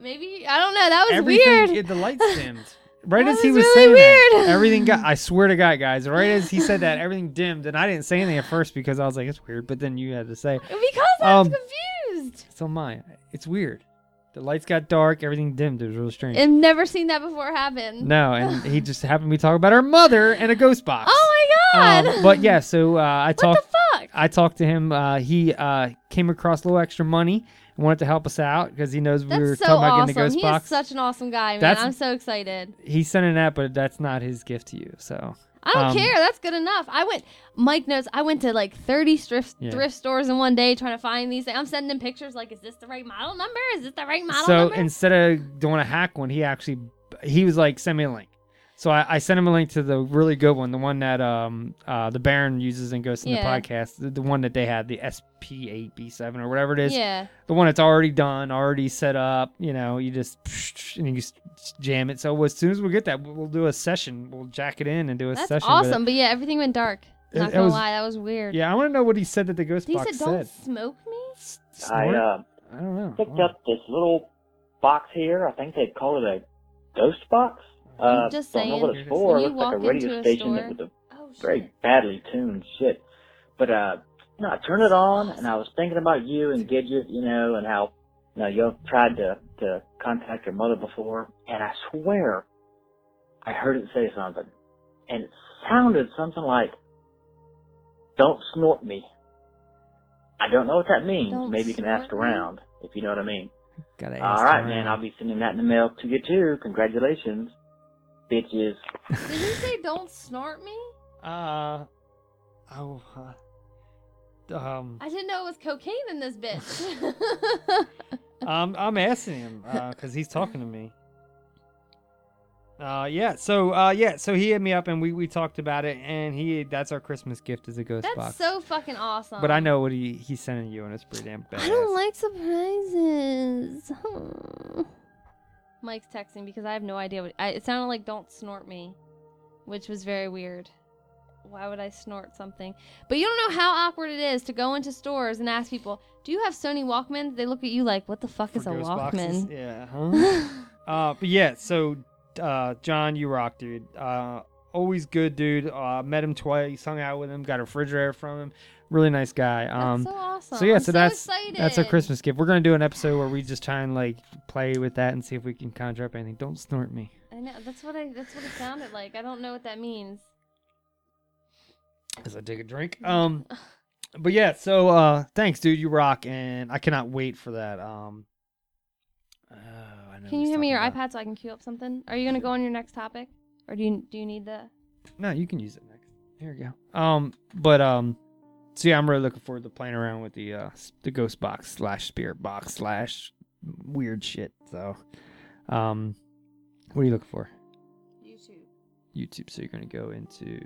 [SPEAKER 6] maybe I don't know. That was
[SPEAKER 1] Everything-
[SPEAKER 6] weird.
[SPEAKER 1] it- the
[SPEAKER 6] [LAUGHS]
[SPEAKER 1] lights dimmed. Right
[SPEAKER 6] That
[SPEAKER 1] as he
[SPEAKER 6] was
[SPEAKER 1] was
[SPEAKER 6] really
[SPEAKER 1] saying
[SPEAKER 6] weird.
[SPEAKER 1] that, everything got. I swear to God, guys. Right as he
[SPEAKER 6] [LAUGHS]
[SPEAKER 1] said that, everything dimmed, and I didn't say anything at first because I was like, "It's weird," but then you had to say.
[SPEAKER 6] Because I was
[SPEAKER 1] Um,
[SPEAKER 6] confused.
[SPEAKER 1] So am I. It's weird. The lights got dark. Everything dimmed. It was really strange.
[SPEAKER 6] I've never seen that before happen.
[SPEAKER 1] no, and he just happened to be talking about our mother and a ghost box.
[SPEAKER 6] Oh my god.
[SPEAKER 1] Um, but
[SPEAKER 6] [LAUGHS]
[SPEAKER 1] yeah, so uh, I talked.
[SPEAKER 6] fuck?
[SPEAKER 1] I talked to him. Uh, he uh, came across a little extra money and wanted to help us out because he knows we were
[SPEAKER 6] That's so
[SPEAKER 1] talking about
[SPEAKER 6] awesome.
[SPEAKER 1] getting the ghost
[SPEAKER 6] he
[SPEAKER 1] box.
[SPEAKER 6] is such an awesome guy, man.
[SPEAKER 1] That's-
[SPEAKER 6] I'm so excited.
[SPEAKER 1] He's sending that, but that's not his gift to you. So
[SPEAKER 6] I don't
[SPEAKER 1] um,
[SPEAKER 6] care. That's good enough. I went. Mike knows. I went to like 30 thrift
[SPEAKER 1] Yeah.
[SPEAKER 6] thrift stores in one day trying to find these. things. I'm sending him pictures. Like, is this the right model number? Is this the right model
[SPEAKER 1] So
[SPEAKER 6] number?
[SPEAKER 1] instead of doing a hack one, he actually he was like, "Send me a link." So I, I sent him a link to the really good one, the one that um uh, the Baron uses in Ghost in
[SPEAKER 6] Yeah.
[SPEAKER 1] the podcast, the, the one that they had, the SP8B7 or whatever it is.
[SPEAKER 6] Yeah.
[SPEAKER 1] The one that's already done, already set up. You know, you just [SNIFFS] and you just jam it. So as soon as we get that, we'll do a session. We'll jack it in and do a
[SPEAKER 6] That's
[SPEAKER 1] session. with it.
[SPEAKER 6] awesome. But yeah, everything went dark.
[SPEAKER 1] It-
[SPEAKER 6] Not
[SPEAKER 1] it
[SPEAKER 6] gonna
[SPEAKER 1] was-
[SPEAKER 6] lie, that was weird.
[SPEAKER 1] Yeah, I want to know what he said that the ghost
[SPEAKER 6] He
[SPEAKER 1] box
[SPEAKER 6] said, "Don't smoke me."
[SPEAKER 17] I
[SPEAKER 1] Snort?
[SPEAKER 17] uh,
[SPEAKER 1] I don't know.
[SPEAKER 17] picked up this little box here. I think they call it a ghost box. Uh,
[SPEAKER 6] I'm just
[SPEAKER 17] don't know
[SPEAKER 6] saying,
[SPEAKER 17] what it's
[SPEAKER 6] when
[SPEAKER 17] for.
[SPEAKER 6] you
[SPEAKER 17] It looks like a
[SPEAKER 6] walk into
[SPEAKER 17] radio
[SPEAKER 6] a
[SPEAKER 17] station that
[SPEAKER 6] store-
[SPEAKER 17] with a
[SPEAKER 6] Oh, shit.
[SPEAKER 17] very badly tuned shit. But uh, you know, I turned it on and I was thinking about you and Gidget, you know, and how you know you've tried to to contact your mother before, and I swear I heard it say something, and it sounded something like, "Don't snort me." I don't know what that means.
[SPEAKER 11] Don't
[SPEAKER 17] Maybe you can
[SPEAKER 11] snort
[SPEAKER 17] ask
[SPEAKER 11] me.
[SPEAKER 17] around if you know what I mean.
[SPEAKER 1] Gotta ask
[SPEAKER 17] All right,
[SPEAKER 1] around.
[SPEAKER 17] man. I'll be sending that in the mail to you too. Congratulations, bitches.
[SPEAKER 6] Did he say, "Don't snort me"?
[SPEAKER 1] Uh, oh, uh, um,
[SPEAKER 6] I didn't know it was cocaine in this bitch.
[SPEAKER 1] um, I'm asking him because he's talking to me. Uh, yeah. So, uh, yeah. So he hit me up and we we talked about it, and he that's our Christmas gift is
[SPEAKER 6] [LAUGHS]
[SPEAKER 1] a ghost
[SPEAKER 6] That's
[SPEAKER 1] box.
[SPEAKER 6] so fucking awesome.
[SPEAKER 1] but I know what he he's sending you, and it's pretty damn bad.
[SPEAKER 6] I don't like surprises. [LAUGHS] Mike's texting because I have no idea what I, it sounded like. Don't snort me, which was very weird. Why would I snort something? But you don't know how awkward it is to go into stores and ask people, "Do you have Sony Walkmans?" They look at you like, "What the fuck is a
[SPEAKER 1] Ghost boxes?
[SPEAKER 6] Walkman?"
[SPEAKER 1] Yeah. Huh? [LAUGHS] uh, but yeah. So, uh, John, you rock, dude. Uh, always good, dude. Uh, met him twice, hung out with him, got a refrigerator from him. Really nice guy. Um,
[SPEAKER 6] so awesome.
[SPEAKER 1] yeah,
[SPEAKER 6] I'm
[SPEAKER 1] so
[SPEAKER 6] so
[SPEAKER 1] that's that's our
[SPEAKER 6] excited.
[SPEAKER 1] Christmas gift. We're gonna do an episode where we just try and like play with that and see if we can conjure up anything. Don't snort me.
[SPEAKER 6] I know that's what I that's what it sounded like. I don't know what that means.
[SPEAKER 1] as I take a drink. Um, but yeah, so uh, thanks, dude. You rock, and I cannot wait for that. Um,
[SPEAKER 6] Can you hand me your iPad so I can queue up something? Are you gonna go on your next topic, or do you do you need the?
[SPEAKER 1] no, you can use it next. Here we go. Um, but um, so yeah, I'm really looking forward to playing around with the uh s- the ghost box slash spirit box slash weird shit. So, um, what are you looking for? YouTube. So you're going to go into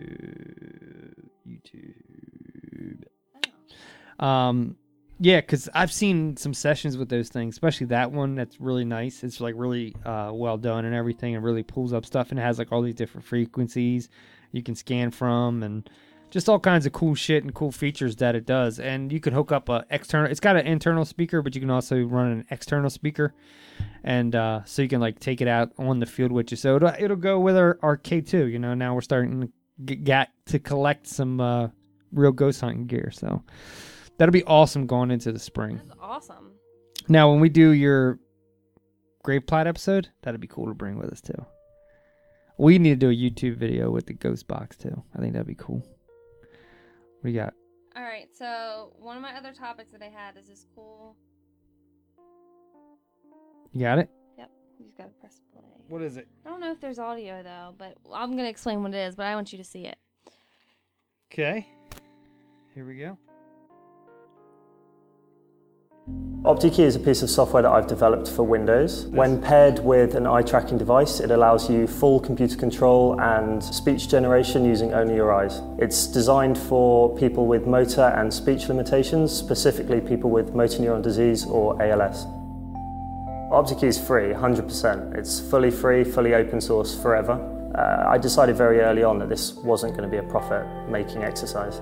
[SPEAKER 1] YouTube. Um, yeah, because I've seen some sessions with those things, especially that one that's really nice. It's like really uh, well done and everything, and really pulls up stuff and it has like all these different frequencies you can scan from and just all kinds of cool shit and cool features that it does. And you can hook up a external. It's got an internal speaker, but you can also run an external speaker, and uh, so you can like take it out on the field with you. So it'll, it'll go with our, our K2. You know, now we're starting to get, got to collect some uh, real ghost hunting gear. So that'll be awesome going into the spring.
[SPEAKER 6] Awesome.
[SPEAKER 1] Now, when we do your Grave Plot episode, that'd be cool to bring with us too. We need to do a YouTube video with the ghost box too. I think that'd be cool. What do you got?
[SPEAKER 6] All right. So one of my other topics that I had is this cool.
[SPEAKER 1] You got it?
[SPEAKER 6] Yep. You just gotta press play.
[SPEAKER 1] What is it?
[SPEAKER 6] I don't know if there's audio though, but I'm gonna explain what it is. But I want you to see it.
[SPEAKER 1] Okay. Here we go.
[SPEAKER 18] OptiKey is a piece of software that I've developed for Windows. When paired with an eye tracking device, it allows you full computer control and speech generation using only your eyes. It's designed for people with motor and speech limitations, specifically people with motor neuron disease or ALS. OptiKey is free, 100%. It's fully free, fully open source forever. Uh, I decided very early on that this wasn't going to be a profit making exercise.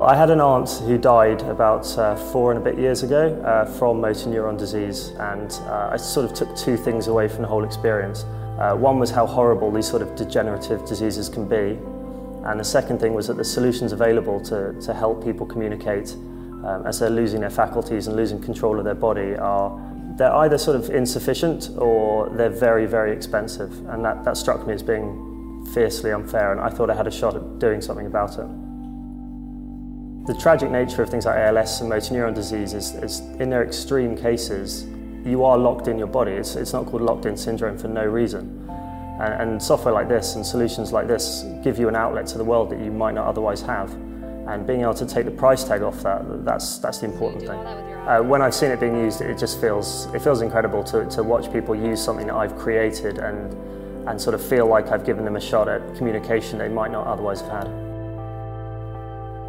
[SPEAKER 18] I had an aunt who died about uh, four and a bit years ago uh, from motor neuron disease, and uh, I sort of took two things away from the whole experience. Uh, one was how horrible these sort of degenerative diseases can be, and the second thing was that the solutions available to, to help people communicate um, as they're losing their faculties and losing control of their body are they're either sort of insufficient or they're very, very expensive, and that, that struck me as being fiercely unfair, and I thought I had a shot at doing something about it. The tragic nature of things like ALS and motor neuron disease is, is in their extreme cases, you are locked in your body. It's, it's not called locked in syndrome for no reason. And, and software like this and solutions like this give you an outlet to the world that you might not otherwise have. And being able to take the price tag off that, that's, that's the important thing. Uh, when I've seen it being used, it just feels, it feels incredible to, to watch people use something that I've created and, and sort of feel like I've given them a shot at communication they might not otherwise have had.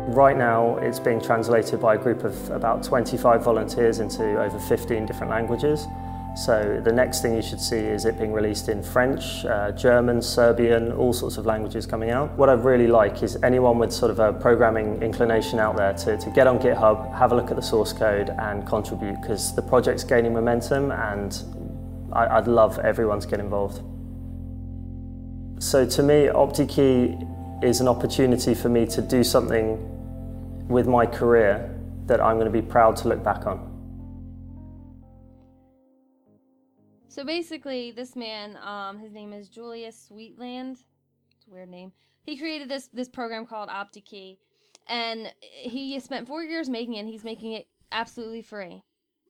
[SPEAKER 18] Right now, it's being translated by a group of about 25 volunteers into over 15 different languages. So, the next thing you should see is it being released in French, uh, German, Serbian, all sorts of languages coming out. What I really like is anyone with sort of a programming inclination out there to, to get on GitHub, have a look at the source code, and contribute because the project's gaining momentum and I, I'd love everyone to get involved. So, to me, OptiKey is an opportunity for me to do something with my career that I'm going to be proud to look back on.
[SPEAKER 6] So basically, this man, um, his name is Julius Sweetland. It's a weird name. He created this this program called OptiKey, and he spent four years making it. and He's making it absolutely free.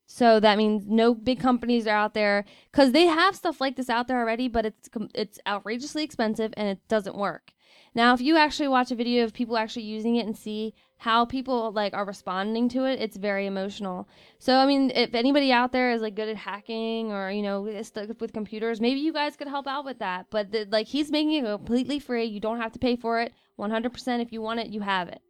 [SPEAKER 6] So that means no big companies are out there because they have stuff like this out there already, but it's com- it's outrageously expensive and it doesn't work. Now, if you actually watch a video of people actually using it and see how people like are responding to it, it's very emotional. So, I mean, if anybody out there is like good at hacking or you know is stuck with computers, maybe you guys could help out with that. But the, like he's making it completely free. You don't have to pay for it. 100%. If you want it, you have it,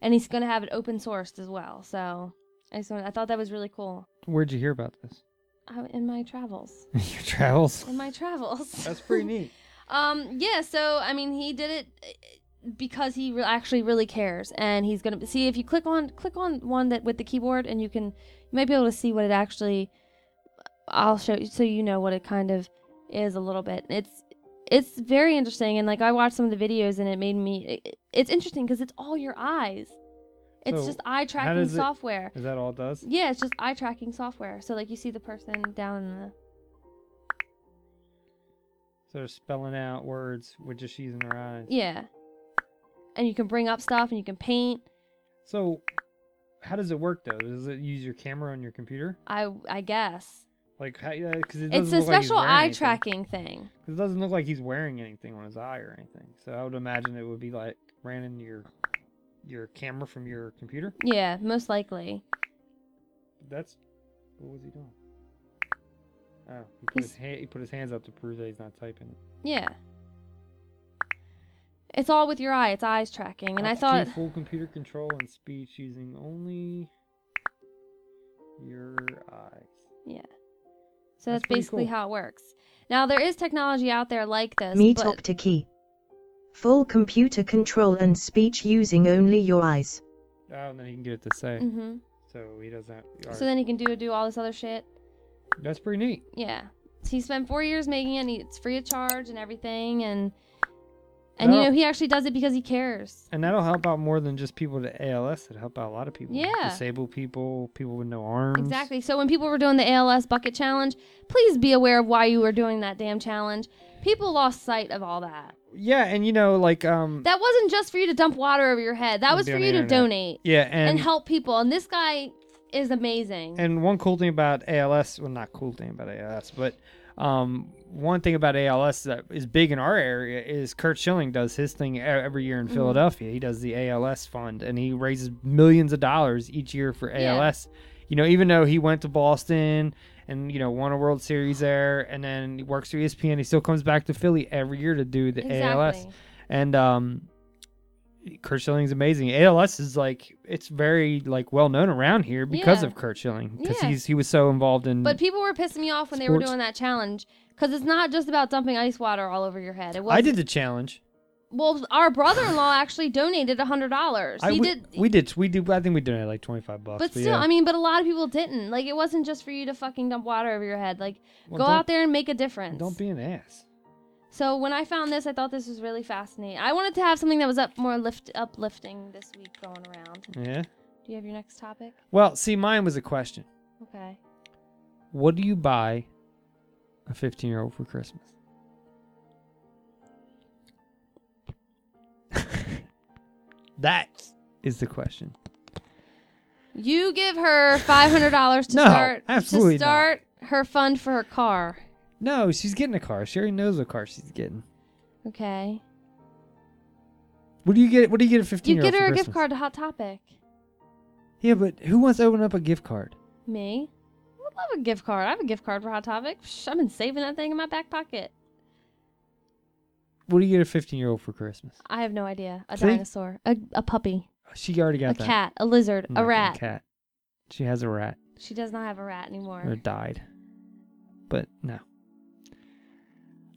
[SPEAKER 6] and he's gonna have it open sourced as well. So, I just wanted, I thought that was really cool.
[SPEAKER 1] Where'd you hear about this? [LAUGHS]
[SPEAKER 6] I, in my travels.
[SPEAKER 1] Your travels?
[SPEAKER 6] In my travels.
[SPEAKER 1] [LAUGHS] That's pretty neat.
[SPEAKER 6] [LAUGHS] Um, yeah, so I mean, he did it uh, because he re- actually really cares, and he's gonna see if you click on click on one that with the keyboard, and you can you might be able to see what it actually. I'll show you so you know what it kind of is a little bit. It's it's very interesting, and like I watched some of the videos, and it made me. It, it's interesting because it's all your eyes. It's
[SPEAKER 1] So
[SPEAKER 6] just eye
[SPEAKER 1] How
[SPEAKER 6] tracking
[SPEAKER 1] does it-
[SPEAKER 6] software.
[SPEAKER 1] Is that all it does?
[SPEAKER 6] Yeah, it's just eye tracking software. So like you see the person down in the
[SPEAKER 1] So they're spelling out words with just using their eyes.
[SPEAKER 6] yeah, and you can bring up stuff, and you can paint.
[SPEAKER 1] So how does it work though? Does it use your camera on your computer?
[SPEAKER 6] I I guess
[SPEAKER 1] Like how? Yeah, because it doesn't
[SPEAKER 6] it's a
[SPEAKER 1] look like he's
[SPEAKER 6] special
[SPEAKER 1] wearing
[SPEAKER 6] eye
[SPEAKER 1] anything.
[SPEAKER 6] tracking thing.
[SPEAKER 1] 'Cause it doesn't look like he's wearing anything on his eye or anything. So I would imagine it would be like ran into your your camera from your computer.
[SPEAKER 6] Yeah, most likely.
[SPEAKER 1] That's what was he doing? Oh, he put his hand, he put his hands up to prove that he's not typing.
[SPEAKER 6] Yeah. It's all with your eye. It's eyes tracking. And I thought,
[SPEAKER 1] full computer control and speech using only your eyes.
[SPEAKER 6] yeah.
[SPEAKER 1] That's
[SPEAKER 6] So that's,
[SPEAKER 1] pretty
[SPEAKER 6] basically
[SPEAKER 1] cool.
[SPEAKER 6] how it works. Now there is technology out there like this.
[SPEAKER 19] Me
[SPEAKER 6] but
[SPEAKER 19] talk to key. Full computer control and speech using only your eyes.
[SPEAKER 1] Oh, and then he can get it to say.
[SPEAKER 6] Mhm.
[SPEAKER 1] So he doesn't. alright.
[SPEAKER 6] So then he can do do all this other shit.
[SPEAKER 1] That's pretty neat.
[SPEAKER 6] Yeah. He spent four years making it. And he, it's free of charge and everything. And and
[SPEAKER 1] No.
[SPEAKER 6] you know he actually does it because he cares.
[SPEAKER 1] And that'll help out more than just people to ALS. It'll help out a lot of people.
[SPEAKER 6] Yeah.
[SPEAKER 1] Disabled people, people with no arms.
[SPEAKER 6] Exactly. So when people were doing the ALS bucket challenge, please be aware of why you were doing that damn challenge. People lost sight of all that.
[SPEAKER 1] Yeah, and you know, like um.
[SPEAKER 6] That wasn't just for you to dump water over your head. That
[SPEAKER 1] it'll
[SPEAKER 6] was
[SPEAKER 1] be
[SPEAKER 6] for
[SPEAKER 1] on the
[SPEAKER 6] you to
[SPEAKER 1] internet.
[SPEAKER 6] donate
[SPEAKER 1] Yeah,
[SPEAKER 6] and,
[SPEAKER 1] and,
[SPEAKER 6] help people. And this guy is amazing.
[SPEAKER 1] And one cool thing about ALS, well, not cool thing about ALS, but um, one thing about ALS that is big in our area is Kurt Schilling does his thing e- every year in
[SPEAKER 20] Mhm.
[SPEAKER 1] Philadelphia. He does the ALS fund, and he raises millions of dollars each year for
[SPEAKER 20] Yeah.
[SPEAKER 1] ALS. You know, even though he went to Boston and you know won a World Series there, and then he works for E ESPN, he still comes back to Philly every year to do the ALS.
[SPEAKER 6] Exactly.
[SPEAKER 1] And um, Kurt Schilling's amazing. ALS is like it's very like well known around here because
[SPEAKER 6] Yeah.
[SPEAKER 1] of Kurt Schilling because
[SPEAKER 6] Yeah.
[SPEAKER 1] he's he was so involved in.
[SPEAKER 6] But people were pissing me off when they were
[SPEAKER 1] Sports.
[SPEAKER 6] doing that challenge because it's not just about dumping ice water all over your head. It was
[SPEAKER 1] I did the challenge.
[SPEAKER 6] Well, our brother-in-law [LAUGHS] actually donated a hundred dollars.
[SPEAKER 1] I
[SPEAKER 6] He
[SPEAKER 1] we,
[SPEAKER 6] did,
[SPEAKER 1] We did. We did. I think we donated like twenty five bucks.
[SPEAKER 6] but still,
[SPEAKER 1] yeah.
[SPEAKER 6] I mean, but a lot of people didn't. Like, it wasn't just for you to fucking dump water over your head. Like,
[SPEAKER 1] Well,
[SPEAKER 6] go
[SPEAKER 1] don't-
[SPEAKER 6] out there and make a difference.
[SPEAKER 1] don't be an ass.
[SPEAKER 6] So when I found this, I thought this was really fascinating. I wanted to have something that was up more lift uplifting this week going around.
[SPEAKER 1] Yeah.
[SPEAKER 6] Do you have your next topic?
[SPEAKER 1] Well, see, mine was a question.
[SPEAKER 6] Okay.
[SPEAKER 1] What do you buy a fifteen year old for Christmas? [LAUGHS] that is the question.
[SPEAKER 6] You give
[SPEAKER 1] [LAUGHS]
[SPEAKER 6] her five hundred dollars to
[SPEAKER 1] No,
[SPEAKER 6] start
[SPEAKER 1] absolutely
[SPEAKER 6] to
[SPEAKER 1] not.
[SPEAKER 6] start her fund for her car.
[SPEAKER 1] No, she's getting a car. She already knows what car she's getting.
[SPEAKER 6] Okay.
[SPEAKER 1] What do you get? What do you get at fifteen?
[SPEAKER 6] You
[SPEAKER 1] year
[SPEAKER 6] get
[SPEAKER 1] old
[SPEAKER 6] her
[SPEAKER 1] for
[SPEAKER 6] a
[SPEAKER 1] Christmas?
[SPEAKER 6] gift card to Hot Topic.
[SPEAKER 1] Yeah, but who wants to open up a gift card?
[SPEAKER 6] Me? I would love a gift card. I have a gift card for Hot Topic. Psh, I've been saving that thing in my back pocket.
[SPEAKER 1] What do you get a fifteen year old for Christmas?
[SPEAKER 6] I have no idea. A
[SPEAKER 1] See?
[SPEAKER 6] dinosaur, a, a puppy,
[SPEAKER 1] She already got
[SPEAKER 6] a
[SPEAKER 1] that.
[SPEAKER 6] cat, a lizard,
[SPEAKER 1] I'm
[SPEAKER 6] a
[SPEAKER 1] not
[SPEAKER 6] rat.
[SPEAKER 1] getting Cat. She has a rat.
[SPEAKER 6] She does not have a rat
[SPEAKER 1] Or
[SPEAKER 6] anymore.
[SPEAKER 1] died. But no.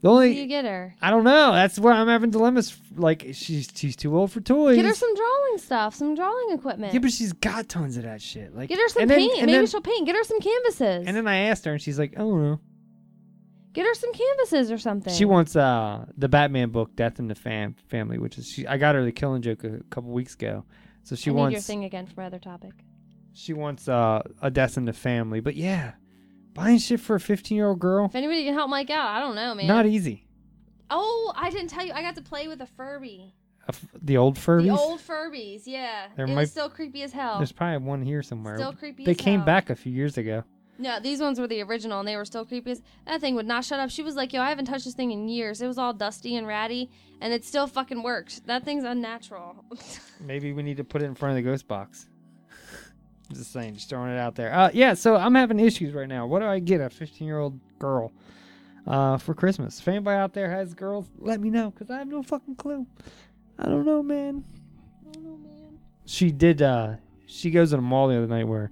[SPEAKER 1] The
[SPEAKER 6] What do
[SPEAKER 1] only
[SPEAKER 6] you get her?
[SPEAKER 1] I don't know. That's where I'm having dilemmas. Like she's she's too old for toys.
[SPEAKER 6] Get her some drawing stuff, some drawing equipment.
[SPEAKER 1] Yeah, but she's got tons of that shit. Like
[SPEAKER 6] Get her some
[SPEAKER 1] and then-
[SPEAKER 6] paint.
[SPEAKER 1] and
[SPEAKER 6] Maybe
[SPEAKER 1] then-
[SPEAKER 6] she'll paint. Get her some canvases.
[SPEAKER 1] And then I asked her, and she's like, "I don't know."
[SPEAKER 6] Get her some canvases or something.
[SPEAKER 1] She wants uh the Batman book, Death in the Fam Family, which is she. I got her the Killing Joke a couple weeks ago, so she
[SPEAKER 6] I
[SPEAKER 1] wants
[SPEAKER 6] need your thing again for my other topic.
[SPEAKER 1] she wants uh a Death in the Family. But yeah, buying shit for a 15 year old girl,
[SPEAKER 6] If anybody can help Mike out, I don't know, man.
[SPEAKER 1] not easy.
[SPEAKER 6] Oh, I didn't tell you. I got to play with a Furby.
[SPEAKER 1] A f- the old Furbies.
[SPEAKER 6] The old Furbies, yeah.
[SPEAKER 1] There
[SPEAKER 6] it
[SPEAKER 1] might-
[SPEAKER 6] was still creepy as hell.
[SPEAKER 1] There's probably one here somewhere.
[SPEAKER 6] Still creepy
[SPEAKER 1] They
[SPEAKER 6] as
[SPEAKER 1] came
[SPEAKER 6] hell.
[SPEAKER 1] back a few years ago.
[SPEAKER 6] No, these ones were the original, and they were still creepy. As... That thing would not shut up. She was like, "Yo, I haven't touched this thing in years. It was all dusty and ratty, and it still fucking works. That thing's unnatural." [LAUGHS]
[SPEAKER 1] Maybe we need to put it in front of the ghost box. [LAUGHS] I'm just saying, just throwing it out there. Uh, yeah, so I'm having issues right now. What do I get a 15 year old girl uh, for Christmas? If anybody out there has girls, let me know because I have no fucking clue. I don't know, man. She did. uh She goes to the mall the other night where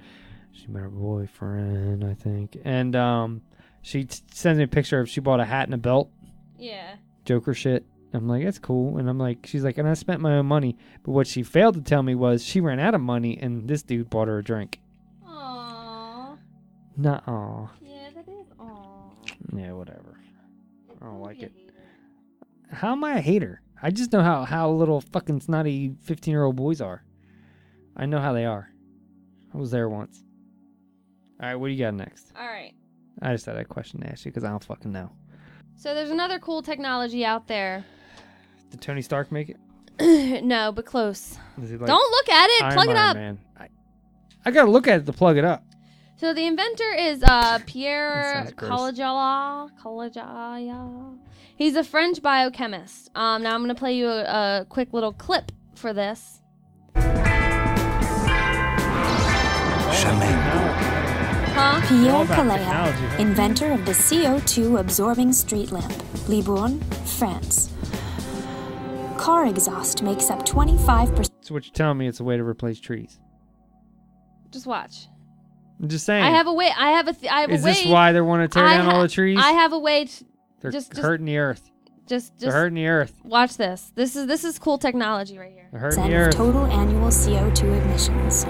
[SPEAKER 1] she met her boyfriend, I think, and um she t- sends me a picture of she bought a hat and a belt.
[SPEAKER 6] yeah.
[SPEAKER 1] Joker shit. I'm like, that's cool. And I'm like, she's like, and I spent my own money. But what she failed to tell me was she ran out of money and this dude bought her a drink.
[SPEAKER 6] Aww.
[SPEAKER 1] Nah, aw.
[SPEAKER 6] Yeah, that is aww.
[SPEAKER 1] Yeah, whatever. I don't like it. How am I a hater? I just know how, how little fucking snotty 15 year old boys are. I know how they are. I was there once. All right, what do you got next?
[SPEAKER 6] All right.
[SPEAKER 1] I just had a question to ask you because I don't fucking know.
[SPEAKER 6] So there's another cool technology out there. [CLEARS THROAT]
[SPEAKER 1] Did Tony Stark make it?
[SPEAKER 6] no, but close.
[SPEAKER 1] Is he like
[SPEAKER 6] Don't look at it.
[SPEAKER 1] I'm
[SPEAKER 6] Plug it
[SPEAKER 1] Iron
[SPEAKER 6] up.
[SPEAKER 1] Man? I, I gotta look at it to plug it up.
[SPEAKER 6] So the inventor is uh, Pierre
[SPEAKER 1] sounds gross.
[SPEAKER 6] Colligala. Colligala. He's a French biochemist. Um, now I'm gonna play you a, a quick little clip for this.
[SPEAKER 21] Pierre
[SPEAKER 6] about
[SPEAKER 21] Calea, inventor of the CO2 absorbing street lamp, Libourne, France. car exhaust makes up 25%.
[SPEAKER 1] So what you're telling me? It's a way to replace trees.
[SPEAKER 6] Just watch.
[SPEAKER 1] I'm just saying.
[SPEAKER 6] I have a way. I have a. Th- I have
[SPEAKER 1] Is
[SPEAKER 6] a way.
[SPEAKER 1] this why they want to tear
[SPEAKER 6] I
[SPEAKER 1] down all
[SPEAKER 6] ha-
[SPEAKER 1] the trees?
[SPEAKER 6] I have a way. To,
[SPEAKER 1] They're
[SPEAKER 6] just, just,
[SPEAKER 1] hurting the earth.
[SPEAKER 6] just,
[SPEAKER 1] They're
[SPEAKER 6] just
[SPEAKER 1] hurting the earth.
[SPEAKER 6] watch this. This is this is cool technology right here.
[SPEAKER 1] They're hurting the
[SPEAKER 21] percent of
[SPEAKER 1] earth.
[SPEAKER 21] total annual CO2 emissions.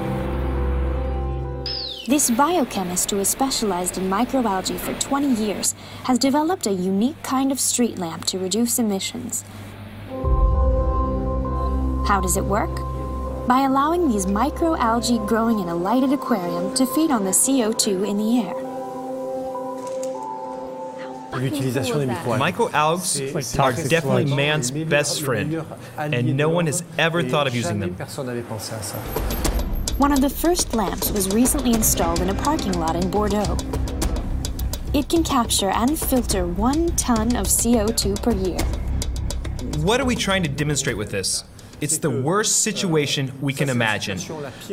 [SPEAKER 21] This biochemist who has specialized in microalgae for 20 years has developed a unique kind of street lamp to reduce emissions. How does it work? By allowing these microalgae growing in a lighted aquarium to feed on the CO2 in the air.
[SPEAKER 20] L'utilisation des microalgues.
[SPEAKER 22] Microalgues
[SPEAKER 20] C'est-
[SPEAKER 22] are
[SPEAKER 20] c'est-
[SPEAKER 22] definitely
[SPEAKER 20] c'est-
[SPEAKER 22] man's
[SPEAKER 20] c'est-
[SPEAKER 22] best friend, and no one has ever
[SPEAKER 20] Et
[SPEAKER 22] thought of using
[SPEAKER 20] jamais
[SPEAKER 22] them.
[SPEAKER 20] personne n'avait pensé à ça.
[SPEAKER 21] One of the first lamps was recently installed in a parking lot in Bordeaux. It can capture and filter one ton of CO2 per year.
[SPEAKER 22] What are we trying to demonstrate with this? It's the worst situation we can imagine.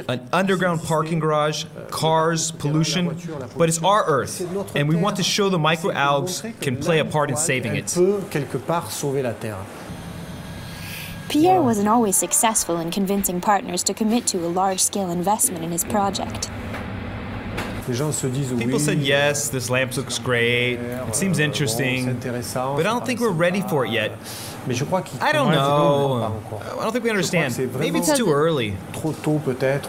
[SPEAKER 22] An underground parking garage, cars, pollution, but it's our Earth, and we want to show the microalgues can play a part in saving
[SPEAKER 20] Elle
[SPEAKER 22] it.
[SPEAKER 20] peut quelque part sauver la Terre.
[SPEAKER 21] Pierre wasn't always successful in convincing partners to commit to a large scale investment in his project.
[SPEAKER 20] Les gens se disent oui.
[SPEAKER 22] People said, yes, this lamp looks great, it seems interesting, but I don't think we're ready for it yet. I don't know. I don't think we understand. Maybe it's too early.
[SPEAKER 20] Trop tôt peut-être.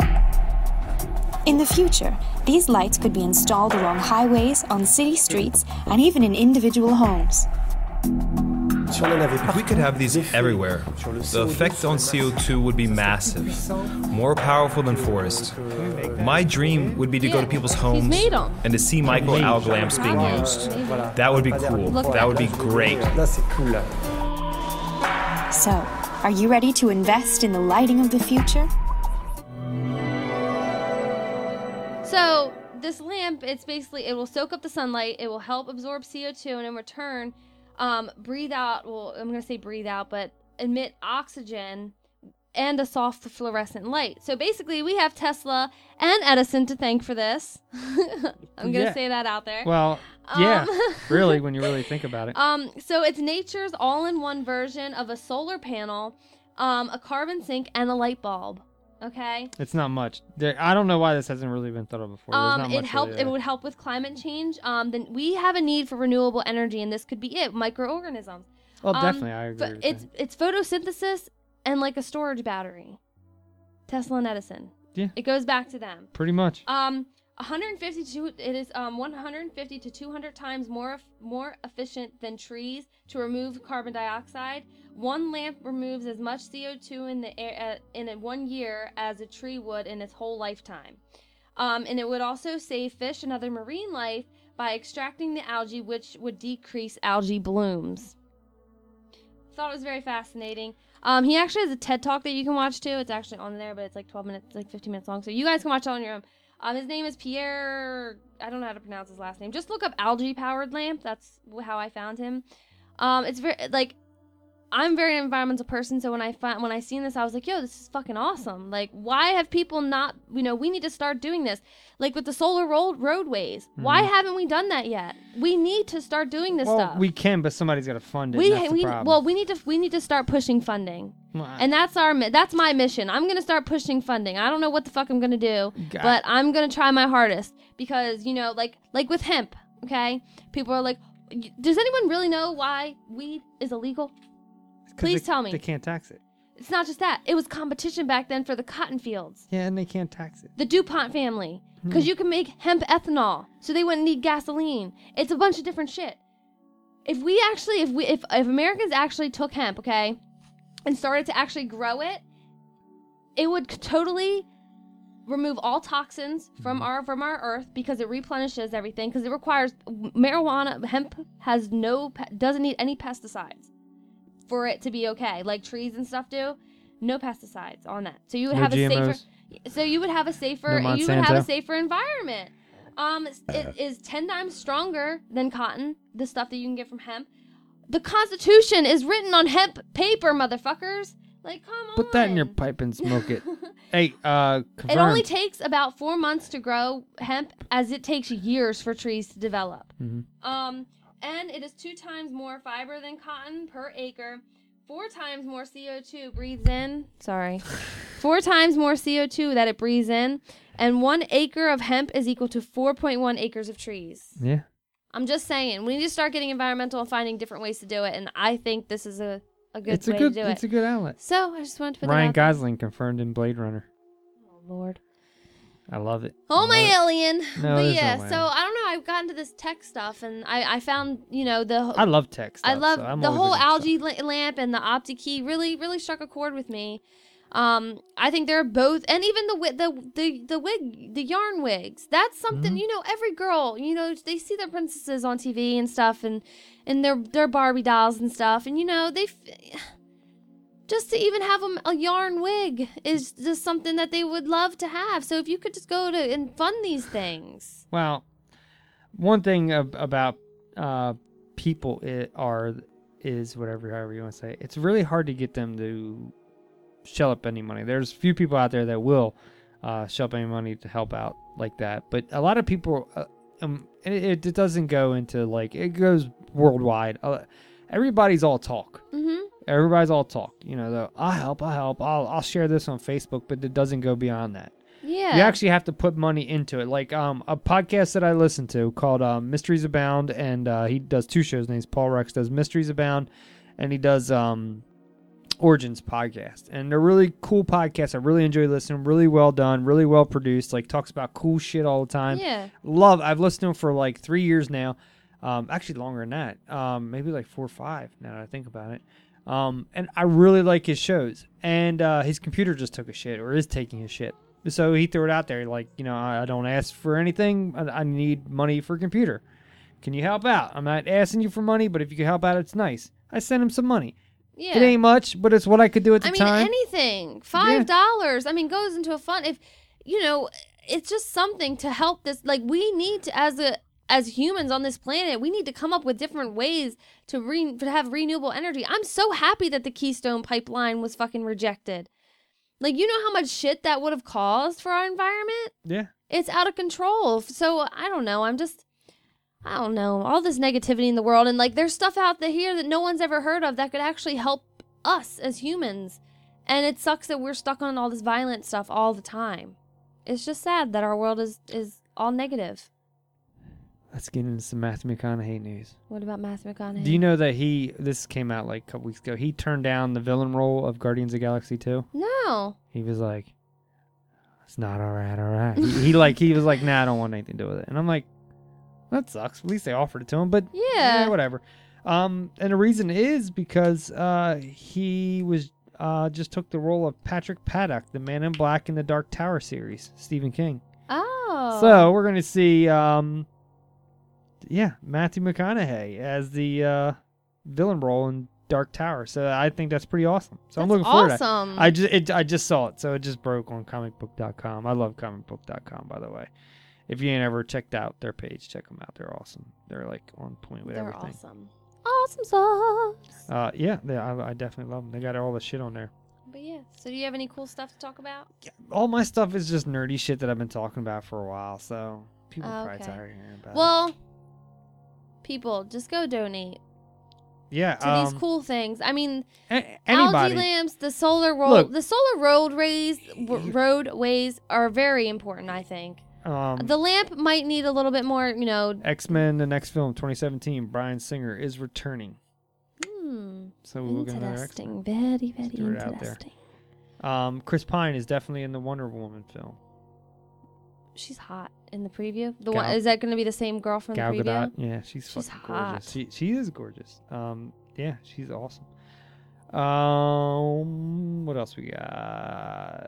[SPEAKER 21] In the future, these lights could be installed along highways, on city streets, and even in individual homes.
[SPEAKER 22] If we could have these everywhere, the effect on CO2 would be massive, more powerful than forests. My dream would be to go to people's homes
[SPEAKER 6] made 'em.
[SPEAKER 22] and to see microalgae lamps being used. That would be cool. That would be great.
[SPEAKER 20] Là c'est cool. là.
[SPEAKER 21] So, are you ready to invest in the lighting of the future?
[SPEAKER 6] So this lamp, it's basically it will soak up the sunlight. It will help absorb CO two, and in return, um, breathe out. Well, I'm gonna say breathe out, but emit oxygen and a soft fluorescent light. So basically, we have Tesla and Edison to thank for this. [LAUGHS] I'm gonna
[SPEAKER 1] Yeah.
[SPEAKER 6] say that out there.
[SPEAKER 1] Well, yeah,
[SPEAKER 6] Um, [LAUGHS]
[SPEAKER 1] really, when you really think about it.
[SPEAKER 6] Um, so it's nature's all-in-one version of a solar panel, um, a carbon sink, and a light bulb. Okay.
[SPEAKER 1] It's not much. There, I don't know why this hasn't really been thought of before. There's not
[SPEAKER 6] Um, it
[SPEAKER 1] much
[SPEAKER 6] helped.
[SPEAKER 1] really
[SPEAKER 6] It would help with climate change. Um, then we have a need for renewable energy, and this could be it. Microorganisms.
[SPEAKER 1] Well,
[SPEAKER 6] Um,
[SPEAKER 1] definitely, I agree
[SPEAKER 6] pho-
[SPEAKER 1] with
[SPEAKER 6] it's it's photosynthesis and like a storage battery. Tesla and Edison.
[SPEAKER 1] Yeah.
[SPEAKER 6] It goes back to them.
[SPEAKER 1] Pretty much.
[SPEAKER 6] Um, 150 to it is um 150 to 200 times more eff- more efficient than trees to remove carbon dioxide. One lamp removes as much CO2 in the air uh, in a one year as a tree would in its whole lifetime. Um, and it would also save fish and other marine life by extracting the algae, which would decrease algae blooms. Thought it was very fascinating. Um, he actually has a TED talk that you can watch too. It's actually on there, but it's like 12 minutes, it's like 15 minutes long. So you guys can watch it on your own. Um, his name is Pierre. I don't know how to pronounce his last name. Just look up algae powered lamp. That's wh- how I found him. Um, it's very like I'm very an environmental person, so when I find when I seen this, I was like, "Yo, this is fucking awesome!" Like, why have people not? You know, we need to start doing this. Like with the solar road roadways, why
[SPEAKER 1] Mhm.
[SPEAKER 6] haven't we done that yet? We need to start doing this
[SPEAKER 1] well,
[SPEAKER 6] stuff.
[SPEAKER 1] we can, but somebody's got to fund it.
[SPEAKER 6] we,
[SPEAKER 1] and that's the
[SPEAKER 6] we
[SPEAKER 1] problem.
[SPEAKER 6] well, we need to we need to start pushing funding,
[SPEAKER 1] Well, I-
[SPEAKER 6] and that's our mi- that's my mission. I'm gonna start pushing funding. I don't know what the fuck I'm gonna do,
[SPEAKER 1] Got-
[SPEAKER 6] but I'm gonna try my hardest because you know, like like with hemp, okay? People are like, "Y- does anyone really know why weed is illegal?
[SPEAKER 1] 'Cause
[SPEAKER 6] Please
[SPEAKER 1] they-
[SPEAKER 6] tell me.
[SPEAKER 1] they can't tax it.
[SPEAKER 6] It's not just that. It was competition back then for the cotton fields.
[SPEAKER 1] Yeah, and they can't tax it.
[SPEAKER 6] The DuPont family. Because
[SPEAKER 1] Hmm.
[SPEAKER 6] you can make hemp ethanol, so they wouldn't need gasoline. It's a bunch of different shit. If we actually, if we, if, if Americans actually took hemp, okay, and started to actually grow it, it would c- totally remove all toxins
[SPEAKER 1] Hmm.
[SPEAKER 6] from our from our earth because it replenishes everything because it requires marijuana hemp has no pe- doesn't need any pesticides for it to be okay like trees and stuff do no pesticides on that so you would
[SPEAKER 1] No
[SPEAKER 6] have a
[SPEAKER 1] GMOs.
[SPEAKER 6] safer so you would have a safer
[SPEAKER 1] No
[SPEAKER 6] you would have a
[SPEAKER 1] Monsanto.
[SPEAKER 6] safer environment um s- it is 10 times stronger than cotton the stuff that you can get from hemp the constitution is written on hemp paper motherfuckers like come on
[SPEAKER 1] Put that in your pipe and
[SPEAKER 6] [LAUGHS]
[SPEAKER 1] smoke it. hey, uh, confirmed.
[SPEAKER 6] it only takes about four months to grow hemp, as it takes years for trees to develop.
[SPEAKER 1] Mhm.
[SPEAKER 6] Um, and it is two times more fiber than cotton per acre. Four times more CO2 breathes in. Sorry. Four times more CO2 that it breathes in, and one acre of hemp is equal to 4.1 acres of trees.
[SPEAKER 1] Yeah.
[SPEAKER 6] I'm just saying, we need to start getting environmental and finding different ways to do it, and I think this is a, a good
[SPEAKER 1] It's a
[SPEAKER 6] way
[SPEAKER 1] good-
[SPEAKER 6] to do it.
[SPEAKER 1] it's a good outlet.
[SPEAKER 6] So I just wanted to put
[SPEAKER 1] Ryan
[SPEAKER 6] that out
[SPEAKER 1] Gosling confirmed in Blade Runner.
[SPEAKER 6] there. Oh, Lord.
[SPEAKER 1] I love it.
[SPEAKER 6] Oh my alien.
[SPEAKER 1] No,
[SPEAKER 6] but
[SPEAKER 1] there's no
[SPEAKER 6] yeah,
[SPEAKER 1] way.
[SPEAKER 6] so I don't know. I've gotten to this tech stuff, and I, I found you know the
[SPEAKER 1] I love tech
[SPEAKER 6] I
[SPEAKER 1] stuff,
[SPEAKER 6] love
[SPEAKER 1] so I'm
[SPEAKER 6] the
[SPEAKER 1] always
[SPEAKER 6] whole
[SPEAKER 1] looking-
[SPEAKER 6] algae la- lamp and the OptiKey really really struck a chord with me. Um, I think they're both, and even the wi- the the the wig the yarn wigs. That's
[SPEAKER 1] Mm-hmm.
[SPEAKER 6] something you know. Every girl, you know, they see their princesses on TV and stuff, and and their their Barbie dolls and stuff, and you know they. F- [SIGHS] just to even have a, a yarn wig is just something that they would love to have. So if you could just go to and fund these things.
[SPEAKER 1] Well, one thing ab- about uh, people i are is whatever however you want to say. it, It's really hard to get them to shell up any money. There's few people out there that will uh, shell up any money to help out like that, but a lot of people. Uh, um, and it, it doesn't go into like it goes worldwide. Uh, everybody's all talk.
[SPEAKER 6] Mm-hmm.
[SPEAKER 1] Everybody's all talk. You know, the, I'll help, I'll help, I'll, I'll share this on Facebook, but it doesn't go beyond that.
[SPEAKER 6] Yeah.
[SPEAKER 1] You actually have to put money into it. Like um, a podcast that I listen to called um, Mysteries Abound, and uh, he does two shows. His name's Paul Rex. Does Mysteries Abound, and he does um, Origins podcast, and they're really cool podcasts. I really enjoy listening. Really well done. Really well produced. Like talks about cool shit all the time.
[SPEAKER 6] Yeah.
[SPEAKER 1] Love. I've listened to him for like three years now. Um, actually longer than that. Um, maybe like four or five. Now that I think about it. Um, and I really like his shows. And uh, his computer just took a shit or is taking a shit. So he threw it out there like, you know, I, I don't ask for anything. I, I need money for a computer. Can you help out? I'm not asking you for money, but if you can help out, it's nice. I sent him some money.
[SPEAKER 6] Yeah.
[SPEAKER 1] It ain't much, but it's what I could do at the
[SPEAKER 6] I mean,
[SPEAKER 1] time.
[SPEAKER 6] anything. Five dollars. I mean, goes into a fund. If you know, it's just something to help this. Like we need to, as a as humans on this planet, we need to come up with different ways to re to have renewable energy. I'm so happy that the Keystone Pipeline was fucking rejected. Like you know how much shit that would have caused for our environment.
[SPEAKER 1] yeah.
[SPEAKER 6] It's out of control. So I don't know. I'm just. I don't know. All this negativity in the world, and like there's stuff out there here that no one's ever heard of that could actually help us as humans. And it sucks that we're stuck on all this violent stuff all the time. It's just sad that our world is is all negative.
[SPEAKER 1] Let's get into some Matthew McConaughey news.
[SPEAKER 6] What about Matthew McConaughey?
[SPEAKER 1] Do you know that he, this came out like a couple weeks ago, he turned down the villain role of Guardians of the Galaxy 2?
[SPEAKER 6] No.
[SPEAKER 1] He was like, "It's not all right, all right." He, he like he was like, "Nah, I don't want anything to do with it." And I'm like, "That sucks." At least they offered it to him, but
[SPEAKER 6] Yeah.
[SPEAKER 1] whatever. Um, and the reason is because uh, he was uh just took the role of Patrick Paddock, the Man in Black in the Dark Tower series, Stephen King.
[SPEAKER 6] Oh.
[SPEAKER 1] So we're gonna see, um, yeah, Matthew McConaughey as the uh, villain role in Dark Tower. So I think that's pretty awesome. So I'm looking forward.
[SPEAKER 6] awesome.
[SPEAKER 1] To it. I just it, I just saw it, so it just broke on comicbook.com. I love comicbook.com, by the way. If you ain't ever checked out their page, check them out. They're awesome. They're like on point with
[SPEAKER 6] They're
[SPEAKER 1] everything.
[SPEAKER 6] awesome. Awesome sauce.
[SPEAKER 1] Uh, yeah, they, I, I definitely love them. They got all the shit on there.
[SPEAKER 6] But yeah. So do you have any cool stuff to talk about?
[SPEAKER 1] All my stuff is just nerdy shit that I've been talking about for a while. So people are probably
[SPEAKER 6] Okay.
[SPEAKER 1] tired of hearing about. it.
[SPEAKER 6] Well, people, just go donate
[SPEAKER 1] yeah,
[SPEAKER 6] to
[SPEAKER 1] um,
[SPEAKER 6] these cool things. I mean,
[SPEAKER 1] anybody.
[SPEAKER 6] algae lamps, the solar roll,
[SPEAKER 1] Look.
[SPEAKER 6] the solar roadways, w- roadways are very important. I think
[SPEAKER 1] um,
[SPEAKER 6] the lamp might need a little bit more. You know,
[SPEAKER 1] X Men, the next film, 2017. Brian Singer is returning.
[SPEAKER 6] hmm,
[SPEAKER 1] So we'll get another X
[SPEAKER 6] interesting, very, very
[SPEAKER 1] threw it out
[SPEAKER 6] interesting.
[SPEAKER 1] there. Um, Chris Pine is definitely in the Wonder Woman film.
[SPEAKER 6] She's hot in the preview. The one
[SPEAKER 1] Gal-
[SPEAKER 6] is that going to be the same girl from
[SPEAKER 1] Gal
[SPEAKER 6] the preview?
[SPEAKER 1] Gadot. Yeah, she's,
[SPEAKER 6] She's
[SPEAKER 1] fucking
[SPEAKER 6] hot.
[SPEAKER 1] gorgeous. She she is gorgeous. Um, yeah, she's awesome. Um, what else we got? Uh,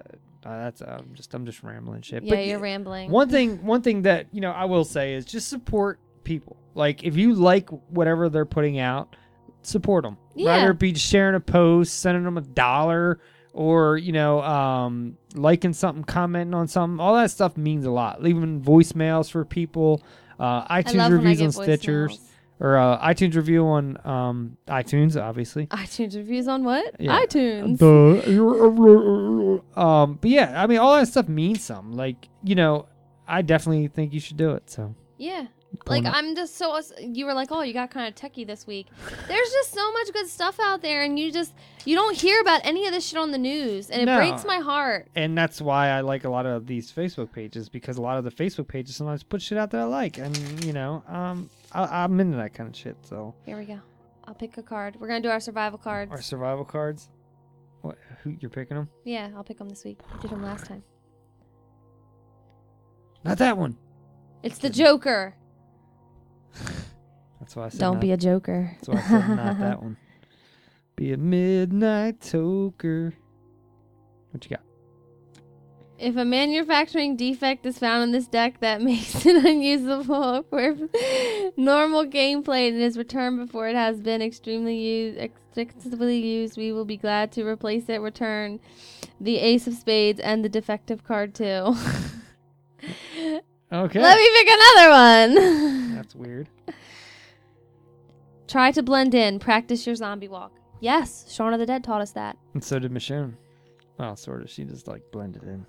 [SPEAKER 1] that's I'm just I'm just rambling shit.
[SPEAKER 6] Yeah,
[SPEAKER 1] But
[SPEAKER 6] you're
[SPEAKER 1] y-
[SPEAKER 6] rambling.
[SPEAKER 1] One thing one thing that you know I will say is just support people. Like if you like whatever they're putting out, support them.
[SPEAKER 6] Yeah.
[SPEAKER 1] Whether it be sharing a post, sending them a dollar, or you know, um, liking something, commenting on something. All that stuff means a lot. Leaving voicemails for people, uh, iTunes
[SPEAKER 6] love when I
[SPEAKER 1] reviews on
[SPEAKER 6] get
[SPEAKER 1] Stitchers,
[SPEAKER 6] voicemails.
[SPEAKER 1] or uh, iTunes review on um, iTunes,
[SPEAKER 6] [LAUGHS]
[SPEAKER 1] obviously.
[SPEAKER 6] iTunes reviews on what?
[SPEAKER 1] Yeah.
[SPEAKER 6] iTunes.
[SPEAKER 1] Duh. um, but yeah, I mean, all that stuff means something. Like you know, I definitely think you should do it. So
[SPEAKER 6] Yeah. Like
[SPEAKER 2] pulling up.
[SPEAKER 6] I'm just so you were like, oh, you got kind of techie this week. There's just so much good stuff out there, and you just you don't hear about any of this shit on the news, and it
[SPEAKER 1] No.
[SPEAKER 6] breaks my heart.
[SPEAKER 1] and that's why I like a lot of these Facebook pages because a lot of the Facebook pages sometimes put shit out that I like, and you know, um, I, I'm into that kind of shit. So
[SPEAKER 6] Here we go. I'll pick a card. We're gonna do our survival cards.
[SPEAKER 1] our survival cards, what? Who you're picking them?
[SPEAKER 6] yeah, I'll pick them this week. I did them last time.
[SPEAKER 1] Not that one.
[SPEAKER 6] It's the Joker.
[SPEAKER 1] That's why I said.
[SPEAKER 6] Don't
[SPEAKER 1] not-
[SPEAKER 6] be a joker.
[SPEAKER 1] That's why I said not
[SPEAKER 6] [LAUGHS]
[SPEAKER 1] that one. Be a midnight toker. What you got?
[SPEAKER 6] If a manufacturing defect is found in this deck that [LAUGHS] makes it unusable for normal gameplay and is returned before it has been extremely used, extensively used, we will be glad to replace it. Return the Ace of Spades and the defective card too. [LAUGHS]
[SPEAKER 1] Okay.
[SPEAKER 6] Let me pick another one. [LAUGHS]
[SPEAKER 1] That's weird.
[SPEAKER 6] Try to blend in. Practice your zombie walk. Yes, Shaun of the Dead taught us that.
[SPEAKER 1] And so did Michonne. Well, sort of. She just like blended in.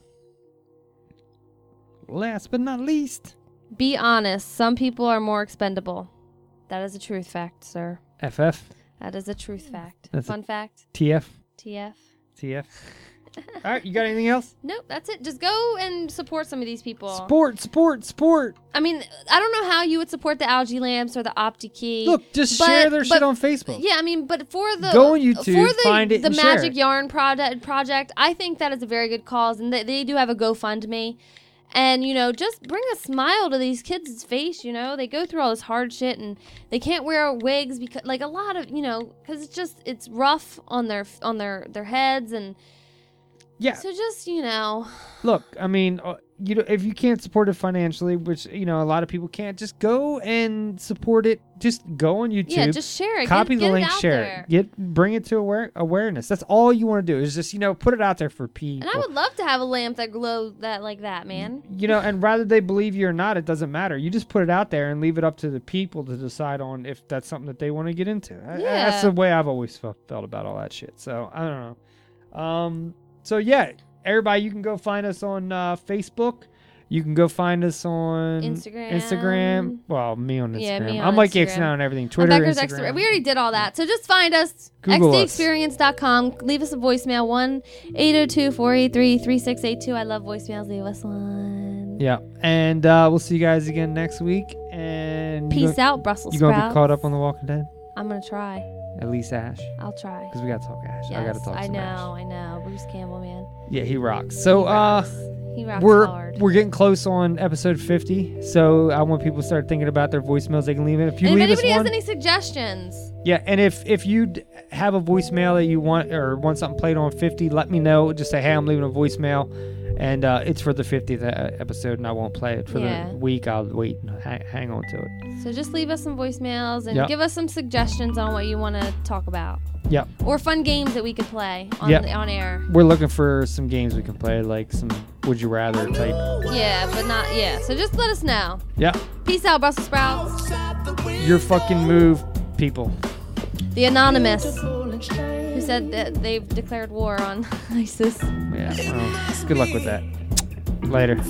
[SPEAKER 1] Last but not least,
[SPEAKER 6] Be honest. Some people are more expendable. That is a truth fact, sir.
[SPEAKER 1] FF,
[SPEAKER 6] That is a truth fact.
[SPEAKER 1] That's a-
[SPEAKER 6] Fun fact.
[SPEAKER 1] TF,
[SPEAKER 6] TF.
[SPEAKER 1] TF. All right, you got anything else?
[SPEAKER 6] Nope, that's it. Just go and support some of these people.
[SPEAKER 1] Sport, sport, sport.
[SPEAKER 6] I mean, I don't know how you would support the Algae Lamps or the OptiKey.
[SPEAKER 1] Look, just
[SPEAKER 6] but-
[SPEAKER 1] share their shit
[SPEAKER 6] but-
[SPEAKER 1] on Facebook.
[SPEAKER 6] Yeah, I mean, but for the
[SPEAKER 1] Go on YouTube,
[SPEAKER 6] for the,
[SPEAKER 1] find it
[SPEAKER 6] the
[SPEAKER 1] and share
[SPEAKER 6] Magic
[SPEAKER 1] it.
[SPEAKER 6] Yarn project, project, I think that is a very good cause, and they, they do have a GoFundMe. And you know, just bring a smile to these kids' face. You know, they go through all this hard shit, and they can't wear wigs because, like, a lot of you know, because it's just it's rough on their on their their heads, and
[SPEAKER 1] Yeah.
[SPEAKER 6] So just you know,
[SPEAKER 1] Look, I mean, uh, you know, if you can't support it financially, which you know a lot of people can't, just go and support it. Just go on YouTube.
[SPEAKER 6] just share it. Get-
[SPEAKER 1] Copy
[SPEAKER 6] get
[SPEAKER 1] the
[SPEAKER 6] it
[SPEAKER 1] link,
[SPEAKER 6] out
[SPEAKER 1] share
[SPEAKER 6] there.
[SPEAKER 1] it. Get bring it to aware, awareness. That's all you want to do is just you know put it out there for people.
[SPEAKER 6] and I would love to have a lamp that glow that like that, man.
[SPEAKER 1] you know, and whether they believe you or not, it doesn't matter. You just put it out there and leave it up to the people to decide on if that's something that they want to get into. I- I- That's
[SPEAKER 6] Yeah.
[SPEAKER 1] the way I've always felt, felt about all that shit. So I don't know. Um, so yeah, everybody, you can go find us on uh, Facebook. You can go find us on
[SPEAKER 6] Instagram.
[SPEAKER 1] Instagram. Well, me on Instagram.
[SPEAKER 6] Yeah, me
[SPEAKER 1] I'm
[SPEAKER 6] on
[SPEAKER 1] like
[SPEAKER 6] Instagram.
[SPEAKER 1] X now on everything.
[SPEAKER 6] On
[SPEAKER 1] Twitter,
[SPEAKER 6] Becker's
[SPEAKER 1] Instagram.
[SPEAKER 6] Extra- We already did all that. So just find us,
[SPEAKER 1] Google us.
[SPEAKER 6] xdexperience.com. Leave us a voicemail, oh 1 802 483 3682. I love voicemails. Leave us one.
[SPEAKER 1] Yeah, and uh, we'll see you guys again next week. And you
[SPEAKER 6] Peace
[SPEAKER 1] gon-
[SPEAKER 6] out, Brussels
[SPEAKER 1] You gonna be
[SPEAKER 6] sprouts.
[SPEAKER 1] caught up on The Walking Dead?
[SPEAKER 6] I'm going to try.
[SPEAKER 1] At least Ash.
[SPEAKER 6] I'll try.
[SPEAKER 1] Because we got to talk Ash. I got to
[SPEAKER 6] Yes,
[SPEAKER 1] talk
[SPEAKER 6] I
[SPEAKER 1] some
[SPEAKER 6] know,
[SPEAKER 1] Ash.
[SPEAKER 6] I know. Bruce Campbell, man.
[SPEAKER 1] Yeah, he rocks. So uh
[SPEAKER 6] He rocks
[SPEAKER 1] we're
[SPEAKER 6] hard.
[SPEAKER 1] we're getting close on episode 50. So I want people to start thinking about their voicemails they can leave in. If you
[SPEAKER 6] and if
[SPEAKER 1] leave us
[SPEAKER 6] anybody has
[SPEAKER 1] one,
[SPEAKER 6] any suggestions,
[SPEAKER 1] yeah, and if if you d- have a voicemail that you want or want something played on 50, let me know. Just say, "Hey, I'm leaving a voicemail." And uh, it's for the 50th e- episode, and I won't play it for
[SPEAKER 6] Yeah.
[SPEAKER 1] the week. I'll wait and hang, hang on to it.
[SPEAKER 6] so just leave us some voicemails and
[SPEAKER 1] Yeah.
[SPEAKER 6] give us some suggestions on what you want to talk about
[SPEAKER 1] Yep.
[SPEAKER 6] or fun games that we could play on,
[SPEAKER 1] Yep.
[SPEAKER 6] the, on air.
[SPEAKER 1] We're looking for some games we can play, like some Would You Rather type.
[SPEAKER 6] Yeah, but not, yeah. So just let us know.
[SPEAKER 1] Yeah.
[SPEAKER 6] Peace out, Brussels sprouts.
[SPEAKER 1] Your fucking move, people.
[SPEAKER 6] The anonymous who said that they've declared war on [LAUGHS] ISIS.
[SPEAKER 1] Yeah. well, good luck with that. Later.